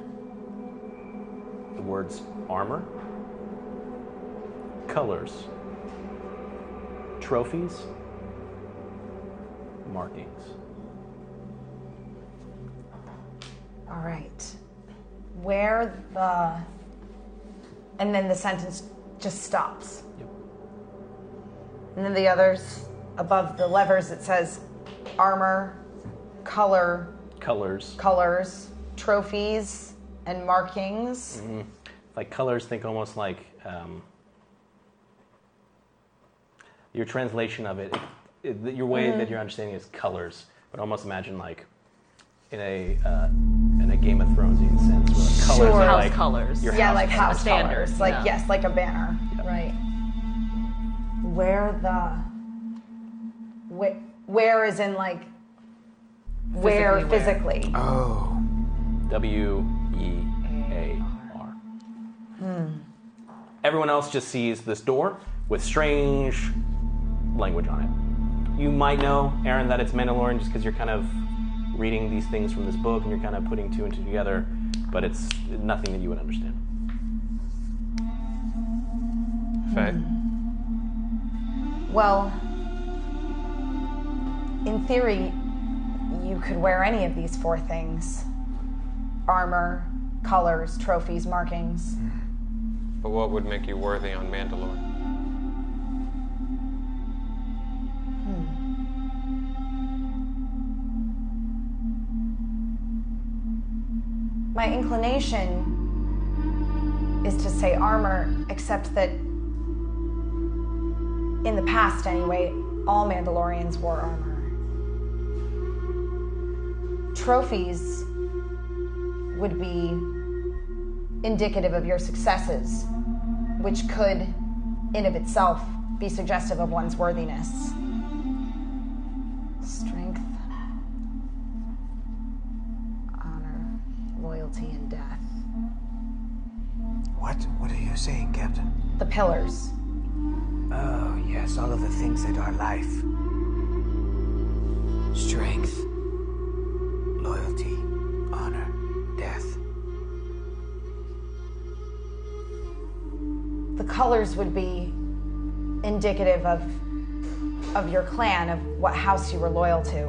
S2: the words armor, colors, trophies, markings.
S3: All right. Where the. And then the sentence just stops. Yep. And then the others above the levers, it says armor, color,
S2: Colors.
S3: colors, trophies, and markings.
S2: Mhm. Like colors, think almost like um, your translation of it, it- it- your way
S3: Mhm.
S2: that you're understanding is colors, but almost imagine like in a uh, in a Game of Thronesian sense, where like colors
S3: Sure.
S2: are
S3: House
S2: like
S4: colors.
S2: Your
S3: yeah,
S2: house
S3: like house
S4: standard,
S3: colors. Like,
S4: yeah.
S3: yes, like a banner. Right. Where the. Where, where is in like. Where
S2: Physically where.
S3: physically?
S2: Oh. W E A R.
S3: Hmm.
S2: Everyone else just sees this door with strange language on it. You might know, Aaron, that it's Mandalorian just because you're kind of reading these things from this book and you're kind of putting two and two together, but it's nothing that you would understand.
S7: Faye.
S3: Well, in theory, you could wear any of these four things armor, colors, trophies, markings.
S7: But what would make you worthy on Mandalore?
S3: My inclination is to say armor, except that in the past, anyway, all Mandalorians wore armor. Trophies would be indicative of your successes, which could, in of itself, be suggestive of one's worthiness. Strength, honor, loyalty, and death.
S5: What? What are you saying, Captain?
S3: The pillars.
S5: Oh, yes, all of the things that are life strength, loyalty, honor, death.
S3: the colors would be indicative of of your clan of what house you were loyal to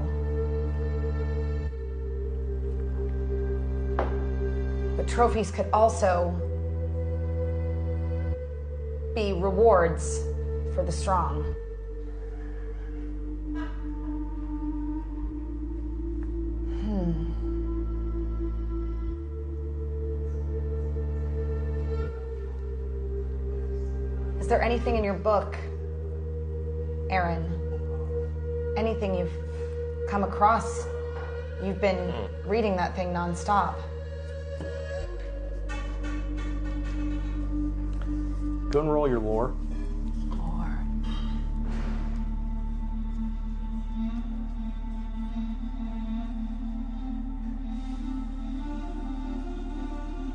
S3: but trophies could also be rewards for the strong hmm Is there anything in your book, Aaron? Anything you've come across? You've been reading that thing nonstop.
S2: Go and roll your lore.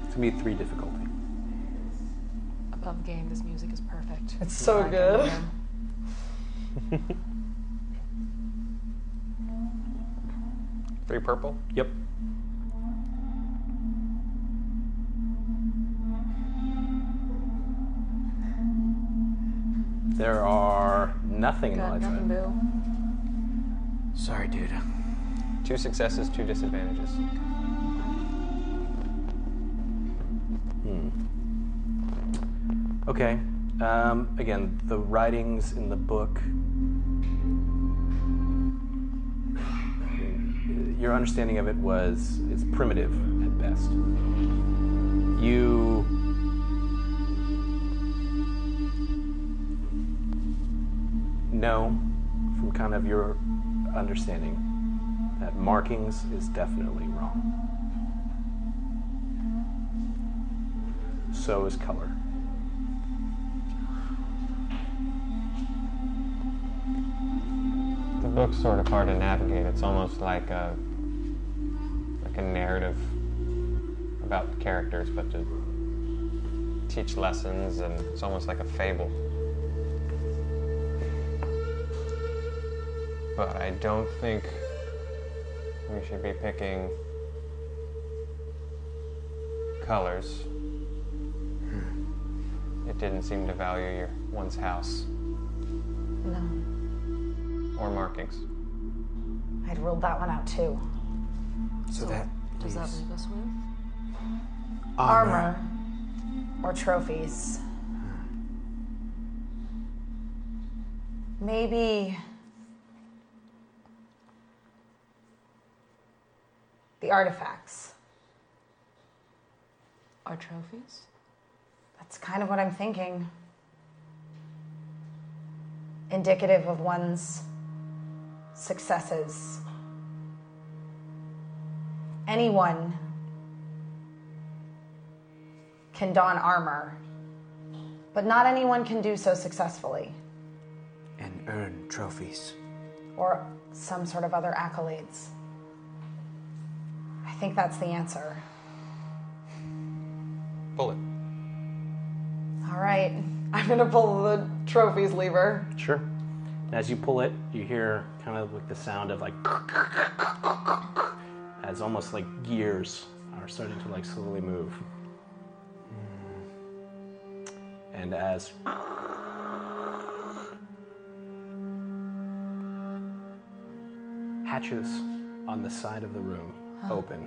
S2: It's gonna be three difficulty.
S4: Above game, this music is perfect.
S25: It's so
S4: Like,
S25: good.
S7: Three purple?
S2: Yep. There are nothing in the light side.
S5: Sorry, dude.
S7: Two successes, two disadvantages.
S2: Hmm. Okay. Um, again, the writings in the book. Your understanding of it was it's primitive at best. You. know from kind of your understanding that markings is definitely wrong. So is color.
S7: The book's sort of hard to navigate. It's almost like a like a narrative about characters, but to teach lessons, and it's almost like a fable. But I don't think we should be picking colors. It didn't seem to value your one's house
S3: No,
S7: or markings.
S3: I'd ruled that one out too.
S5: So, that
S4: Does that leave us with?
S3: Armor or trophies. Maybe the artifacts.
S4: Our trophies?
S3: That's kind of what I'm thinking. Indicative of one's successes. Anyone can don armor, but not anyone can do so successfully
S5: and earn trophies.
S3: or some sort of other accolades. I think that's the answer.
S7: Bullet.
S3: All right.
S25: I'm gonna pull the trophies lever.
S2: Sure. And as you pull it, you hear kind of like the sound of like as almost like gears are starting to like slowly move. Mm. And as hatches on the side of the room open.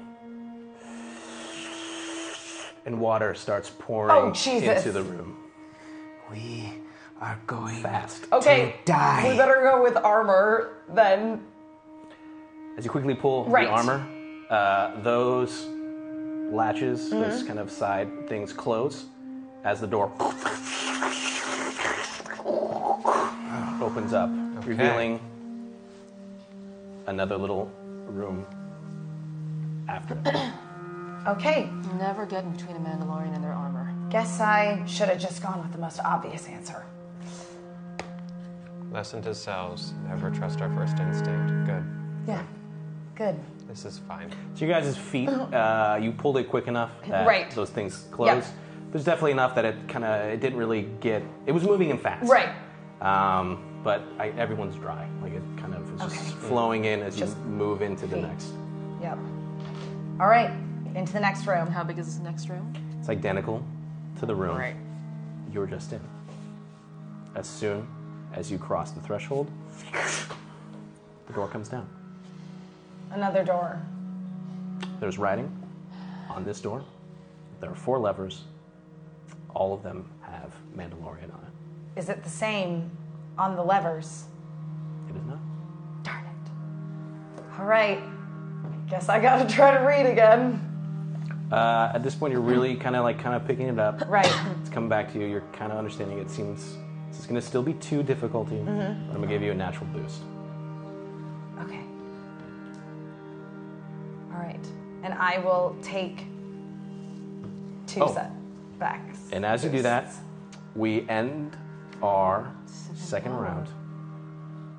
S2: And water starts pouring
S25: Oh, Jesus.
S2: into the room
S5: We are going
S2: fast.
S25: Okay.
S5: die.
S25: We better go with armor then.
S2: As you quickly pull
S25: Right.
S2: the armor, uh, those latches, those
S25: Mm-hmm.
S2: kind of side things close as the door opens up, revealing another little room after that.
S3: Okay.
S4: Never get in between a Mandalorian and their armor.
S3: Guess I should have just gone with the most obvious answer.
S7: Lesson to selves never trust our first instinct. Good.
S3: Yeah. Good.
S7: This is fine.
S2: So you guys' feet, uh, you pulled it quick enough that
S25: Uh-huh. Right.
S2: those things closed. There's definitely enough that it kind of it didn't really get. It was moving in fast.
S25: Right.
S2: Um, but I, everyone's dry. Like it kind of is just flowing in as
S3: Just
S2: you move into the
S3: feet.
S2: next.
S3: Yep. All right. Into the next room.
S4: How big is this next room?
S2: It's identical to the room
S25: Right.
S2: you were just in. As soon as you cross the threshold, the door comes down.
S3: Another door.
S2: There's writing on this door. There are four levers. All of them have Mandalorian on it.
S3: Is it the same on the levers?
S2: It is not.
S3: Darn it. All right.
S25: Guess I gotta try to read again.
S2: Uh, at this point, you're really kind of like kind of picking it up.
S3: Right.
S2: It's coming back to you. You're kind of understanding. It seems it's going to still be two difficulty.
S3: Mhm.
S2: But I'm gonna give you a natural boost.
S3: Okay.
S26: All right.
S3: And I will take two
S2: Oh.
S3: setbacks.
S2: And as you do that, we end our second round.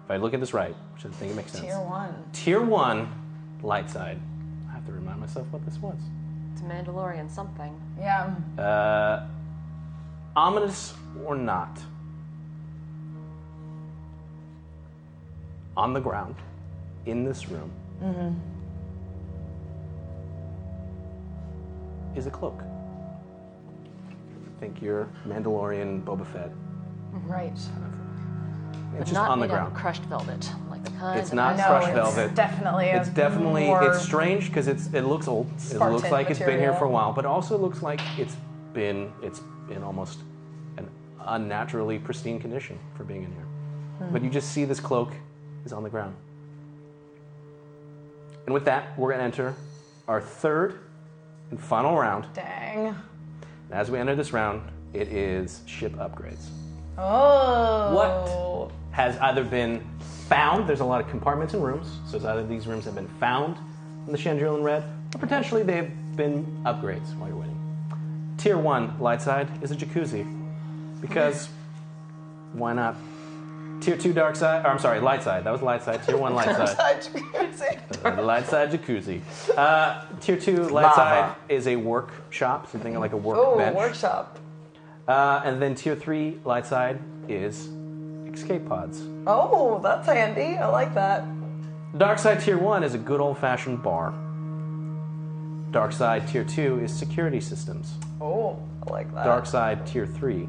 S2: If I look at this right, which I think it makes sense.
S3: Tier one.
S2: Tier one, light side. I have to remind myself what this was.
S4: It's Mandalorian something.
S3: Yeah.
S2: Uh, ominous or not, on the ground, in this room,
S3: Mm-hmm.
S2: is a cloak. Think your Mandalorian Boba Fett.
S3: Right.
S2: It's just on the ground.
S4: crushed velvet, like the kind.
S2: It's not crushed velvet.
S3: Definitely.
S2: It's definitely
S3: more-
S2: it's strange because it's it looks old. It
S3: Spartan
S2: looks like it's been here
S3: material.
S2: for a while, but it also looks like it's been it's in almost an unnaturally pristine condition for being in here.
S3: Hmm.
S2: But you just see this cloak is on the ground. And with that, we're gonna enter our third and final round.
S3: Dang.
S2: And as we enter this round, it is ship upgrades.
S3: Oh.
S2: Has either been found, there's a lot of compartments and rooms, so it's either these rooms have been found in the Chandrilan Red, or potentially they've been upgrades while you're waiting. Tier 1, light side, is a jacuzzi.
S7: [LAUGHS]
S2: Because why not? Tier 2, dark side, or I'm sorry, light side. That was light side. Tier 1, light
S3: [LAUGHS]
S2: side. [LAUGHS] Uh, light side jacuzzi. Uh, tier two light
S3: Lava.
S2: side is a workshop, something like a
S3: Oh,
S2: workbench.
S3: workshop.
S2: Uh, and then tier three light side is escape pods.
S3: Oh, that's handy. I like that.
S2: Dark side tier one is a good old fashioned bar. Dark side tier two is security systems.
S3: Oh, I like that.
S2: Dark side tier three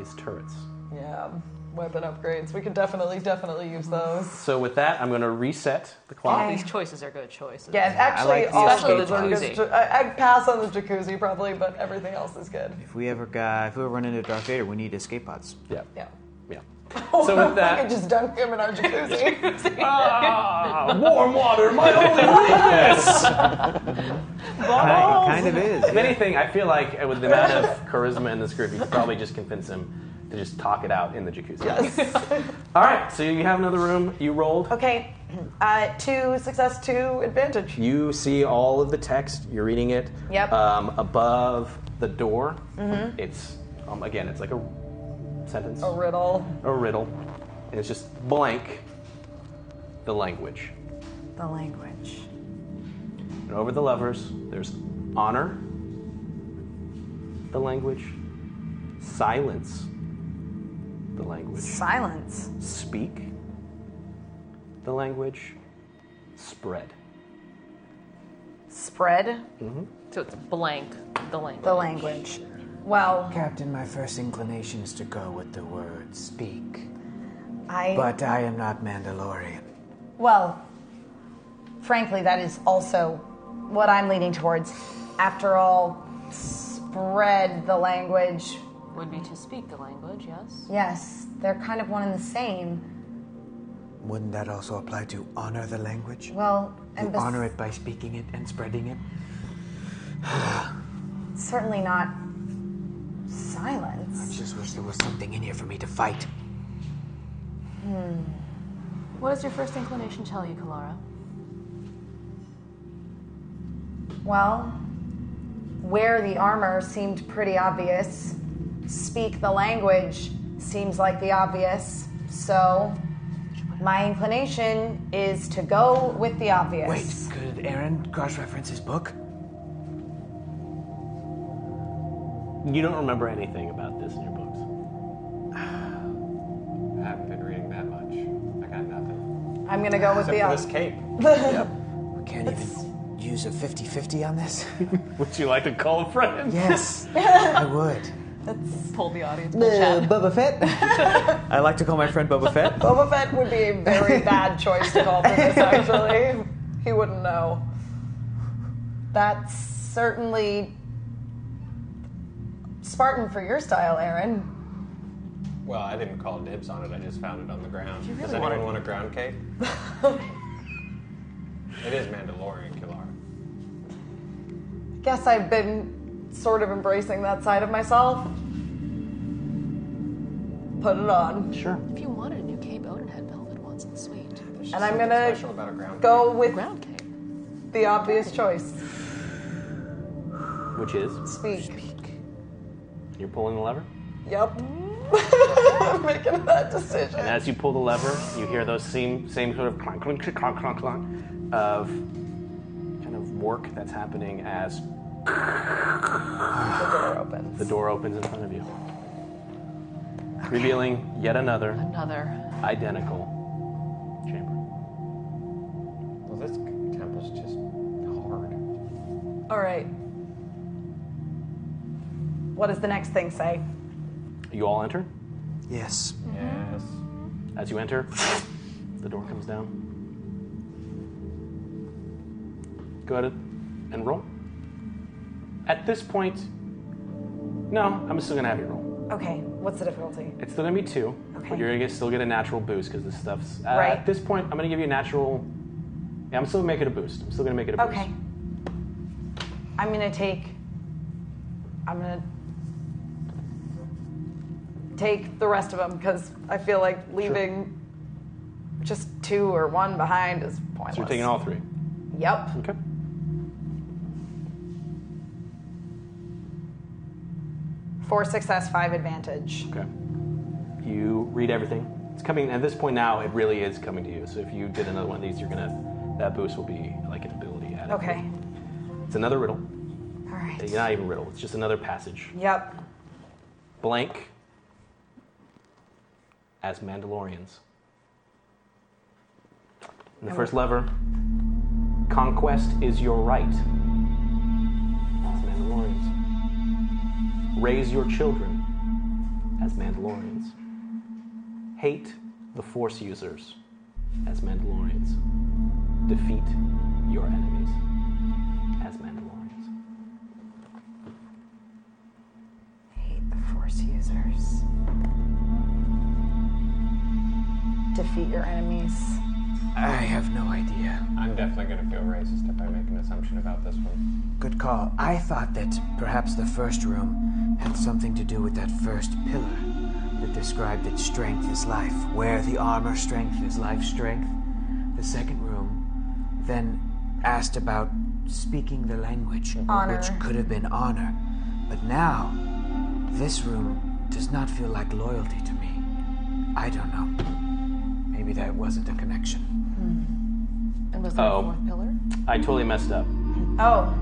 S2: is turrets.
S3: Yeah. Weapon upgrades. We could definitely, definitely use those.
S2: So with that, I'm going to reset the clock.
S4: All these choices are good choices.
S3: Yeah, actually,
S2: like the
S3: all
S4: especially
S3: of
S4: the
S3: them are
S4: jacuzzi.
S3: good. I, uh, I'd pass on the jacuzzi probably, but everything else is good.
S27: If we ever got, if we ever run into Darth Vader, we need escape pods.
S2: Yeah.
S3: Yeah.
S2: Yeah.
S3: [LAUGHS]
S27: So with
S3: we
S27: that-
S3: could just dunk him in our jacuzzi.
S2: ah, warm water, my only weakness.
S5: Oh!
S27: Kind- kind of is,
S2: If anything, I feel like with the amount of charisma in this group, you could probably just convince him to just talk it out in the jacuzzi. All right, so you have another room. You rolled.
S3: Okay. Uh, two success, two advantage. Uh,
S2: You see all of the text. You're reading it.
S3: Yep.
S2: Um, above the door,
S3: Mhm.
S2: it's um, again, it's like a sentence,
S3: A riddle.
S2: a riddle, and it's just blank. The language.
S3: The language.
S2: And over the levers, there's honor, the language, silence, the language,
S3: silence,
S2: speak, the language, spread.
S26: Spread
S4: So it's blank. The language.
S26: the language. Well,
S5: Captain, my first inclination is to go with the word speak.
S26: I.
S5: But I am not Mandalorian.
S26: Well, frankly, that is also what I'm leaning towards. After all, spread the language.
S4: Would be to speak the language, yes.
S26: Yes, they're kind of one and the same.
S5: Wouldn't that also apply to honor the language?
S26: Well,
S5: You
S26: and bes-
S5: honor it by speaking it and spreading it?
S26: certainly not
S5: I
S26: silence.
S5: just wish there was something in here for me to fight.
S4: Hmm. What does your first inclination tell you, Kalara?
S26: Well, wear the armor seemed pretty obvious. Speak the language seems like the obvious. So, my inclination is to go with the obvious.
S5: Wait, could Aaron cross reference his book?
S2: You don't remember anything about this in your books.
S7: I haven't been reading that much. I got nothing.
S26: I'm gonna go with
S7: Except
S26: the
S7: for
S26: ob-
S7: this cape.
S5: We can't even use a 50 50 on this?
S2: [LAUGHS] Would you like to call a friend?
S5: Yes, I would.
S3: Let's pull the audience.
S5: Boba Fett?
S3: [LAUGHS]
S5: Oh.
S27: I like to call my friend Boba Fett.
S3: Boba Fett would be a very bad choice to call for this, actually. He wouldn't know.
S26: That's certainly Spartan for your style, Aaron.
S7: Well, I didn't call dibs on it. I just found it on the ground.
S26: You
S7: Does
S26: really wanted-
S7: anyone want a ground cape? it is Mandalorian, Kilara.
S3: guess I've been sort of embracing that side of myself. Put it on. Sure.
S4: If you wanted a new cape, Odin had velvet ones and sweet.
S3: And I'm gonna go with the obvious choice.
S2: Which is?
S3: Speak.
S2: You're pulling the lever?
S3: Yep. [LAUGHS] Making that decision.
S2: And as you pull the lever, you hear those same same sort of clunk, clunk, clunk, clunk, clunk, clunk of kind of work that's happening as
S3: the door opens.
S2: The door opens in front of you, revealing yet another
S4: Another.
S2: identical.
S7: Well, this temple's just hard.
S3: All right. What does the next thing say?
S2: You all enter.
S28: Yes.
S7: Yes.
S2: As you enter, the door comes down. Go ahead and roll. At this point, no, I'm still gonna have you roll.
S3: Okay, what's the difficulty?
S2: It's still gonna be two, but you're gonna get, still get a natural boost because this stuff's. Uh,
S3: Right.
S2: At this point, I'm gonna give you a natural. Yeah, I'm still gonna make it a boost. I'm still gonna make it a boost.
S3: Okay. I'm gonna take. I'm gonna take the rest of them because I feel like leaving just two or one behind is pointless.
S2: So you're taking all three.
S3: Yep.
S2: Okay.
S3: Four success, five advantage.
S2: Okay. You read everything. It's coming at this point now. It really is coming to you. So if you did another one of these, you're gonna that boost will be like an ability added.
S3: Okay.
S2: It's another riddle.
S3: All right.
S2: It's not even riddle. It's just another passage.
S3: Yep.
S2: Blank. As Mandalorians. And the first lever. Conquest is your right. As Mandalorians. Raise your children as Mandalorians. Hate the Force users as Mandalorians. Defeat your enemies as Mandalorians.
S29: Hate the force users.
S3: Defeat your enemies.
S5: I have no idea.
S7: I'm definitely gonna feel racist if I make an assumption about this one.
S5: Good call. I thought that perhaps the first room had something to do with that first pillar that described that strength is life. Where the armor strength is life strength. The second room then asked about speaking the language,
S3: Honor.
S5: which could have been honor. But now, this room does not feel like loyalty to me. I don't know. Maybe that wasn't a connection.
S4: And was
S2: there a Oh. fourth
S4: pillar?
S2: I totally messed up.
S3: Oh,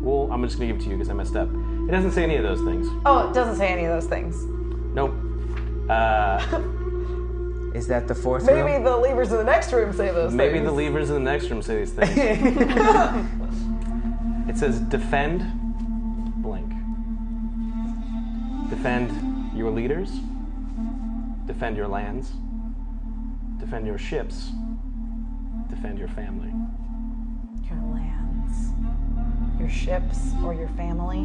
S2: Well, I'm just gonna give it to you because I messed up. It doesn't say any of those things.
S3: oh, it doesn't say any of those things.
S2: Nope. Uh,
S28: Is that the fourth
S3: Maybe
S28: room?
S3: the levers in the next room say those
S2: maybe
S3: things.
S2: the levers in the next room say these things. it says defend blank. Defend your leaders. Defend your lands. Defend your ships. Defend your family.
S3: your lands, your ships, or your family.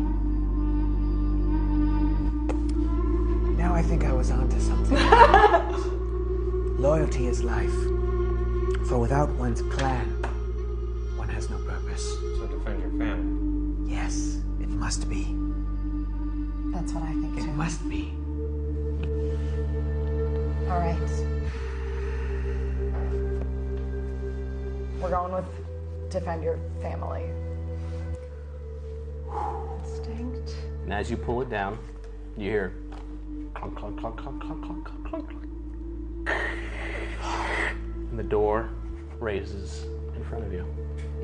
S5: Now I think I was onto something.
S3: [LAUGHS]
S5: Loyalty is life. For without one's clan, one has no purpose.
S7: So defend your family.
S5: Yes, it must be.
S3: That's what I think
S5: It
S3: too.
S5: must be.
S3: All right. We're going with defend your family.
S4: Instinct.
S2: And as you pull it down, you hear clunk, clunk, clunk, clunk, clunk, clunk, clunk, clunk, clunk. And the door raises in front of you.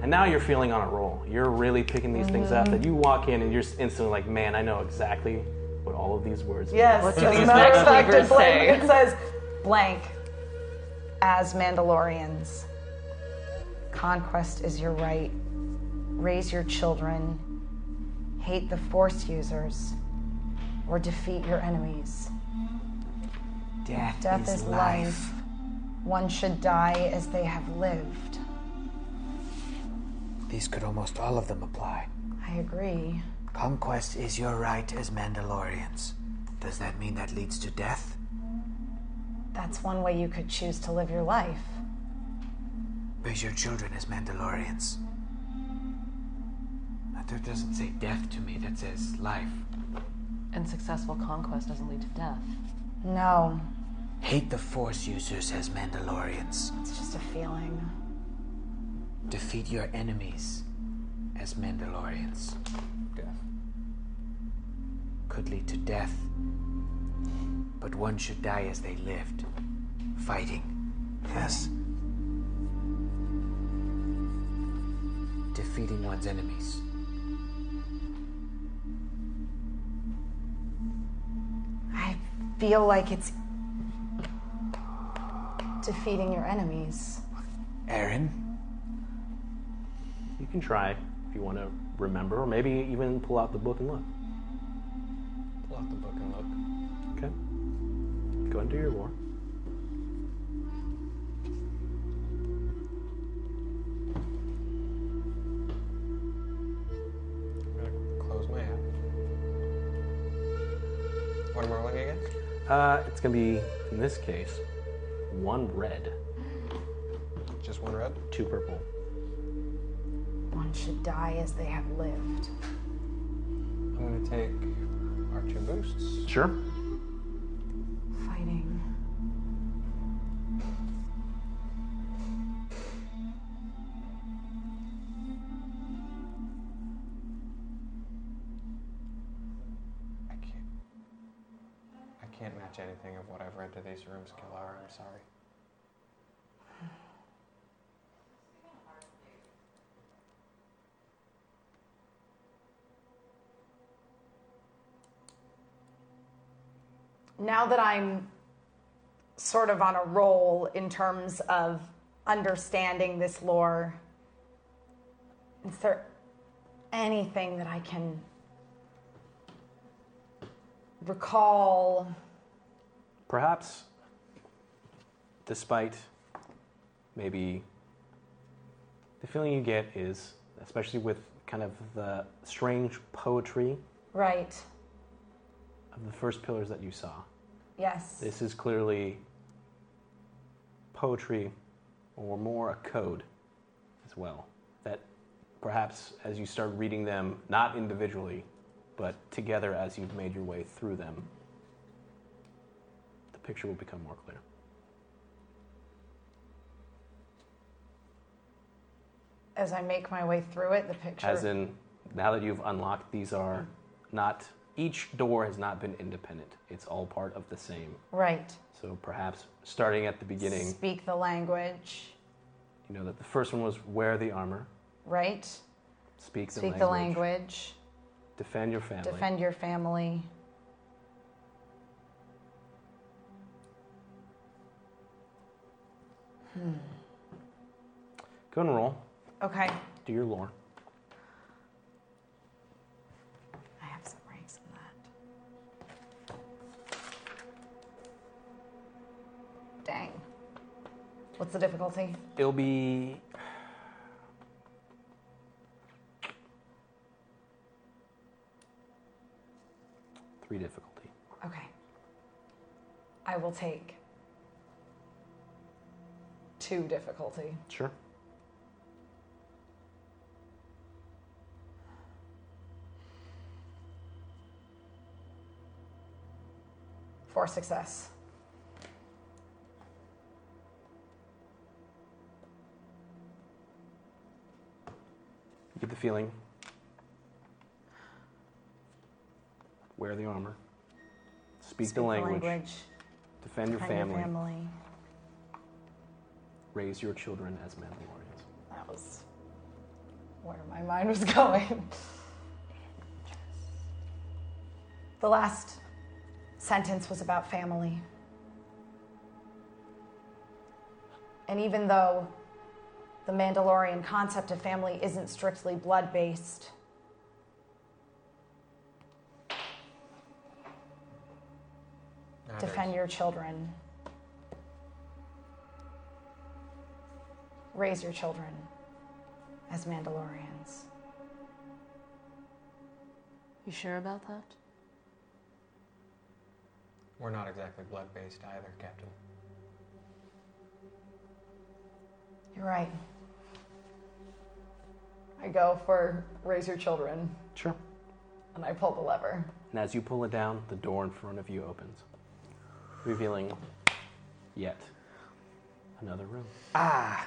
S2: And now you're feeling on a roll. You're really picking these things up that you walk in and you're s- instantly like, man, I know exactly what all of these words mean.
S3: Yes.
S4: What do
S3: as a
S4: these
S3: matter of
S4: next
S3: fact,
S4: levers
S3: it, blank,
S4: say?
S3: it says blank as Mandalorians. Conquest is your right. Raise your children. Hate the force users. Or defeat your enemies.
S5: Death,
S3: Death is, life. One should die as they have lived.
S5: These could almost all of them apply.
S3: I agree.
S5: Conquest is your right as Mandalorians. Does that mean that leads to death?
S3: That's one way you could choose to live your life.
S5: Raise your children as Mandalorians. That doesn't say death to me, that says life.
S4: And successful conquest doesn't lead to death.
S3: No,
S5: Hate the Force users as Mandalorians.
S30: It's just a feeling.
S5: Defeat your enemies as Mandalorians. Death. Could lead to death. But one should die as they lived, fighting. Yes. Defeating one's enemies.
S3: I feel like it's defeating your enemies.
S5: Aaron?
S2: You can try if you want to remember, or maybe even pull out the book and look.
S7: Pull out the book and look.
S2: Okay. Go and do your war.
S7: I'm gonna close my app. What am I rolling again?
S2: Uh, it's gonna be in this case one red,
S7: Just one red?
S2: two purple.
S3: One should die as they have lived.
S7: I'm gonna take our two boosts.
S2: Sure.
S3: Fighting.
S7: I can't. I can't match anything of what I've read to these rooms, Kilara. I'm sorry.
S3: now that I'm sort of on a roll in terms of understanding this lore, is there anything that I can recall?
S2: Perhaps, despite maybe the feeling you get is, especially with kind of the strange poetry
S3: Right.
S2: of the first pillars that you saw,
S3: Yes.
S2: this is clearly poetry or more a code as well. That perhaps as you start reading them, not individually, but together as you've made your way through them, the picture will become more clear.
S3: As I make my way through it, the picture.
S2: As in, now that you've unlocked, these are not, each door has not been independent. It's all part of the same.
S3: right.
S2: So perhaps starting at the beginning,
S3: Speak the language.
S2: you know that the first one was wear the armor,
S3: Right.
S2: speak the,
S3: Speak
S2: language,
S3: the language.
S2: defend your family.
S3: Defend your family.
S2: Go and roll.
S3: Okay.
S2: Do your lore.
S3: I have some ranks in that. Dang. What's the difficulty?
S2: It'll be. Three difficulty.
S3: Okay. I will take two difficulty.
S2: Sure.
S3: for success.
S2: You get the feeling. Wear the armor. Speak, the, language. Defend, your,
S3: Defend
S2: family.
S3: your family.
S2: Raise your children as Mandalorians.
S3: That was where my mind was [LAUGHS] going. the last sentence was about family. And even though the Mandalorian concept of family isn't strictly blood based, defend your children, raise your children as Mandalorians.
S4: You sure about that?
S7: We're not exactly blood based either, Captain.
S3: You're right.
S31: I go for raise your children.
S2: Sure.
S31: And I pull the lever.
S2: And as you pull it down, the door in front of you opens, revealing yet another room.
S31: Ah.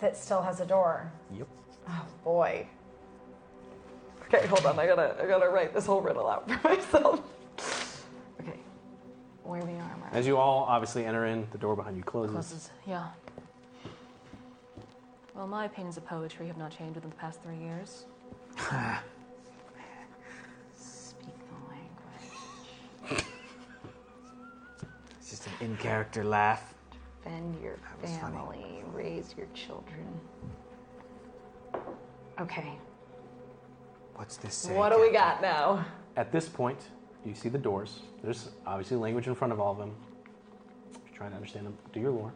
S31: That still has a door.
S2: Yep.
S31: Oh boy. Okay, hold on. I gotta I gotta write this whole riddle out [LAUGHS] for myself. Okay. Where we are, Mark?
S2: As you all obviously enter in, the door behind you closes.
S4: Closes, yeah. Well, my opinions of poetry have not changed within the past three years.
S5: It's just an in character laugh.
S3: Defend your
S5: was funny.
S3: family, raise your children. Okay.
S2: What's this
S31: What do we got now?
S2: At this point, you see the doors. There's obviously language in front of all of them. You're trying to understand them. Do your lore.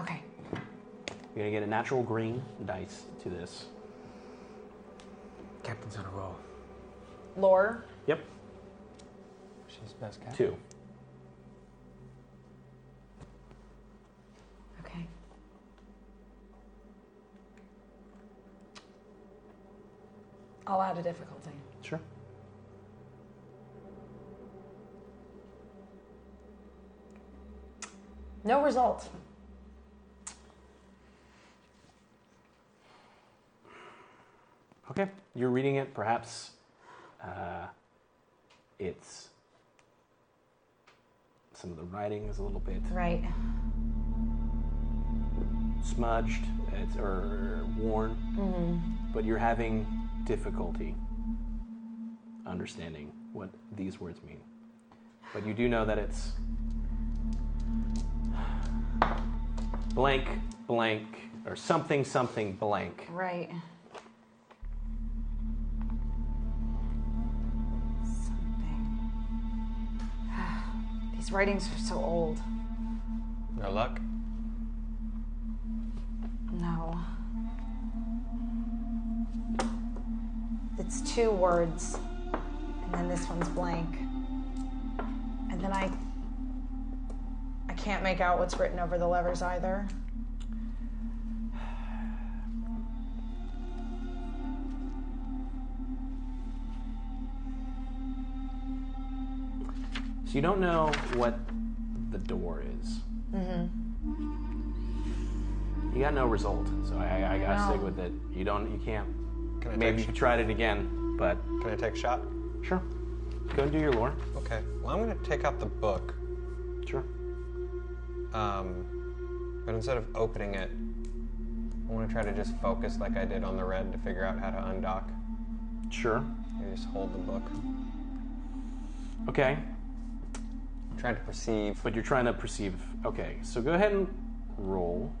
S3: Okay.
S2: You're gonna get a natural green dice to this.
S5: Captain's on a roll.
S31: Lore.
S2: Yep.
S7: She's best cat.
S2: Two.
S3: Okay.
S31: I'll add a difficulty.
S2: Sure.
S31: No result.
S2: Okay. You're reading it. Perhaps uh, it's some of the writing is a little bit
S3: Right.
S2: smudged it's, or worn,
S3: Mhm.
S2: but you're having difficulty understanding what these words mean. But you do know that it's blank, blank, or something, something, blank.
S3: Right. Something. [SIGHS] These writings are so old.
S7: No luck.
S3: No. It's two words, and then this one's blank. And then I. I can't make out what's written over the levers either.
S2: So you don't know what the door is.
S3: Mm-hmm.
S2: You got no result, so I, I gotta
S3: No.
S2: stick with it. You don't, you can't.
S7: Can I
S2: Maybe
S7: take-
S2: you tried it again, but
S7: Can I take a shot?
S2: Sure. Go and do your lore.
S7: Okay. Well, I'm going to take out the book.
S2: Sure.
S7: Um, but instead of opening it, I want to try to just focus like I did on the red to figure out how to undock.
S2: Sure.
S7: Maybe just hold the book.
S2: Okay.
S7: trying to perceive.
S2: But you're trying to perceive. Okay, so go ahead and roll.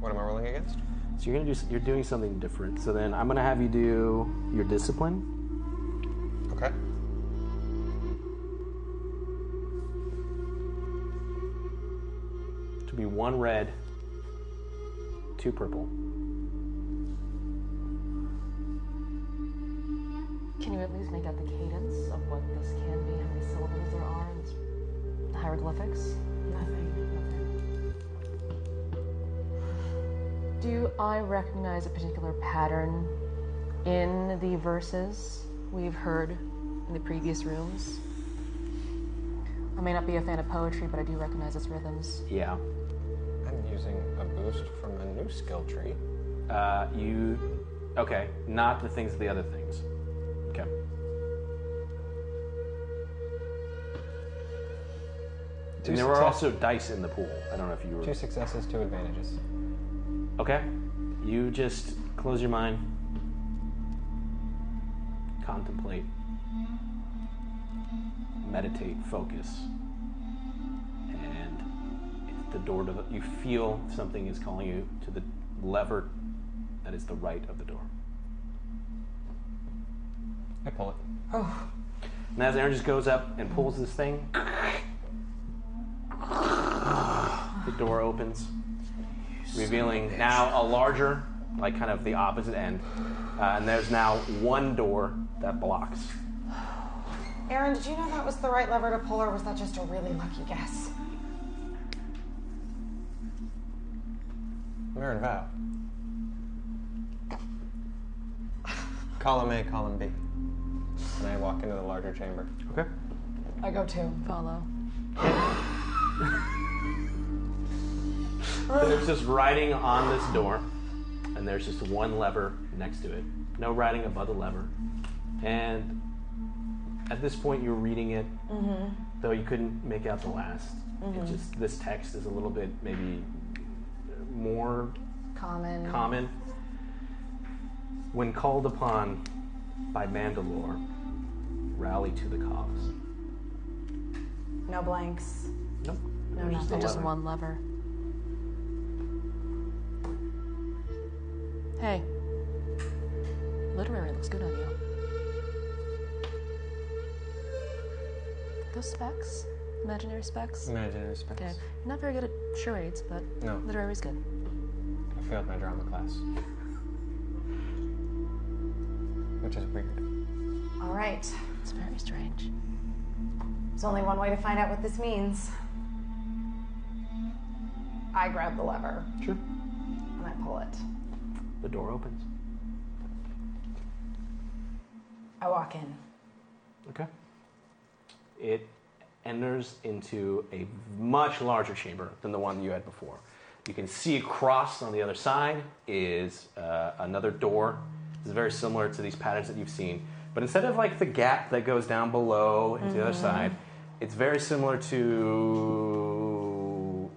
S7: What am I rolling against?
S2: So you're gonna do. You're doing something different. So then I'm gonna have you do your discipline.
S7: Okay.
S2: To be one red, two purple.
S4: Can you at least make out the cadence of what this can be, how many syllables there are, and the hieroglyphics? Nothing. Do I recognize a particular pattern in the verses we've heard in the previous rooms? I may not be a fan of poetry, but I do recognize its rhythms.
S2: Yeah.
S7: I'm using a boost from a new skill tree.
S2: Uh, you. Okay. Not the things. The other things. Okay.
S7: Two
S2: and there were
S7: success-
S2: also dice in the pool. I don't know if you were.
S7: Two successes, two advantages.
S2: Okay. You just close your mind, contemplate, meditate, focus, and it's the door to the, you feel something is calling you to the lever that is the right of the door.
S7: I pull it.
S3: Oh.
S2: And as Aaron just goes up and pulls this thing, the door opens, revealing now a larger, like kind of the opposite end. Uh, and there's now one door that blocks.
S3: Aaron, did you know that was the right lever to pull, or was that just a really lucky guess?
S7: Mirror and Vow. Column A, column B. And I walk into the larger chamber.
S2: Okay.
S3: I go too.
S4: Follow.
S2: There's just writing on this door, and there's just one lever next to it. No writing above the lever. And at this point, you're reading it,
S4: Mm-hmm.
S32: Mhm.
S2: though you couldn't make out the last.
S32: Mhm.
S2: It just this text is a little bit maybe more
S4: Common.
S2: common. When called upon by Mandalore, rally to the cause.
S3: No blanks.
S2: Nope.
S3: No,
S4: There's
S3: nothing.
S4: just, just one lever. Hey. Literary looks good on you. Those specs? Imaginary specs?
S2: Mm.
S7: Imaginary specs.
S4: Okay. Not very good at charades, but
S7: No.
S4: literary's good.
S7: I failed my drama class. Which is weird.
S8: All right.
S4: It's very strange.
S8: There's only one way to find out what this means.
S3: I grab the lever.
S2: Sure.
S3: And I pull it.
S2: The door opens.
S3: I walk in.
S2: Okay. It enters into a much larger chamber than the one you had before. You can see across on the other side is uh, another door. This is very similar to these patterns that you've seen, but instead of like the gap that goes down below into the other
S33: Mhm.
S2: side, it's very similar to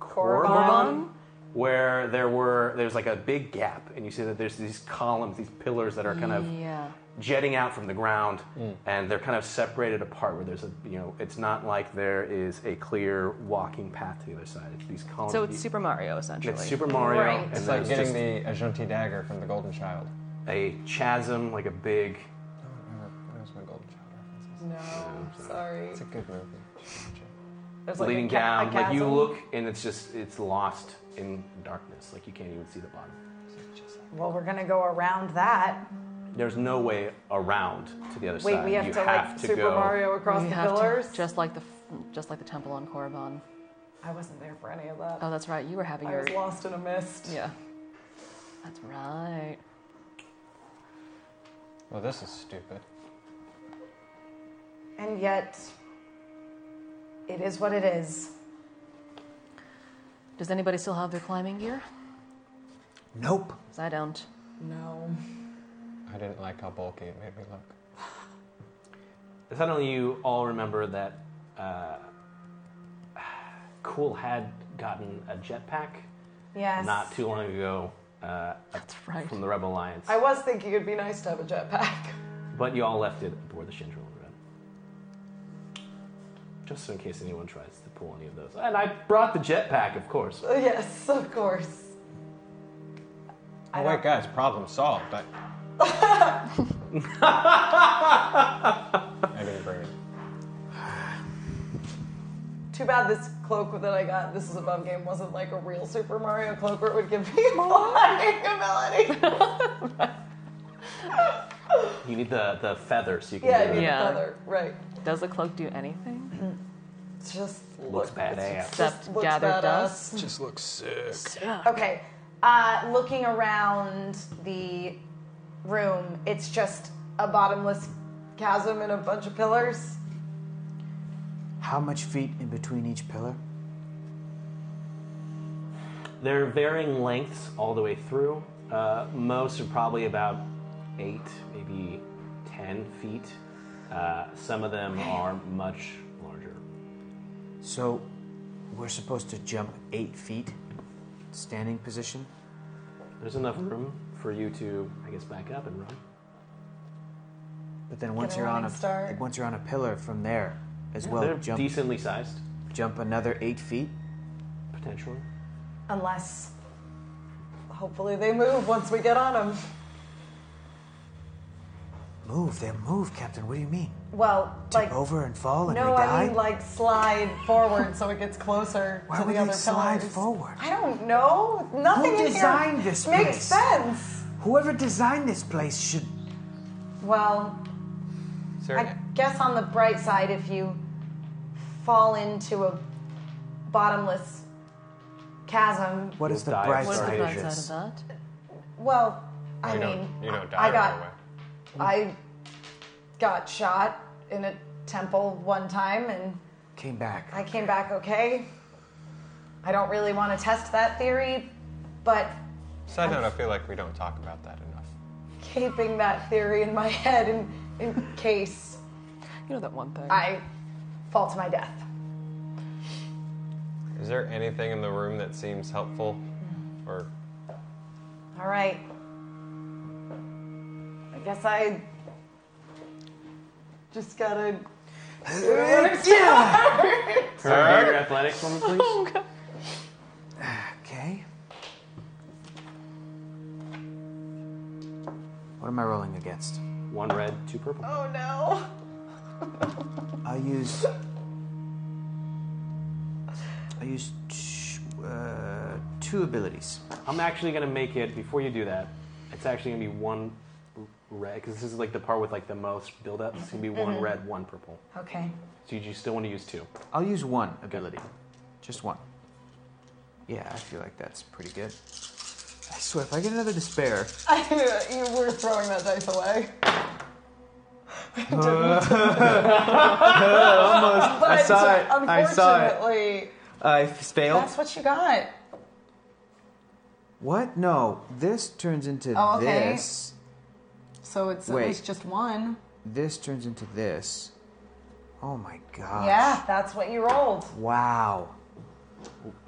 S2: Korriban? where there were there's like a big gap, and you see that there's these columns, these pillars that are kind of
S4: Yeah.
S2: jetting out from the ground and they're kind of separated apart where there's a you know it's not like there is a clear walking path to the other side it's these columns
S4: So it's Super Mario, essentially.
S2: it's super mario and
S7: It's
S2: then
S7: like getting
S2: just
S7: the Ajunti dagger from the Golden Child.
S2: a chasm like a big
S7: Where's my Golden Child?
S3: No, sorry. It's
S7: a good movie.
S3: There's like
S2: leading
S3: a ca-
S2: down
S3: a
S2: like you
S3: chasm.
S2: look and it's just it's lost in darkness like you can't even see the bottom
S8: Well, we're gonna go around that.
S2: there's no way around to the other
S8: Wait,
S2: side
S8: we have
S2: you
S8: to, like,
S2: have to
S8: Super
S2: go
S8: Mario across
S4: We
S8: the
S4: have to-
S8: pillars?
S4: just like the f- just like the temple on Korriban.
S3: I wasn't there for any of that.
S4: Oh, that's right. You were having
S3: I
S4: your
S3: was lost in a mist.
S4: Yeah. That's right.
S7: Well, this is stupid.
S8: And yet, it is what it is.
S4: Does anybody still have their climbing gear?
S5: Nope.
S4: 'Cause I don't.
S3: No.
S7: I didn't like how bulky it made me look.
S2: suddenly you all remember that uh, [SIGHS] cool had gotten a jetpack
S3: Yes.
S2: not too long ago uh,
S4: right.
S2: from the Rebel Alliance,
S3: I was thinking it'd be nice to have a jetpack. [LAUGHS]
S2: but you all left it aboard the Shinra Red. Just in case anyone tries to pull any of those. And I brought the jetpack, of course.
S3: Uh, Yes, of course.
S7: Oh, wait, guys, problem solved.
S2: [LAUGHS]
S7: I, I didn't bring it.
S3: Too bad this cloak that I got, this is above game, wasn't like a real Super Mario cloak where it would give me [LAUGHS]
S34: [LAUGHS]
S3: flying ability.
S2: You need the, the feather so you can
S3: Yeah, I
S2: do
S3: need
S2: it.
S3: a feather. Right.
S4: Does the cloak do anything?
S3: It's just
S2: Looks badass.
S4: Except
S3: looks
S4: gather
S3: badass.
S4: dust.
S34: Just looks sick.
S8: Okay, uh, looking around the room,
S3: it's just a bottomless chasm and a bunch of pillars.
S5: How much feet in between each pillar?
S2: They're varying lengths all the way through. Uh, most are probably about eight, maybe ten feet. Uh, some of them are much larger.
S5: So, we're supposed to jump eight feet, standing position.
S2: There's enough room for you to, I guess, back up and run.
S5: But then
S2: Get
S5: once
S2: a
S5: you're on
S2: running
S5: a
S2: start.
S5: once you're on a pillar from there, as
S2: Yeah,
S5: well,
S2: they're
S5: jump
S2: decently sized.
S5: Jump another eight feet,
S2: potentially.
S3: Unless, hopefully, they move once we get on them.
S5: Move, they'll move, Captain. What do you mean?
S3: Well,
S5: Tip over and fall Oh, and
S3: no,
S5: they die?
S3: I mean like slide forward so it gets closer
S5: Why
S3: to
S5: would
S3: the
S5: they
S3: other
S5: slide
S3: pillars.
S5: forward?
S3: I don't know. Nothing
S5: Who
S3: in
S5: designed
S3: here
S5: this
S3: makes
S5: place?
S3: sense.
S5: Whoever designed this place should.
S8: well, I guess on the bright side, if you fall into a bottomless chasm,
S5: What is the
S2: die
S5: bright
S2: of
S5: side?
S2: starvation.
S5: of
S4: that?
S8: well,
S3: I
S7: you
S3: mean,
S7: don't, you don't die
S3: I got,
S7: right away.
S3: I got shot in a temple one time, and
S5: Came back.
S3: I came back okay. I don't really want to test that theory, but
S7: Side note, I feel like we don't talk about that enough.
S3: keeping that theory in my head in, in case
S4: you know that one thing.
S3: I fall to my death.
S7: Is there anything in the room that seems helpful? Or
S3: All right. I guess I just gotta.
S35: [LAUGHS]
S2: Her your athletics woman, please.
S5: Okay. What am I rolling against?
S2: One red, two purple.
S35: Oh no.
S5: I'll use. I'll use t- uh, two abilities.
S2: I'm actually gonna make it before you do that. It's actually gonna be one red because this is like the part with like the most build up. It's gonna be one
S35: Mm-hmm.
S3: Mhm.
S2: red, one purple.
S3: Okay.
S2: So you- you still want to use two.
S5: I'll use one ability. Just one. Yeah, I feel like that's pretty good. I swear, if I get another despair.
S35: [LAUGHS] you were throwing that dice
S5: [LAUGHS]
S35: away.
S5: almost. I
S35: But
S5: saw it. I saw it.
S35: Unfortunately,
S2: Uh,
S5: I f- failed.
S35: that's what you got.
S5: What? No. This turns into
S35: Oh, okay.
S5: this.
S36: So it's
S5: Wait.
S36: at least just one.
S5: This turns into this. Oh my gosh.
S3: Yeah, that's what you rolled.
S5: Wow.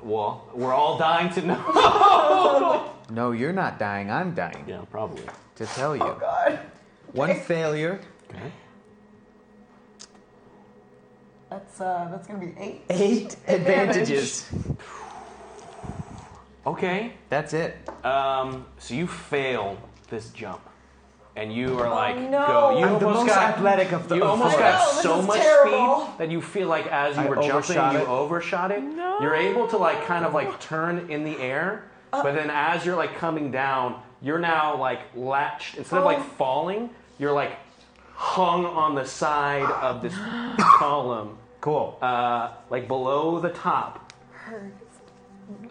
S2: Well, we're all dying to know.
S5: No, you're not dying. I'm dying. Yeah,
S2: probably.
S5: To tell you. Oh God. One failure.
S35: That's uh, that's gonna be eight.
S5: Eight advantages.
S2: Okay.
S5: That's it.
S2: Um, so you fail this jump, and you are
S35: Oh,
S2: like,
S35: no.
S2: go. You
S35: I'm the
S2: almost
S35: most
S2: got,
S5: athletic of the-
S2: You
S5: of
S2: almost
S5: us. I
S2: got
S5: know, this
S2: so
S5: is
S2: much
S5: terrible.
S2: speed that you feel like as you
S5: I
S2: were jumping,
S5: overshot
S2: you
S5: it.
S2: overshot it. You're able to like kind of like turn in the air, but then as you're like coming down, you're now like latched instead of like falling, you're like hung on the side of this column.
S5: Cool.
S2: Uh, like below the top,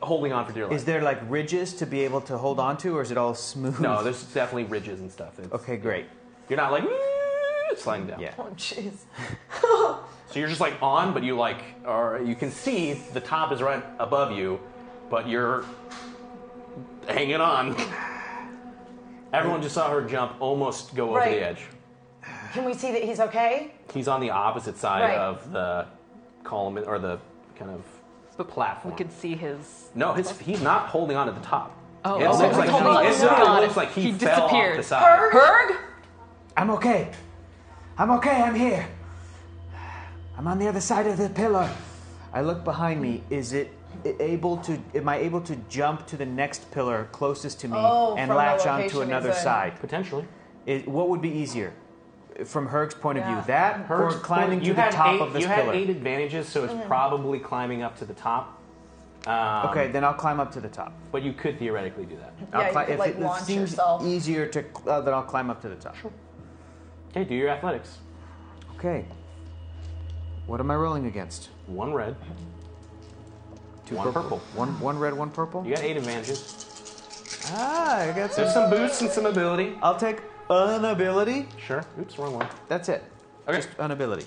S2: holding on for dear life.
S5: Is there like ridges to be able to hold on to, or is it all smooth?
S2: No, there's definitely ridges and stuff. It's,
S5: Okay, great.
S2: You're not like [LAUGHS] "Woo," sliding down. Yeah.
S35: Oh jeez.
S2: So you're just like on, but you like, or you can see the top is right above you, but you're hanging on. [LAUGHS] Everyone just saw her jump, almost go over
S3: Right.
S2: the edge.
S3: Can we see that he's okay?
S2: He's on the opposite side
S3: Right.
S2: of the column or the kind of the platform.
S4: we could see his.
S2: No, his, he's not holding on to the top.
S4: Oh,
S2: it
S4: oh,
S2: looks
S4: oh,
S2: like
S4: oh, oh,
S2: he, it
S4: oh, got
S2: looks
S4: it.
S2: like he,
S4: He
S2: fell off
S4: disappeared.
S2: the side.
S4: Herg?
S5: I'm okay. I'm okay. I'm here. I'm on the other side of the pillar. I look behind me. Is it i- able to? Am I able to jump to the next pillar closest to me
S35: Oh,
S5: and
S35: from the
S5: latch onto
S35: location he's
S5: another
S35: in.
S5: side?
S2: Potentially.
S5: what would be easier, from Herg's point
S35: Yeah.
S5: of view, that
S2: Herg's
S5: or climbing
S2: point-
S5: to
S2: you
S5: the
S2: had
S5: top
S2: eight-
S5: of this
S2: you
S5: pillar?
S2: had eight advantages, so it's
S3: Mm-hmm.
S35: Mhm.
S2: probably climbing up to the top. Um,
S5: okay, then I'll climb up to the top.
S2: But you could theoretically do that.
S5: I'll
S35: Yeah, you
S5: cli-
S35: could,
S5: if
S35: like,
S5: it, it
S35: launch
S5: seems e-
S35: yourself.
S5: easier to, cl- uh, then I'll climb up to the top.
S2: Okay, do your athletics.
S5: Okay. What am I rolling against?
S2: One red.
S5: Two
S2: One purple.
S5: One one red, one purple.
S2: You got eight advantages.
S5: Ah, I got some.
S2: There's some boosts and some ability.
S5: I'll take an ability.
S2: Sure. Oops, wrong one.
S5: That's it.
S2: Okay.
S5: Just an ability.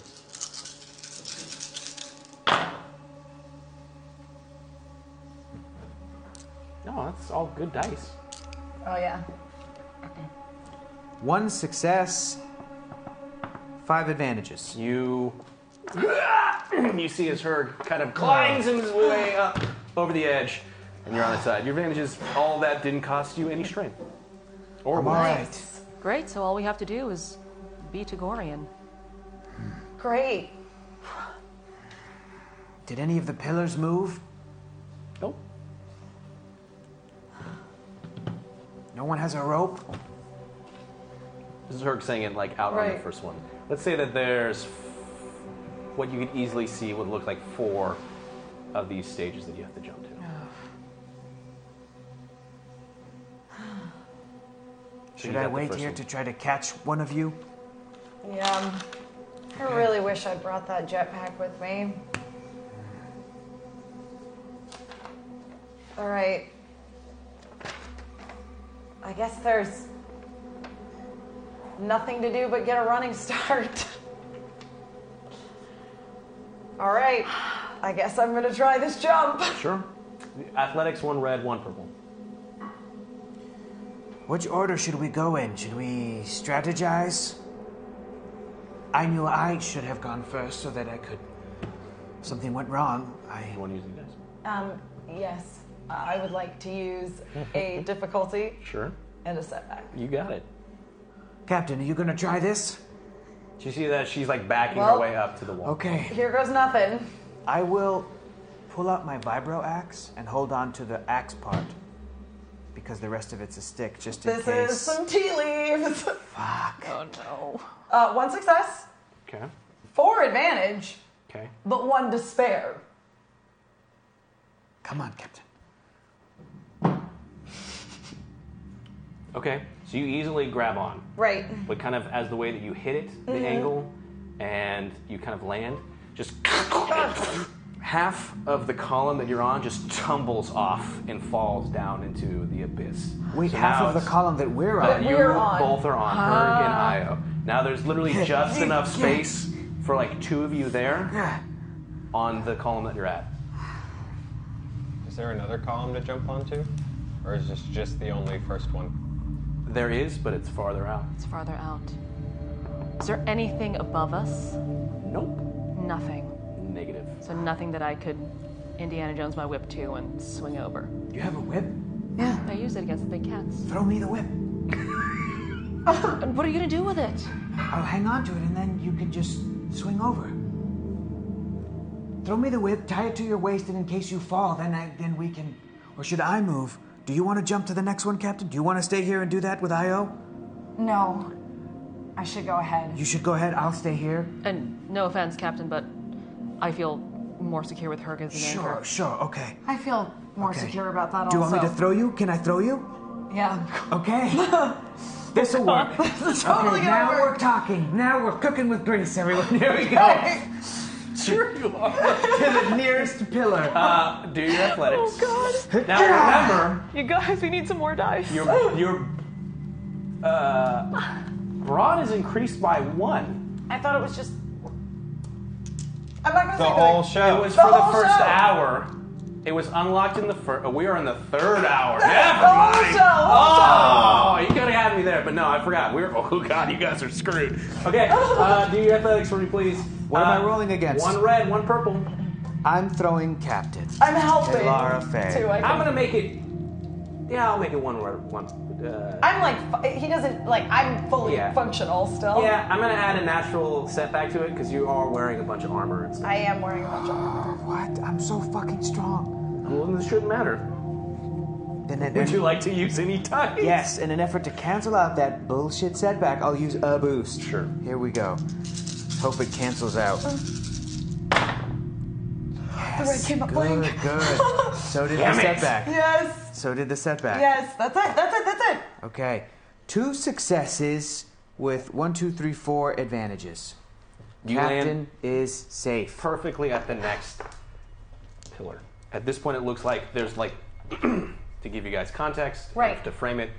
S2: No, that's all good dice.
S35: Oh yeah.
S5: One success. Five advantages.
S2: You. you see as Herg kind of climbs his way up over the edge, and you're on the side. Your advantages, all that didn't cost you any strain. Or
S5: I'm
S2: wounds.
S5: all right.
S4: Great, so all we have to do is be Tagorian.
S3: Great.
S5: Did any of the pillars move?
S2: Nope.
S5: No one has a rope.
S2: This is Herc saying it like out on
S5: Right.
S2: the first one. Let's say that there's f- what you could easily see would look like four of these stages that you have to
S5: [SIGHS]
S2: jump to. So you
S5: Should
S2: got
S5: I
S2: the
S5: wait
S2: first
S5: here
S2: one.
S5: to try to catch one of you?
S3: Yeah. I really wish I'd brought that jetpack with me. All right. I guess there's Nothing to do but get a running [LAUGHS] start. All right. I guess I'm gonna try this jump.
S2: Sure. Athletics, one red, one purple.
S8: Which order should we go in? Should we strategize? I knew I should have gone first so that I could. Something went wrong. I.
S2: You want to use you guys?
S3: Um, yes, I would like to use a difficulty
S2: Sure.
S3: and a setback.
S2: You got it.
S8: Captain, are you gonna try this?
S2: Do you see that she's like backing
S3: Well-
S2: her way up to the wall?
S8: Okay.
S3: Here goes nothing.
S8: I will pull out my vibro axe and hold on to the axe part because the rest of it's a stick just in
S3: This
S8: case.
S3: is some tea leaves. [LAUGHS] Fuck. Oh no. Uh, one success,
S2: Okay.
S3: four advantage,
S2: Okay.
S3: but one despair.
S8: Come on, Captain.
S2: Okay. So you easily grab on,
S3: Right.
S2: but kind of as the way that you hit it, the
S3: Mhm.
S2: angle, and you kind of land, just half of the column that you're on just tumbles off and falls down into the abyss.
S8: Wait,
S2: So
S8: half
S2: now
S8: of the
S2: it's-
S8: column that we're
S2: that
S8: on.
S2: you both are on, Herg and Io. Now there's literally just
S8: Yeah.
S2: enough space for like two of you there on the column that you're at.
S7: Is there another column to jump onto? Or is this just the only first one?
S2: There is, but it's farther out.
S4: It's farther out. Is there anything above us?
S2: Nope.
S4: Nothing.
S2: Negative.
S4: So nothing that I could Indiana Jones my whip to and swing over.
S8: You have a whip?
S4: Yeah. I use it against the big cats.
S8: Throw me the whip.
S4: And what are you gonna do with it?
S8: I'll hang on to it and then you can just swing over. Throw me the whip, tie it to your waist, and in case you fall, then I, then we can. Or should I move? Do you want to jump to the next one, Captain? Do you want to stay here and do that with Io?
S37: No. I should go ahead.
S8: You should go ahead. I'll stay here.
S4: And no offense, Captain, but I feel more secure with her as an
S8: Sure,
S4: anchor.
S8: sure, okay.
S37: I feel more
S8: Okay.
S37: secure about that
S8: Do you
S37: also.
S8: want me to throw you? Can I throw you?
S3: [LAUGHS]
S37: Yeah. [LAUGHS]
S8: Okay. this will work. okay, now we're talking. Now we're cooking with grease, everyone. [LAUGHS] Here we go.
S2: [LAUGHS] Sure you are.
S8: [LAUGHS] to the nearest pillar.
S2: Uh, do your athletics.
S4: Oh
S2: God. Now remember,
S4: You guys, we need some more dice.
S2: your your uh, brawn is increased by one.
S3: I thought it was just. I'm not gonna
S2: The
S3: say
S2: whole
S7: show.
S2: It was
S3: The
S2: for the
S4: Oh,
S3: whole
S2: first
S3: show.
S2: hour. It was unlocked in the first. We are in the third hour.
S3: The
S2: Never
S4: Oh,
S3: whole
S2: mind.
S3: show, whole
S2: oh, you could have had me there, but no, I forgot. We're oh god, you guys are screwed.
S4: [LAUGHS]
S2: Okay, uh, do your athletics for me, please.
S8: What am
S2: Uh,
S8: I rolling against?
S2: One red, one purple.
S8: I'm throwing Captain.
S3: I'm helping.
S8: Lara Faye.
S3: Too, I think.
S2: I'm gonna make it. Yeah, I'll make it one red, one. Uh,
S3: I'm like, fu- he doesn't, like, I'm fully
S2: Yeah.
S3: functional still.
S2: yeah, I'm gonna add a natural setback to it because you are wearing a bunch of armor and stuff.
S3: I am wearing a bunch of armor.
S8: What? I'm so fucking strong.
S2: Well, this shouldn't matter. [LAUGHS]
S8: Then, then,
S2: Would you like to use any dice?
S8: Yes, in an effort to cancel out that bullshit setback, I'll use a boost.
S2: Sure.
S8: Here we go. Hope it cancels out.
S3: The red came up
S8: Good,
S3: blank.
S8: good. So did
S2: Damn
S8: the
S2: it.
S8: setback.
S3: Yes,
S8: So did the setback.
S3: yes, that's it, that's it, that's it.
S8: Okay. Two successes with one, two, three, four advantages.
S2: You
S8: Captain
S2: land
S8: is safe.
S2: perfectly at the next pillar. At this point, it looks like there's like [CLEARS THROAT] to give you guys context,
S37: Right.
S2: enough to frame it.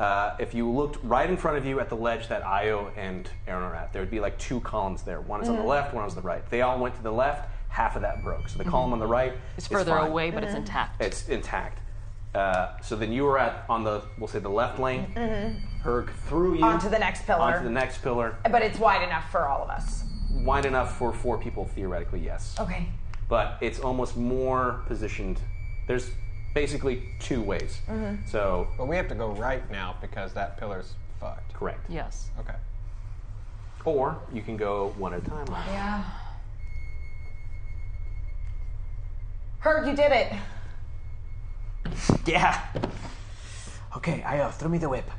S2: Uh, if you looked right in front of you at the ledge that Io and Aaron are at, there would be like two columns there. One
S4: Mm.
S2: is on the left, one is on the right. They all went to the left. Half of that broke, so the column on the right
S4: Mm-hmm. It's
S2: is
S4: further
S2: fine. Eh.
S4: away, but it's intact.
S2: It's intact. Uh, so then you were at on the we'll say the left lane. Herg threw you
S3: Mm-hmm. Onto the next pillar.
S2: Onto the next pillar,
S3: But it's wide enough for all of us.
S2: wide enough for four people theoretically. Yes.
S3: Okay.
S2: but it's almost more positioned. There's basically two ways.
S3: Mm-hmm.
S2: So
S7: But we have to go right now because that pillar's fucked.
S2: correct.
S4: Yes.
S7: Okay.
S2: Or you can go one at a time.
S3: Yeah. Herb, you did it.
S8: Yeah. Okay, Io, throw me the whip.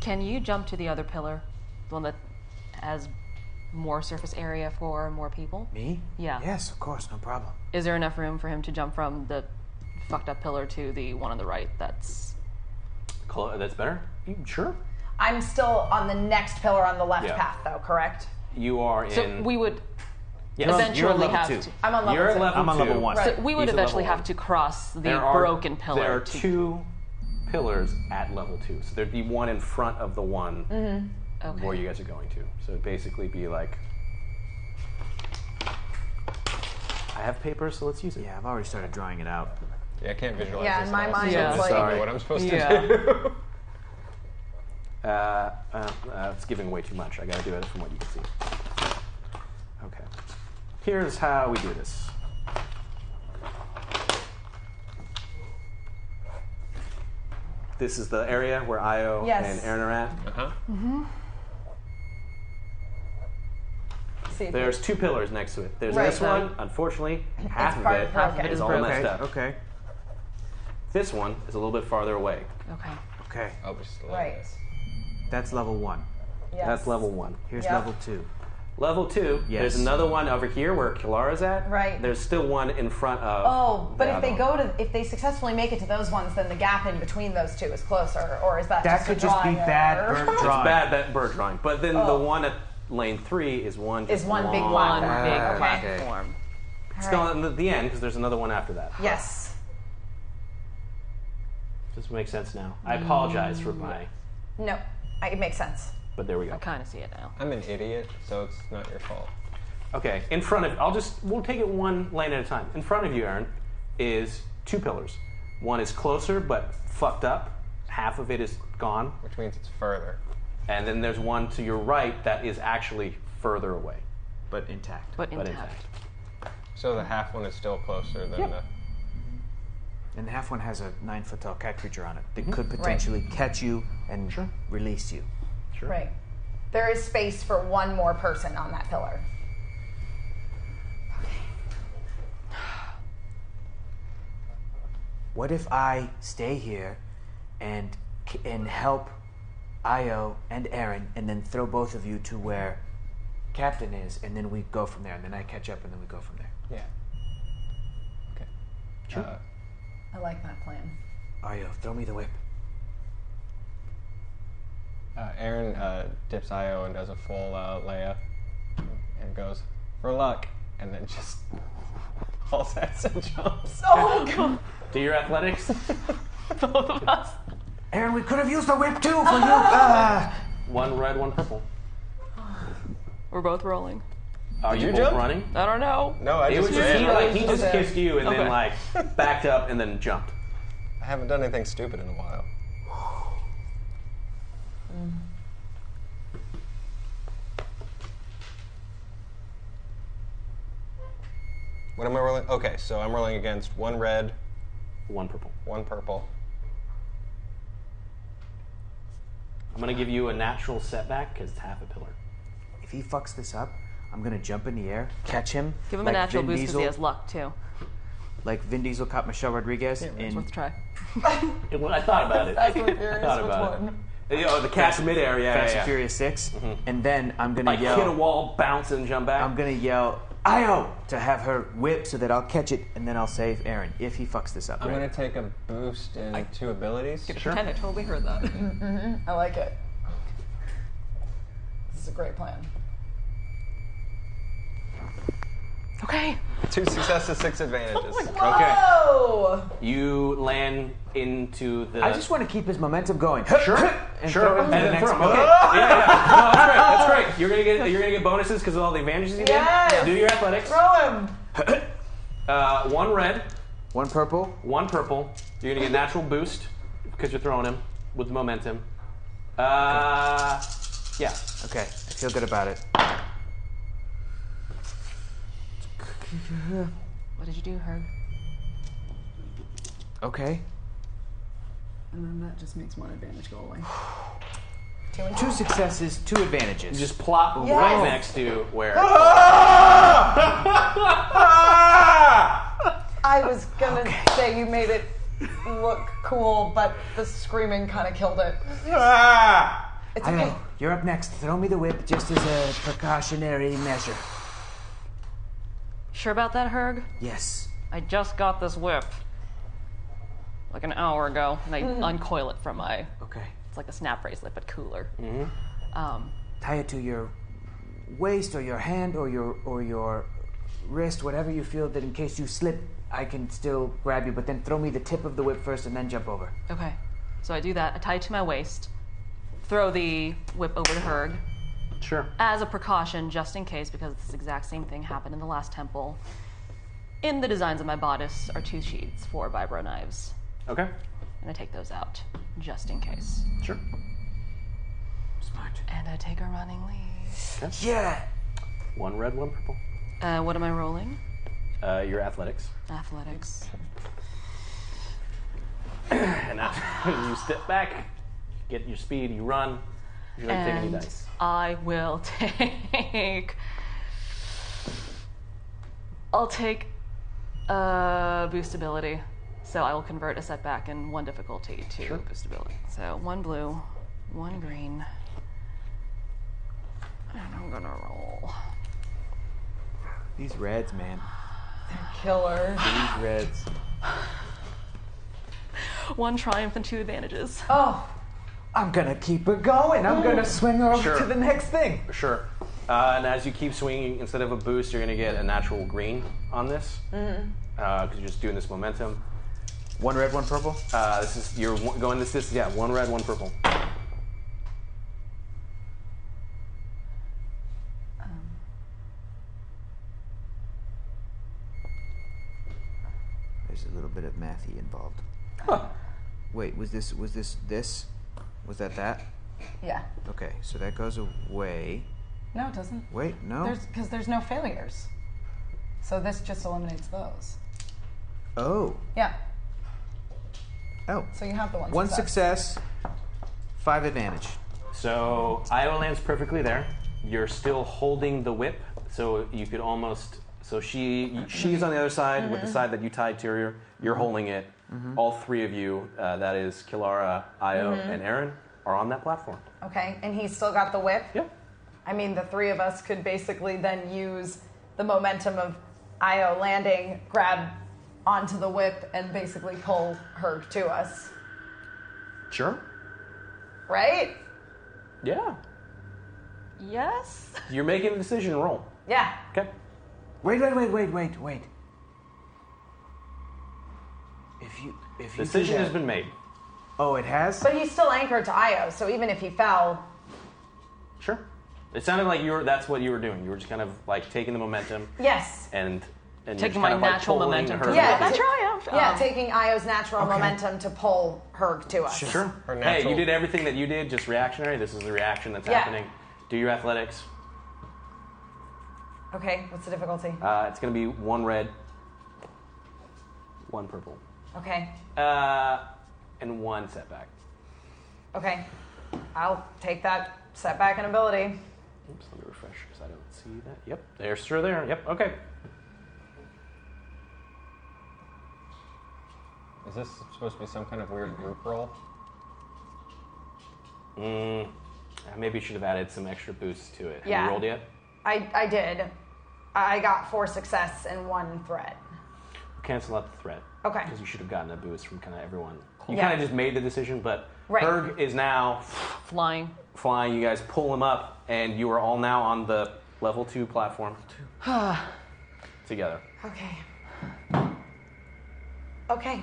S4: Can you jump to the other pillar? The one that has more surface area for more people?
S8: Me?
S4: Yeah.
S8: Yes, of course, no problem.
S4: Is there enough room for him to jump from the fucked up pillar to the one on the right that's
S2: Col- That's better. You, sure.
S3: I'm still on the next pillar on the left
S2: Yeah.
S3: path, though, correct?
S2: You are
S4: So
S2: in.
S4: we would
S2: yes,
S4: eventually
S2: you're level
S4: have
S2: two.
S4: to-
S3: I'm on level
S2: You're at
S3: two.
S2: level
S38: I'm on
S2: two.
S38: level one.
S4: so we would
S2: He's a
S4: eventually
S2: level
S4: have to cross the
S2: There are-
S4: broken pillar.
S2: There are
S4: to-
S2: two
S4: Mm-hmm.
S2: pillars at level two, so there'd be one in front of the one
S4: Okay.
S2: where you guys are going to. So it'd basically be like, I have paper, so let's use it.
S8: Yeah, I've already started drawing it out.
S7: Yeah, I can't visualize.
S39: Yeah,
S7: this
S39: in my
S7: now,
S39: mind
S7: so
S39: it's
S7: just
S39: like-
S7: tell me what I'm supposed
S39: Yeah.
S7: to do.
S2: uh, uh, uh, it's giving away too much. I gotta do it from what you can see. Okay. Here's how we do this. This is the area where Io
S3: Yes.
S2: and Aaron are at. Uh-huh.
S3: Mm-hmm. See,
S2: There's two pillars next to it. There's
S3: Right.
S2: this one, unfortunately, half of
S3: part-
S2: it, half of it
S3: okay.
S2: is all
S3: Okay,
S2: messed up.
S8: Okay.
S2: This one is a little bit farther away.
S4: Okay.
S8: Okay.
S7: Obviously.
S3: right.
S8: That's level one.
S3: Yes.
S2: That's level one.
S8: Here's
S3: Yeah.
S8: level two.
S2: Level two.
S8: Yes.
S2: There's another one over here where Kilara's at.
S3: Right.
S2: There's still one in front of.
S3: Oh, but
S2: the
S3: if
S2: other
S3: they
S2: one.
S3: go to, if they successfully make it to those ones, then the gap in between those two is closer, or is that
S8: That
S3: just
S8: could
S3: a
S8: just be
S3: drawing
S8: bad
S3: error?
S8: bird
S2: It's
S8: drawing.
S2: bad that bird drawing. But then
S3: Oh.
S2: the one at lane three is one.
S3: [LAUGHS] Is
S2: just
S3: one big
S2: long-
S3: platform.
S8: big
S3: okay.
S8: platform.
S2: It's
S3: All
S2: not
S3: right.
S2: the, the end because there's another one after that.
S3: Yes.
S2: This makes sense now. I apologize for my.
S3: No. I, it makes sense.
S2: But there we go.
S4: kind of see it now.
S7: I'm an idiot, so it's not your fault.
S2: Okay, in front of I'll just we'll take it one lane at a time. In front of you, Aaron, is two pillars. One is closer but fucked up. Half of it is gone.
S7: Which means it's further.
S2: And then there's one to your right that is actually further away.
S8: But intact.
S4: But
S2: But
S4: intact. [LAUGHS]
S2: intact.
S7: So the half one is still closer than the.
S8: And the half one has a nine foot tall cat creature on it that
S37: Mm-hmm.
S8: could potentially catch you and release you.
S3: Right.
S39: There is space for one more person on that pillar.
S8: What if I stay here and k- and help Io and Aaron and then throw both of you to where Captain is and then we go from there and then I catch up and then we go from there.
S7: Yeah. Okay. Uh,
S3: I like that plan.
S8: Io, throw me the whip.
S7: Uh, Aaron uh, dips Io and does a full uh, Leia and goes, for luck, and then just [LAUGHS] falls ass and jumps.
S3: Oh god.
S2: Do your
S3: [LAUGHS]
S2: athletics?
S4: Both of us.
S8: Aaron, we could have used the whip [GASPS] too for you. Ah.
S2: one red, one purple.
S4: We're both rolling.
S2: Are
S7: Did
S2: you
S7: you
S2: both
S7: jump?
S2: running?
S4: I don't know.
S7: No, I
S2: It
S7: just
S2: was just, he,
S7: ran.
S2: like, he just
S3: Okay.
S2: kissed you and then
S4: Okay.
S2: like
S3: [LAUGHS]
S2: backed up and then jumped.
S7: I haven't done anything stupid in a while. What am I rolling? Okay, so I'm rolling against one red,
S2: One purple.
S7: one purple.
S2: I'm gonna give you a natural setback because it's half a pillar.
S8: If he fucks this up, I'm gonna jump in the air, catch him.
S4: Give him
S8: like
S4: a natural
S8: Vin
S4: boost because
S8: Diesel,
S4: he has luck too.
S8: Like Vin Diesel caught Michelle Rodriguez
S4: It's
S8: in
S4: worth a try.
S8: Mm.
S2: It- well, I thought about it. I
S3: [LAUGHS] That's what Furious
S2: thought
S3: was
S2: about
S3: one.
S2: it. Oh, the cat's mid area.
S8: Fast and Furious 6
S2: Mm-hmm.
S8: and then I'm gonna
S2: Like
S8: yell.
S2: hit a wall, bounce, and jump back.
S8: I'm gonna yell "Io" to have her whip so that I'll catch it and then I'll save Aaron if he fucks this up.
S7: I'm
S8: right?
S7: gonna take a boost in two abilities.
S4: Pretend I totally heard that.
S8: [LAUGHS]
S3: I like it. This is a great plan.
S4: okay.
S7: Two successes, six advantages.
S2: Okay.
S3: Oh!
S2: You land into the.
S8: I just want to keep his momentum going.
S2: Sure.
S8: [LAUGHS] And
S2: sure.
S8: throw
S2: and
S8: him to the
S2: then
S8: next
S2: throw him.
S8: pillar. [LAUGHS]
S2: Okay. Yeah, yeah. No, that's great. That's great. You're gonna get you're gonna get bonuses because of all the advantages you get.
S3: Yes.
S2: Do your athletics.
S3: Throw him!
S2: [COUGHS] Uh, one red,
S8: One purple.
S2: one purple. You're gonna get natural boost because you're throwing him with momentum. Uh, yeah.
S8: Okay, I feel good about it.
S4: What did you do, Herb?
S8: Okay.
S5: And then that just makes one advantage go away.
S8: [SIGHS] Two successes, two
S2: You
S8: advantages.
S2: just plop right next to where.
S3: [GASPS] I was gonna say you made it look cool, but the screaming kind of killed it. It's okay.
S8: Io, you're up next. Throw me the whip just as a precautionary measure.
S4: Sure about that, Herg?
S8: Yes.
S4: I just got this whip like an hour ago, and I uncoil it from my.
S8: Okay.
S4: It's like a snap bracelet, but cooler. Um,
S8: Tie it to your waist or your hand or your or your wrist, whatever you feel that in case you slip, I can still grab you. But then throw me the tip of the whip first, and then jump over.
S4: okay, so I do that. I tie it to my waist, throw the whip over to Herg.
S2: Sure.
S4: As a precaution, just in case, because this exact same thing happened in the last temple. In the designs of my bodice are two sheaths for vibro knives.
S2: Okay.
S4: And I take those out, just in case.
S2: Sure.
S4: Smart. And I take a running lead.
S2: Yeah. One red, one purple.
S4: Uh, what am I rolling?
S2: Uh, your athletics.
S4: Athletics.
S2: and after [LAUGHS] you step back, get your speed, you run. You don't take any
S4: And
S2: dice.
S4: I will [LAUGHS] take. I'll take uh, boost ability. So I will convert a setback in one difficulty to boost ability. So one blue, one green. And I'm gonna roll.
S8: These reds, man.
S3: Killer.
S8: These reds.
S4: One triumph and two advantages.
S8: Oh! I'm gonna keep it going. I'm [GASPS] gonna swing her over
S2: Sure.
S8: to the next thing.
S2: Sure. Uh, and as you keep swinging, instead of a boost, you're going to get a natural green on this
S3: Mm.
S2: because you're just doing this momentum.
S8: One red, one purple.
S2: Uh, this is you're one, going this this yeah one red, one purple.
S8: There's a little bit of mathy involved. Wait, was this was this this? Was that that?
S3: Yeah.
S8: Okay, so that goes away.
S3: No, it doesn't.
S8: Wait, no.
S3: Because there's no failures. So this just eliminates those.
S8: oh,
S3: Yeah.
S8: oh.
S3: So you have the one.
S8: One success, five advantage.
S2: So Iowa lands perfectly there. You're still holding the whip, so you could almost. So she she's on the other side with
S4: Mm-hmm.
S2: the
S40: Mhm.
S2: side that you tied to her. You're holding it.
S40: Mhm.
S2: All three of you, uh, that is Kilara, Io,
S4: Mm-hmm.
S3: Mhm.
S2: and Aaron, are on that platform.
S3: Okay, and he's still got the whip.
S2: Yep.
S3: I mean, the three of us could basically then use the momentum of Io landing, grab onto the whip, and basically pull her to us.
S2: Sure.
S3: Right?
S2: Yeah.
S4: Yes.
S2: You're making a decision roll.
S3: Yeah.
S2: Okay.
S8: Wait, wait, wait, wait, wait, wait. If you if you do
S2: Decision
S8: that-
S2: has been made.
S8: Oh, it has.
S3: But he's still anchored to Io, so even if he fell,
S2: Sure. It sounded like you were. That's what you were doing. You were just kind of like taking the momentum.
S3: yes.
S2: And and
S4: Taking
S2: you're just
S4: my
S2: kind of, like,
S4: natural
S2: pulling
S4: momentum
S2: Her
S3: yeah,
S2: with it.
S3: ta- Yeah,
S2: Um,
S4: Oh.
S3: taking Io's natural momentum to pull her to us.
S2: Sure. Hey, you did everything that you did, just reactionary. This is the reaction that's
S3: Yeah.
S2: happening. Do your athletics.
S3: Okay, what's the difficulty?
S2: Uh, it's going to be one red, one purple,
S3: Okay,
S2: uh, and one setback.
S3: okay. I'll take that setback and ability.
S2: Oops, let me refresh because I don't see that. Yep, they're still there. Yep, okay.
S7: Is this supposed to be some kind of weird group roll?
S2: Mm, I maybe should have added some extra boosts to it. Have
S3: Yeah.
S2: you rolled yet?
S3: I, I did. I got four success and one threat.
S2: Cancel out the threat.
S3: Okay.
S2: Because you should have gotten a boost from kind of everyone. You
S3: Yeah.
S2: kind of just made the decision, but
S3: Right.
S2: Berg is now
S4: Flying.
S2: flying. You guys pull him up, and you are all now on the level two
S3: [SIGHS]
S2: platform together.
S3: okay. Okay.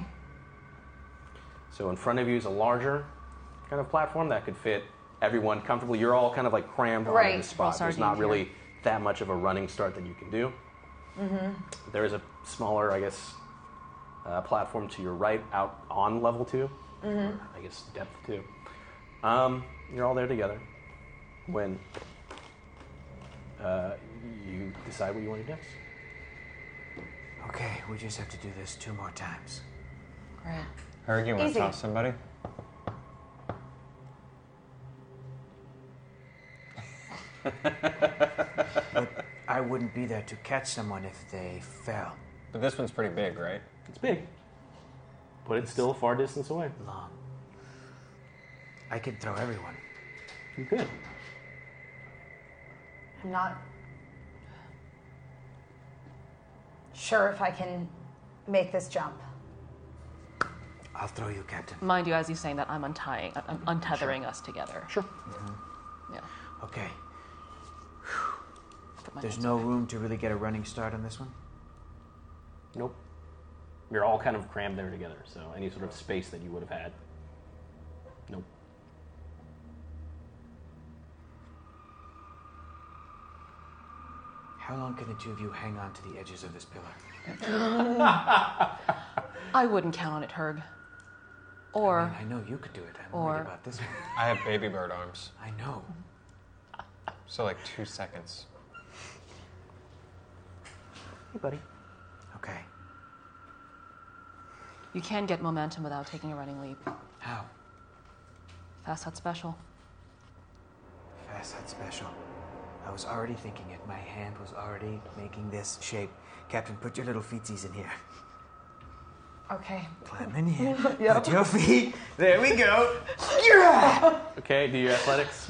S2: So in front of you is a larger kind of platform that could fit everyone comfortably. You're all kind of like crammed
S3: Right.
S2: onto the spot.
S3: Well,
S2: There's
S3: sardine
S2: not
S3: here.
S2: really that much of a running start that you can do.
S3: Mm-hmm.
S2: There is a smaller, I guess, uh, platform to your right out on level two.
S3: Mm-hmm.
S2: I guess depth two. Um, you're all there together. When uh, you decide what you want to do next.
S8: Okay, we just have to do this two more times.
S4: Right.
S7: Herg, you want
S8: Easy.
S7: to toss somebody?
S8: but I wouldn't be there to catch someone if they fell.
S7: But this one's pretty big, right?
S2: It's big. But it's still a far distance away.
S8: Long. I could throw everyone.
S2: You could.
S3: I'm not sure if I can make this jump.
S8: I'll throw you, Captain.
S4: Mind you, as you saying that, I'm untying, I'm untethering us together. Mm-hmm.
S2: Sure.
S4: Yeah.
S8: Okay.
S4: Put my
S8: There's
S4: hands
S8: no room to really get a running start on this one.
S2: Nope. You're all kind of crammed there together, so any sort of space that you would have had. Nope.
S8: How long can the two of you hang on to the edges of this pillar?
S4: I wouldn't count on it, Herg. Or
S8: I know you could do it. I'm
S4: Or-
S8: worried about this one.
S7: I have baby bird arms.
S8: I
S4: [LAUGHS]
S8: know.
S7: So like two seconds.
S41: Hey, buddy.
S8: Okay.
S4: you can get momentum without taking a running leap.
S8: How?
S4: Fast hut special.
S8: Fast Hut Special. I was already thinking it. My hand was already making this shape. Captain, put your little feetsies in here.
S4: Okay.
S8: Climb
S4: [LAUGHS]
S8: in here. Put your feet. There we go.
S2: Okay, do your athletics.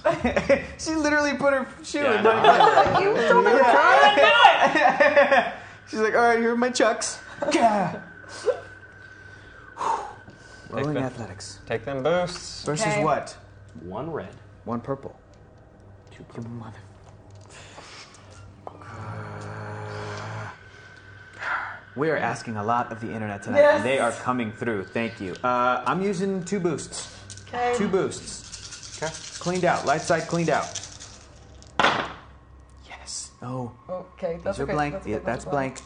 S8: She literally put her shoe
S2: Yeah, I
S8: in
S2: know.
S8: my butt. you told me to do it. She's like, all right, here are my chucks. [LAUGHS] Yeah. Rolling
S7: them.
S8: athletics.
S7: Take them boosts.
S8: Versus
S7: Okay.
S8: what?
S2: One red.
S8: One purple.
S2: Two
S8: purple. mother. Uh, We are asking a lot of the internet tonight,
S3: Yes.
S8: and they are coming through. Thank you. Uh, I'm using two boosts.
S3: 'Kay.
S8: Two boosts. Okay. Cleaned out. Light side cleaned out. Yes. No.
S5: Okay,
S8: These are blank. Yeah, that's blank.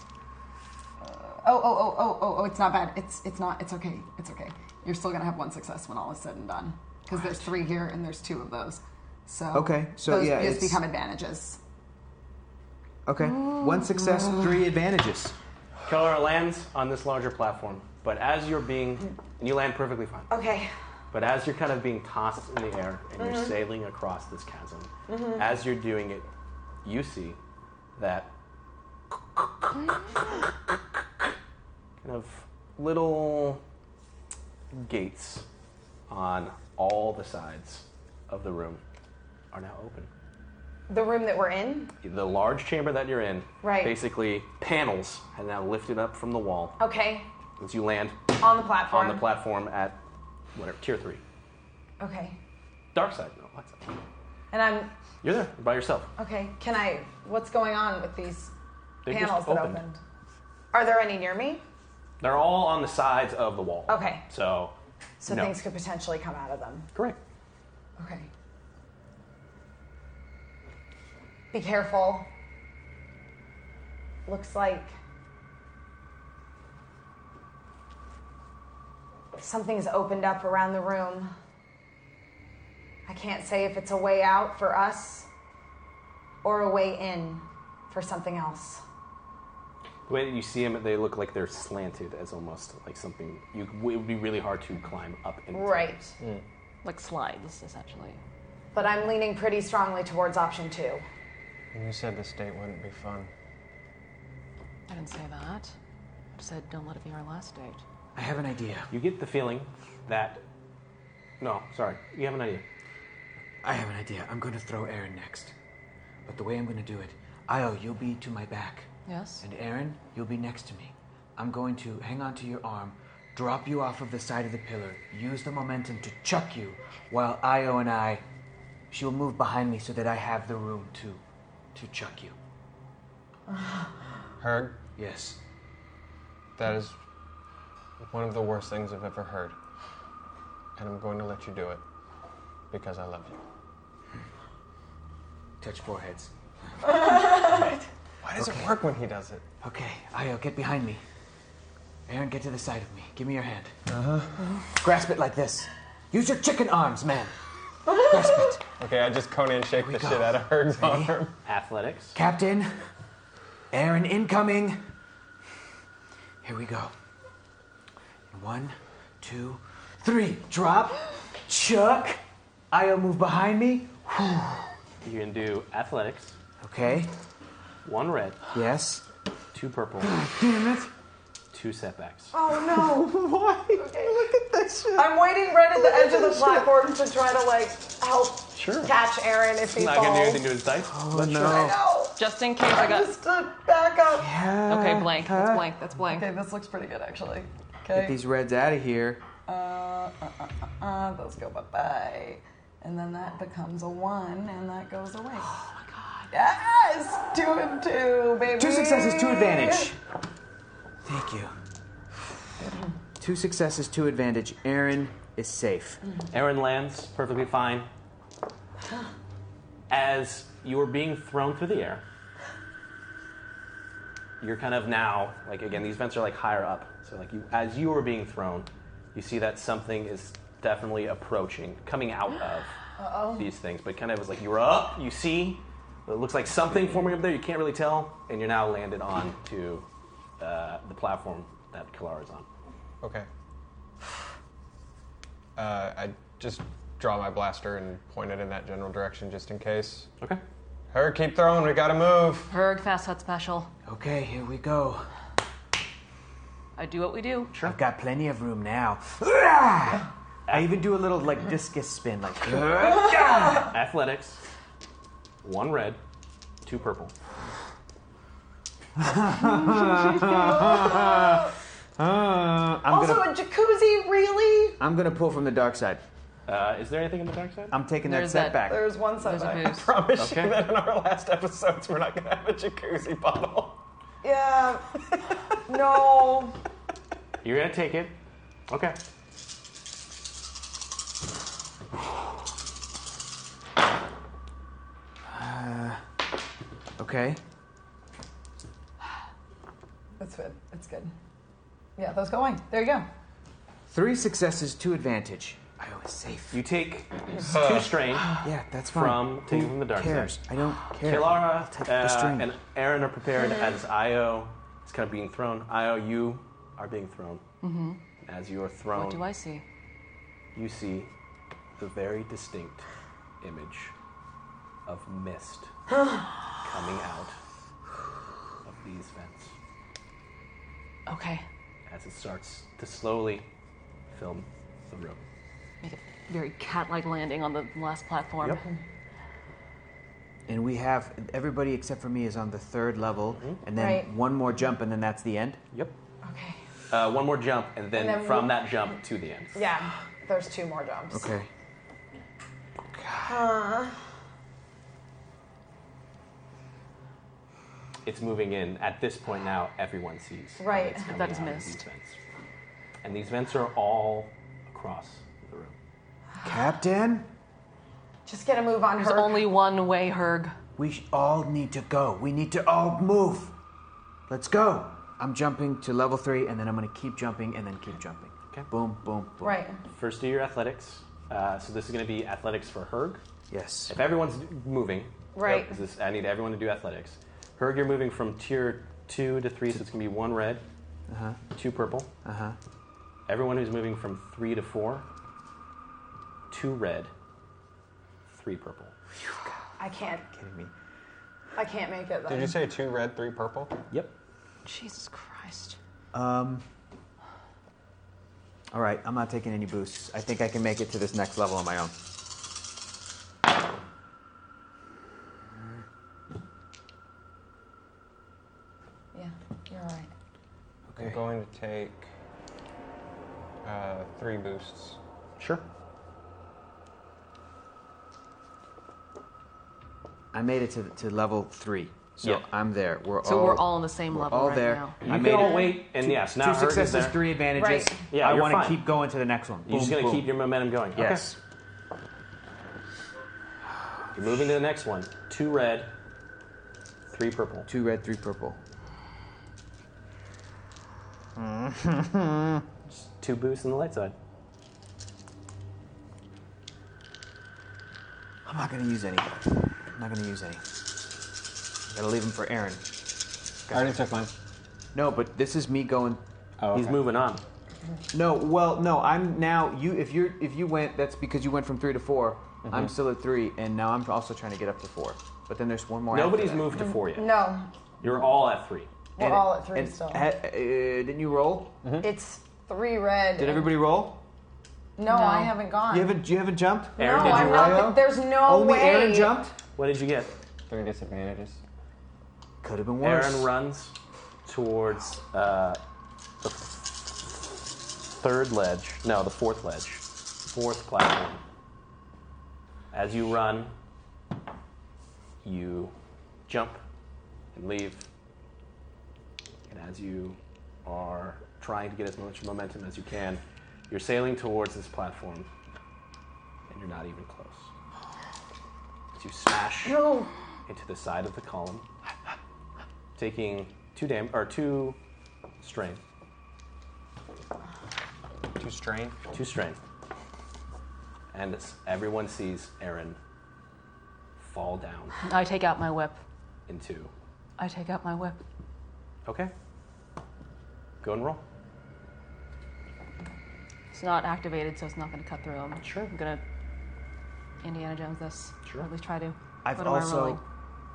S5: Oh, oh, oh, oh, oh, oh, it's not bad. It's it's not. It's okay. It's okay. You're still gonna have one success when all is said and done because there's three here and there's two of those. So
S8: Okay, so
S5: those
S8: yeah,
S5: just
S8: it's-
S5: become advantages.
S8: Okay. One success, three advantages.
S2: Keller lands on this larger platform, but as you're being, and you land perfectly fine.
S3: Okay.
S2: But as you're kind of being tossed in the air and you're
S3: Mhm.
S2: sailing across this chasm,
S3: Mhm.
S2: as you're doing it, you see that kind of little gates on all the sides of the room are now open.
S3: The room that we're in?
S2: The large chamber that you're in,
S3: Right.
S2: basically panels have now lifted up from the wall
S3: Okay.
S2: as you land
S3: On the platform.
S2: on the platform at whatever tier three,
S3: Okay.
S2: dark side. No, light side.
S3: And I'm
S2: You're there by yourself.
S3: okay. Can I? What's going on with these
S2: They just
S3: panels that
S2: opened.
S3: opened? Are there any near me?
S2: They're all on the sides of the wall.
S3: Okay.
S2: So,
S3: So
S2: no.
S3: things could potentially come out of them.
S2: Correct.
S3: Okay. Be careful. Looks like something's opened up around the room. I can't say if it's a way out for us or a way in for something else.
S2: The way that you see them, they look like they're slanted as almost like something. You, it would be really hard to climb up into.
S3: Right.
S4: Like slides, essentially.
S3: But I'm leaning pretty strongly towards option two.
S7: And you said this date wouldn't be fun.
S4: I didn't say that. I said don't let it be our last date.
S8: I have an idea.
S2: You get the feeling that. No, sorry. You have an idea.
S8: I have an idea. I'm going to throw Aaron next. But the way I'm going to do it, Io, you'll be to my back.
S4: Yes?
S8: And Aaron, you'll be next to me. I'm going to hang onto your arm, drop you off of the side of the pillar, use the momentum to chuck you, while Io and I, she will move behind me so that I have the room to, to chuck you.
S7: Heard?
S8: Yes.
S7: That is one of the worst things I've ever heard. And I'm going to let you do it because I love you.
S8: Touch foreheads.
S7: Why does it work when he does it?
S8: Okay, Io, get behind me. Aaron, get to the side of me. Give me your hand. Uh huh. Grasp it like this. Use your chicken arms, man. Grasp it.
S7: Okay, I just Conan shake the
S8: go.
S7: shit out of Herg's
S8: Ready?
S7: arm.
S2: Athletics.
S8: Captain, Aaron incoming. Here we go. One, two, three. Drop, chuck. Io, move behind me. Whew.
S2: You can do athletics.
S8: Okay.
S2: One red,
S8: Yes.
S2: two purple,
S8: Damn it.
S2: two setbacks.
S3: Oh no!
S8: Why?
S3: Look
S8: at that shit.
S3: I'm waiting right at the
S8: Look at
S3: edge of
S2: [LAUGHS]
S8: that
S3: the
S8: shit.
S3: platform to try to like help
S2: Sure.
S3: catch Aaron if he
S2: I'm not
S3: falls.
S2: gonna do anything to his dice.
S8: Oh
S2: but
S8: no.
S2: sure.
S4: Just in case I got.
S3: Just to back up.
S4: Okay, blank. That's blank. That's blank.
S5: Okay, this looks pretty good actually.
S8: Get these reds out of here.
S5: Uh, uh, uh, uh, uh, those go bye bye, and then that becomes a one, and that goes away. Oh my god! Yes, two and two, baby.
S8: Two successes, two advantage. Thank you. Two successes, two advantage. Aaron is safe.
S2: Aaron lands perfectly fine. As you are being thrown through the air, you're kind of now like again these vents are like higher up so like you as you are being thrown you see that something is definitely approaching coming out of
S3: Uh-oh.
S2: these things but kind of was like you're up you see it looks like something forming up there you can't really tell and you're now landed on to uh, the platform that Kalara's on
S7: Okay. Uh, I just draw my blaster and point it in that general direction just in case.
S2: Okay.
S7: Her, keep throwing. We gotta move.
S4: Herg, fast hut special.
S8: Okay, here we go.
S4: I do what we do.
S8: Sure. I've got plenty of room now. I even do a little like discus spin, like.
S2: athletics one red two purple
S5: Uh, I'm
S3: also,
S5: gonna,
S3: a jacuzzi, really?
S5: I'm gonna pull from the dark side.
S2: Uh, is there anything in the dark side? [LAUGHS]
S5: I'm taking that setback.
S3: There's one setback.
S4: [LAUGHS]
S7: I promise you that in our last episodes, we're not gonna have a jacuzzi bottle.
S3: Yeah. no.
S2: You're gonna take it. Okay.
S8: Uh, okay.
S3: That's good. That's good. Yeah, those go away. There you go.
S8: Three successes, two advantage. I always safe.
S2: You take two
S8: [SIGHS]
S2: strain.
S8: yeah, that's fine.
S2: From taking
S8: Who
S2: from the dark
S8: cares?
S2: side.
S8: I [GASPS] don't care.
S2: Kilara
S8: the
S2: uh,
S8: strain.
S2: and Aaron are prepared as Io is kind of being thrown. Io, you are being thrown.
S4: Mm-hmm.
S2: As you are thrown,
S4: What do I see?
S2: you see the very distinct image of mist coming out of these vents
S4: Okay.
S2: as it starts to slowly fill the room.
S4: Make a very cat-like landing on the last platform.
S8: And we have everybody except for me is on the third level,
S2: Mm-hmm.
S8: and then
S3: Right.
S8: one more jump, and then that's the end.
S2: Yep.
S3: Okay.
S2: Uh, one more jump, and then,
S3: And then
S2: from
S3: we-
S2: that jump to the end.
S3: Yeah, there's two more jumps.
S8: Okay.
S3: Uh,
S2: It's moving in. At this point now, everyone sees. that
S4: Right,
S2: it's coming
S4: that is
S2: out of
S4: missed.
S2: These vents. And these vents are all across the room.
S8: Captain,
S3: just get a move on
S4: There's
S3: her.
S4: only one way, Herg.
S8: we sh- all need to go. We need to all move. Let's go. I'm jumping to level three, and then I'm gonna keep jumping, and then keep jumping. Okay. Boom, boom, boom.
S3: Right.
S2: First, do your athletics. Uh, so this is going to be athletics for Herg.
S8: Yes.
S2: If everyone's moving,
S3: Right.
S2: yep, this is- I need everyone to do athletics. Herg, you're moving from tier two to three, so it's going to be one red,
S8: Uh-huh.
S2: two purple.
S8: Uh-huh.
S2: Everyone who's moving from three to four, two red, three purple.
S3: I can't.
S8: Kidding me.
S3: I can't make it. Then.
S7: Did you say two red, three purple?
S2: Yep.
S4: Jesus Christ.
S8: Um. All right, I'm not taking any boosts. I think I can make it to this next level on my own.
S3: Yeah, you're all right.
S7: I'm going to take uh, three boosts.
S2: Sure.
S8: I made it to, to level three, so
S2: Yeah.
S8: I'm there. We're
S4: So
S8: all
S4: we're all on the same
S8: Oh. we're
S4: level
S8: all
S4: right
S8: there.
S4: now.
S2: You
S8: I
S2: can
S8: made
S2: all
S8: it.
S2: wait, and
S8: two,
S2: yes, now
S8: two
S2: Herg is
S8: successes,
S2: there.
S8: three advantages.
S3: Right.
S2: Yeah,
S8: I
S2: you're
S8: wanna
S2: fine.
S8: keep going to the next one.
S2: You're just
S8: Boom,
S2: going to keep
S8: boom.
S2: your momentum going. Okay.
S8: Yes.
S2: You're moving to the next one. Two red, three purple.
S8: Two red, three purple.
S2: Two boosts on the light side.
S8: I'm not gonna use any. I'm not gonna use any. Gotta leave them for Aaron.
S7: I already took mine.
S8: No, but this is me going.
S2: He's moving on.
S8: No, well, no. I'm now. You, if you're, if you went, that's because you went from three to 4 i I'm
S2: Mhm.
S8: still at three, and now I'm also trying to get up to four. But then there's one more. after
S2: Nobody's
S8: that.
S2: moved to four yet.
S3: No,
S2: You're all at three.
S3: we're
S8: And-
S3: all at three
S8: and
S3: still.
S8: ha- uh, didn't you roll?
S3: It's three red.
S8: Did
S3: and-
S8: everybody roll?
S3: No, I haven't gone.
S8: You haven't. You haven't jumped.
S3: no,
S2: did you
S3: I'm not.
S8: roll?
S3: There's no
S8: Only
S3: way.
S8: Aaron jumped.
S2: What did you get?
S7: Three disadvantages.
S8: Could have been worse.
S2: Aaron runs towards uh, the third ledge. No, the fourth ledge. Fourth platform. As you run, you jump and leave. And as you are trying to get as much momentum as you can, you're sailing towards this platform. And you're not even close. As you smash
S3: No.
S2: into the side of the column, taking two dam or two strain.
S7: Two strain.
S2: Two strain. And it's, everyone sees Aaron fall down
S4: I take out my whip.
S2: into.
S4: I take out my whip.
S2: Okay. Go and roll.
S4: It's not activated, so it's not going to cut through him. Sure. I'm going to Indiana Jones this. Sure. at least try to.
S8: I've
S4: What am I rolling?
S8: also,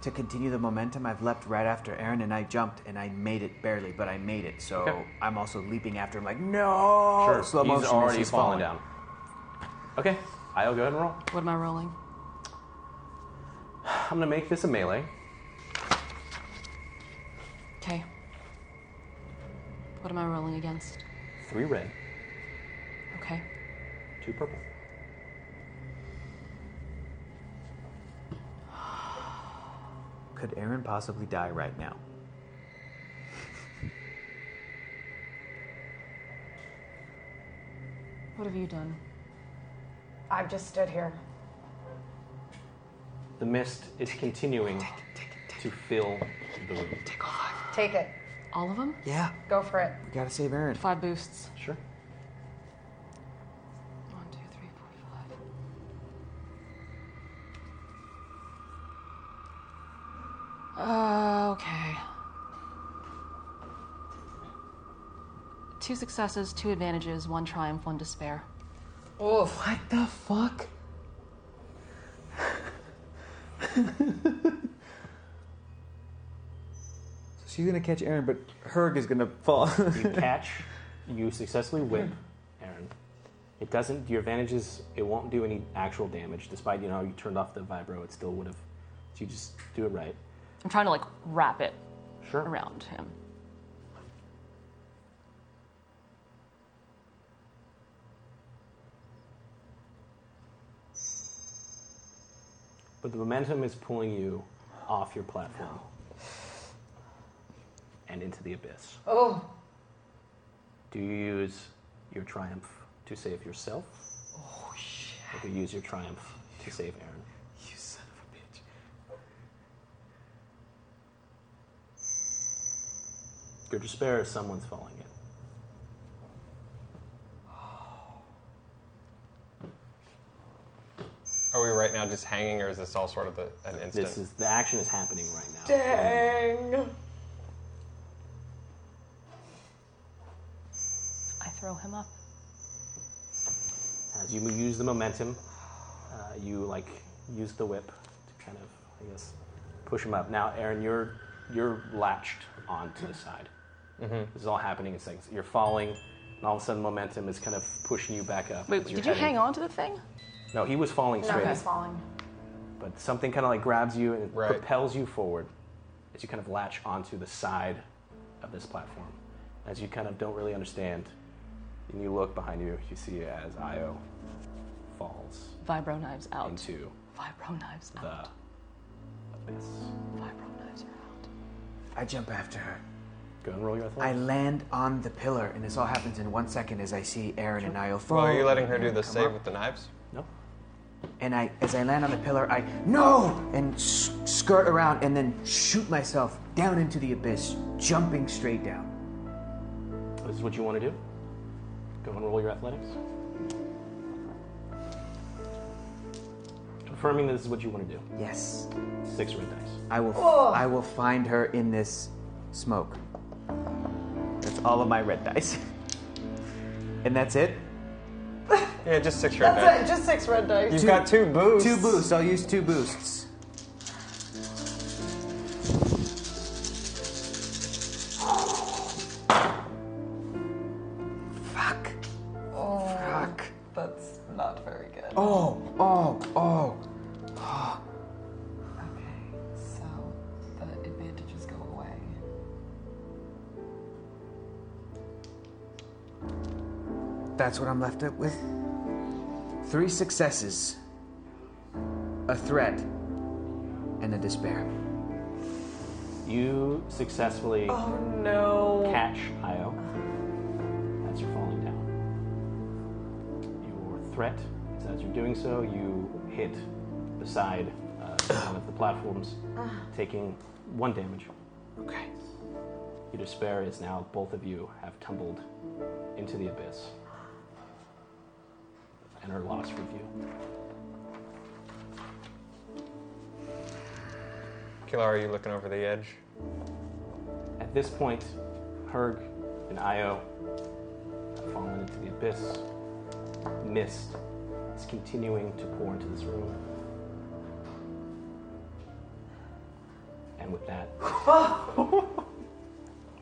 S8: to continue the momentum, I've leapt right after Aaron and I jumped and I made it barely, but I made it. So
S2: Okay.
S8: I'm also leaping after him like, no!
S2: sure.
S8: Oh, Slow
S2: He's
S8: motion as
S2: already
S8: he's
S2: fallen
S8: falling.
S2: down. Okay. I'll go ahead and roll.
S4: What am I rolling?
S2: I'm gonna make this a melee.
S4: Okay. What am I rolling against?
S2: Three red,
S4: Okay.
S2: two purple.
S8: [SIGHS] Could Aaron possibly die right now?
S4: What have you done?
S42: I've just stood here.
S2: The mist is continuing to fill the room.
S42: Take it.
S4: All of them?
S8: Yeah.
S42: Go for it.
S8: We gotta save Aaron.
S4: Five boosts.
S2: Sure.
S4: One, two, three, four, five. Uh, okay. Two successes, two advantages, one triumph, one despair.
S8: Oh, what the fuck? [LAUGHS] so she's gonna catch Aaron, but Herg is gonna fall.
S2: You catch, you successfully whip Aaron. It doesn't, your advantage is, it won't do any actual damage, despite, you know, you turned off the vibro, it still would have. So you just do it right.
S4: I'm trying to like wrap it
S2: Sure.
S4: around him.
S2: But the momentum is pulling you off your platform and into the abyss.
S42: Oh,
S2: Do you use your triumph to save yourself? Oh shit! Or do you use your triumph to save Aaron? You son of a bitch! Your despair is someone's falling in.
S7: Are we right now just hanging, or is this all sort of the, an instant?
S2: This is the action is happening right now.
S3: Dang.
S4: I throw him up.
S2: As you use the momentum, uh, you like use the whip to kind of, I guess, push him up. Now, Aaron, you're you're latched onto the side.
S7: Mhm.
S2: This is all happening in seconds. You're falling, and all of a sudden, momentum is kind of pushing you back up.
S4: Wait,
S2: as you're
S4: did you
S2: heading-
S4: hang on to the thing?
S2: No, he was falling straight.
S42: falling.
S2: But something kind of like grabs you and propels you forward as you kind of latch onto the side of this platform. As you kind of don't really understand, and you look behind you, you see as Io falls
S4: Vibro knives out.
S2: into
S4: Vibro knives out.
S2: the abyss.
S4: Vibro knives are
S8: I jump after her.
S2: Go and roll your
S8: I land on the pillar, and this all happens in one second as I see Aaron and Niall fall.
S7: Well, are you letting her do
S8: and
S7: the
S8: come
S7: save
S8: up.
S7: with the knives?
S2: No.
S8: And I, as I land on the pillar, I no and s- skirt around and then shoot myself down into the abyss, jumping straight down.
S2: This is what you want to do. Go and roll your athletics. Confirming this is what you want to do.
S8: Yes,
S2: Six red dice.
S8: I will. I will find her in this smoke. That's all of my red dice, [LAUGHS] and that's it.
S7: Yeah, just six red dice.
S3: That's it. Just six red dice.
S7: You've got two boosts.
S8: Two boosts. I'll use two boosts. Fuck. Fuck.
S3: Oh, That's not very good.
S8: Oh, oh, oh.
S3: Okay, so the advantages go away.
S8: That's what I'm left up with. Three successes, a threat, and a despair.
S2: You successfully
S3: No.
S2: catch Io as you're falling down. Your threat is as you're doing so, you hit the side uh, of one of the platforms, taking one damage.
S8: Okay.
S2: Your despair is now both of you have tumbled into the abyss and are lost from view.
S7: Kilar, are you looking over the edge?
S2: At this point, Herg and Io have fallen into the abyss. Mist is continuing to pour into this room. And with that,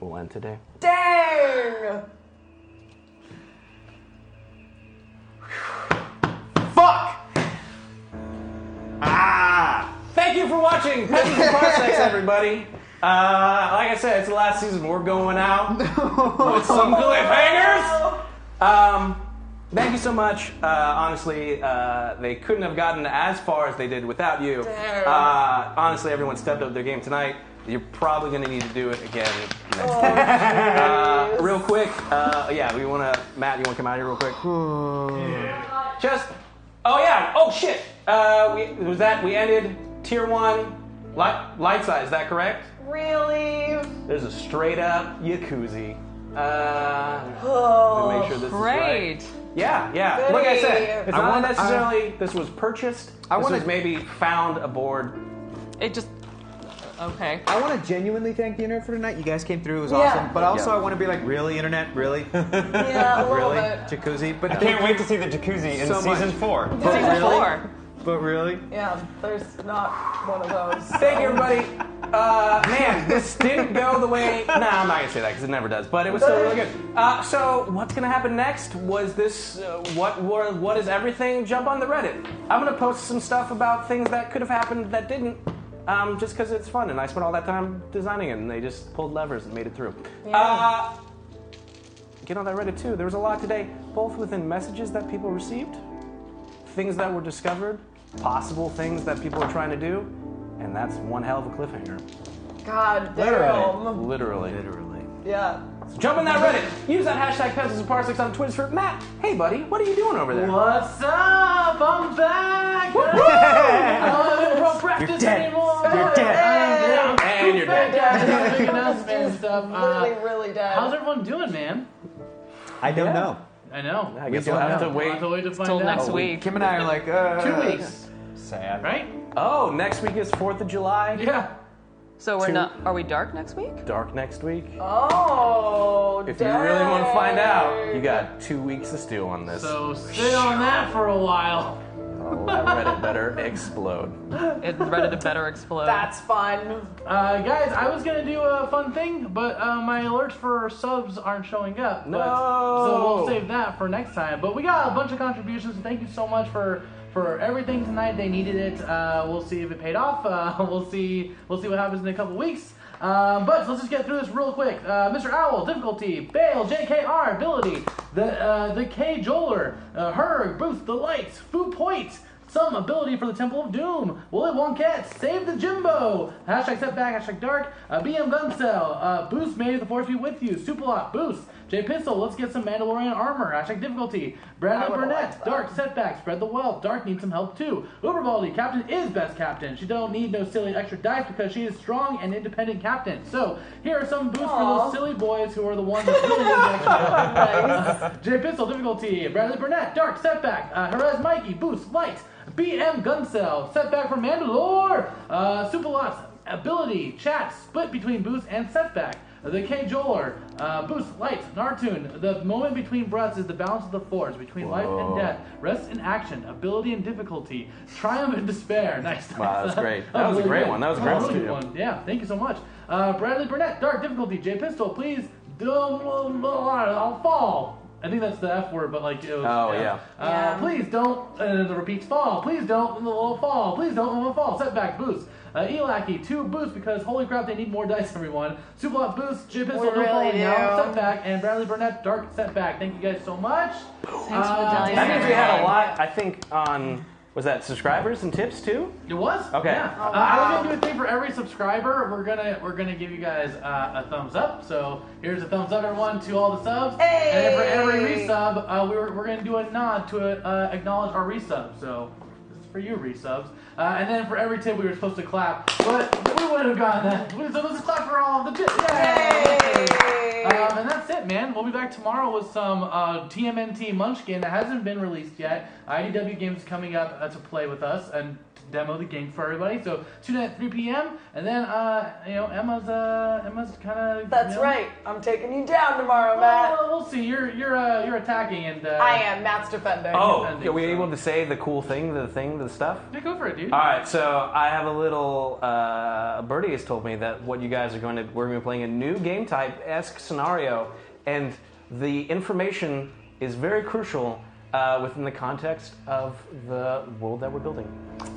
S2: we'll end today.
S3: Dang!
S2: Ah! Thank you for watching Peasants and Parsecs, everybody. Uh, like I said, it's the last season. We're going out with some cliffhangers. Um, thank you so much. Uh, honestly, uh, they couldn't have gotten as far as they did without you.
S43: Damn.
S2: Uh, honestly, everyone stepped up their game tonight. You're probably going to need to do it again next
S43: Oh,
S2: time. Uh, real quick, uh, yeah, we want to. Matt, you want to come out here real quick? Just. Oh yeah. Oh shit. Uh, we was that we ended tier one, light, light size. Is that correct?
S3: Really?
S2: There's a straight up Yakuza. Uh,
S3: Oh,
S2: let me make sure this is right. Yeah, yeah. Like I said, it's
S44: I want-
S2: not necessarily this was purchased.
S44: I
S2: this
S44: wanna-
S2: was maybe found aboard.
S4: It just. uh, Okay.
S5: I want to genuinely thank the internet for tonight. You guys came through. It was
S4: Yeah.
S5: awesome. But also,
S4: Yeah.
S5: I want to be like, really, internet?
S8: [LAUGHS]
S5: Really?
S7: Yeah, a little
S5: really?
S7: bit.
S5: Jacuzzi? But
S7: I can't wait to see the jacuzzi in
S5: So much.
S7: season four.
S5: But
S7: Season
S5: really?
S7: four.
S5: But really?
S3: Yeah, there's not one of those.
S2: Thank you, everybody. Uh, man, this didn't go the way. Nah, I'm not gonna say that because it never does. But it was still really good. Uh, so what's gonna happen next? Was this uh, what were what is everything? Jump on the Reddit. I'm gonna post some stuff about things that could have happened that didn't, um, just because it's fun and I spent all that time designing it and they just pulled levers and made it through. Uh, get on that Reddit too. There was a lot today, both within messages that people received, things that were discovered, possible things that people are trying to do, and that's one hell of a cliffhanger.
S3: God damn.
S2: Literally. Literally. Literally.
S3: Yeah.
S2: So jump on that Reddit. Use that hashtag pencils and parsecs on Twitter for Matt. Hey buddy, what are you doing over there?
S43: What's up? I'm back.
S2: Woo-hoo! [LAUGHS]
S43: I don't even pro practice
S2: You're dead.
S43: anymore.
S2: You're dead.
S43: I'm dead.
S2: And you're
S43: I'm
S2: dead.
S43: I'm doing announcement and stuff. Uh,
S3: Really, really dead.
S43: How's everyone doing, man?
S5: I don't know.
S43: I know.
S5: I guess We we'll don't have to know. wait
S43: We'll have to wait to find
S5: till
S43: out.
S5: next week. Kim and I are like, uh,
S43: two weeks.
S2: Sad.
S43: Right?
S2: Oh, next week is 4th of July.
S43: Yeah.
S4: So we're
S2: Two-
S4: not. Are we dark next week?
S2: Dark next week.
S3: Oh.
S2: If you really want to find out, you got two weeks to stew on this.
S43: So sit on that for a while.
S2: Oh, that Reddit better
S43: [LAUGHS]
S2: explode.
S4: It Reddit better explode.
S3: That's fun.
S43: Uh, guys, I was gonna do a fun thing, but uh, my alerts for subs aren't showing up. but-
S2: No.
S43: so we'll save that for next time. But we got a bunch of contributions. Thank you so much for for everything tonight. They needed it. Uh, we'll see if it paid off. Uh, [LAUGHS] we'll see. We'll see what happens in a couple weeks. Um, but let's just get through this real quick. Uh, Mr. Owl, difficulty, Bale, JKR, ability, the uh, the K Joler, uh, Herg, Booth, the lights, Foo Point, some ability for the Temple of Doom. Willy Wonkat, save the Jimbo. Hashtag setback, hashtag dark. Uh, BM Guncell, uh, boost, may the force be with you. Superlock, boost. J Pistol, let's get some Mandalorian armor. Hashtag difficulty. Bradley Burnett, dark setback, spread the wealth. Dark needs some help too. Uberbaldi, captain is best captain. She don't need no silly extra dice because she is strong and independent captain. So here are some boosts for
S3: Aw.
S43: those silly boys who are the ones that really need the extra uh, J Pistol difficulty, Bradley Burnett, Dark setback, uh, Jerez Mikey, Boost, Light, BM Guncell, setback from Mandalore, uh, Superlots, ability, chat, split between Boost and setback. The K Joler, uh, Boost, Light, Nartoon, the moment between breaths is the balance of the force between life and
S2: Whoa.
S43: death, rest and action, ability and difficulty, triumph and despair. [LAUGHS] Nice.
S2: Wow, that was great. That was a
S43: really
S2: great
S43: good.
S2: one. That was a great
S43: really
S2: one,
S43: good
S2: too.
S43: Yeah, thank you so much. Uh, Bradley Burnett, Dark Difficulty, J Pistol, please. Don't- I'll fall. I think that's the F word, but like it was.
S2: Oh, yeah.
S43: Uh, please don't. And then the repeats fall. Please don't. The little fall. Please don't. The little fall. Setback boost. Uh, Elaki two boosts because holy crap they need more [LAUGHS] dice everyone. Superlot boost. J Pistol
S3: We
S43: no
S3: really
S43: falling now.
S3: do.
S43: Setback and Bradley Burnett dark setback. Thank you guys so much. Thanks
S4: for the dice,
S2: That means we had a lot, I think, on. Was that subscribers and tips too?
S43: It was.
S2: Okay.
S43: Yeah. Uh, I was gonna do a thing for every subscriber. We're gonna we're gonna give you guys uh, a thumbs up. So here's a thumbs up, everyone, to all the subs.
S3: Hey!
S43: And then for every resub, uh, we were, we're gonna do a nod to uh, acknowledge our resub. So this is for you resubs. Uh, and then for every tip, we were supposed to clap, but we wouldn't have gotten that. So let's clap for all of the tips. Yay! Uh, we'll be back tomorrow with some uh, TMNT Munchkin that hasn't been released yet. IDW Games is coming up uh, to play with us and to demo the game for everybody. So tune in at 3 p.m. And then, uh, you know, Emma's uh, Emma's kind of.
S3: That's right. I'm taking you down tomorrow, Matt.
S43: Well, we'll see. You're you're uh, you're attacking, and uh,
S3: I am Matt's defender.
S2: Oh, are we able to say the Uh, cool thing, the thing, the stuff?
S43: Yeah, go for it, dude.
S2: All right, so I have a little. Uh, Birdie has told me that what you guys are going to we're going to be playing a new game type esque scenario, and the information is very crucial uh, within the context of the world that we're building.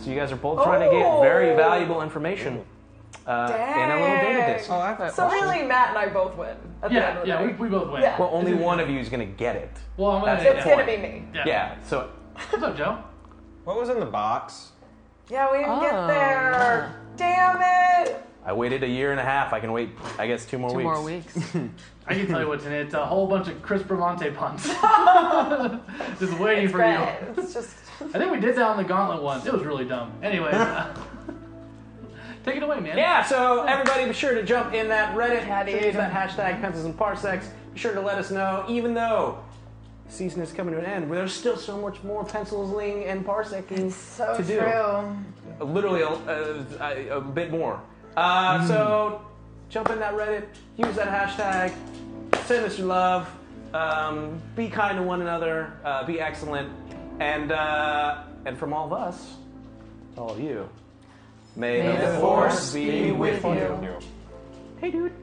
S2: So you guys are both trying to get very
S3: Oh.
S2: valuable information uh, in a little database.
S3: Dang. so really, Matt and I both win. At the end
S2: yeah,
S3: of the
S2: yeah,
S3: day.
S2: we, we both win.
S3: Yeah.
S2: Well, only one of you is going to get it.
S43: Well, I'm
S3: gonna- It's gonna be me.
S2: Yeah. So
S43: what's up, Joe?
S7: What was in the box?
S3: Yeah, we didn't
S7: Oh.
S3: get
S2: Ah.
S3: there. Damn it.
S2: I waited a year and a half. I can wait. I guess two more
S43: Two
S2: weeks.
S43: more I can tell you what's in it. It's a whole bunch of Chris
S3: [LAUGHS]
S43: Bramante puns. [LAUGHS] Just waiting for you.
S3: It's just.
S43: I think we did that on the gauntlet once. It was really dumb. Anyways, uh, take it away, man.
S2: Yeah, so everybody be sure to jump in that Reddit,
S43: Daddy.
S2: use that hashtag pencils and parsecs. Be sure to let us know, even though season is coming to an end, there's still so much more penciling and parsecing
S45: so
S2: to do.
S45: true.
S2: Literally a, a, a bit more. Uh,
S45: Mm.
S2: So jump in that Reddit, use that hashtag, send us your love, um, be kind to one another, uh, be excellent, and uh, and from all of us, to all of you, may,
S43: May
S2: the, force be with you.
S43: Hey, dude.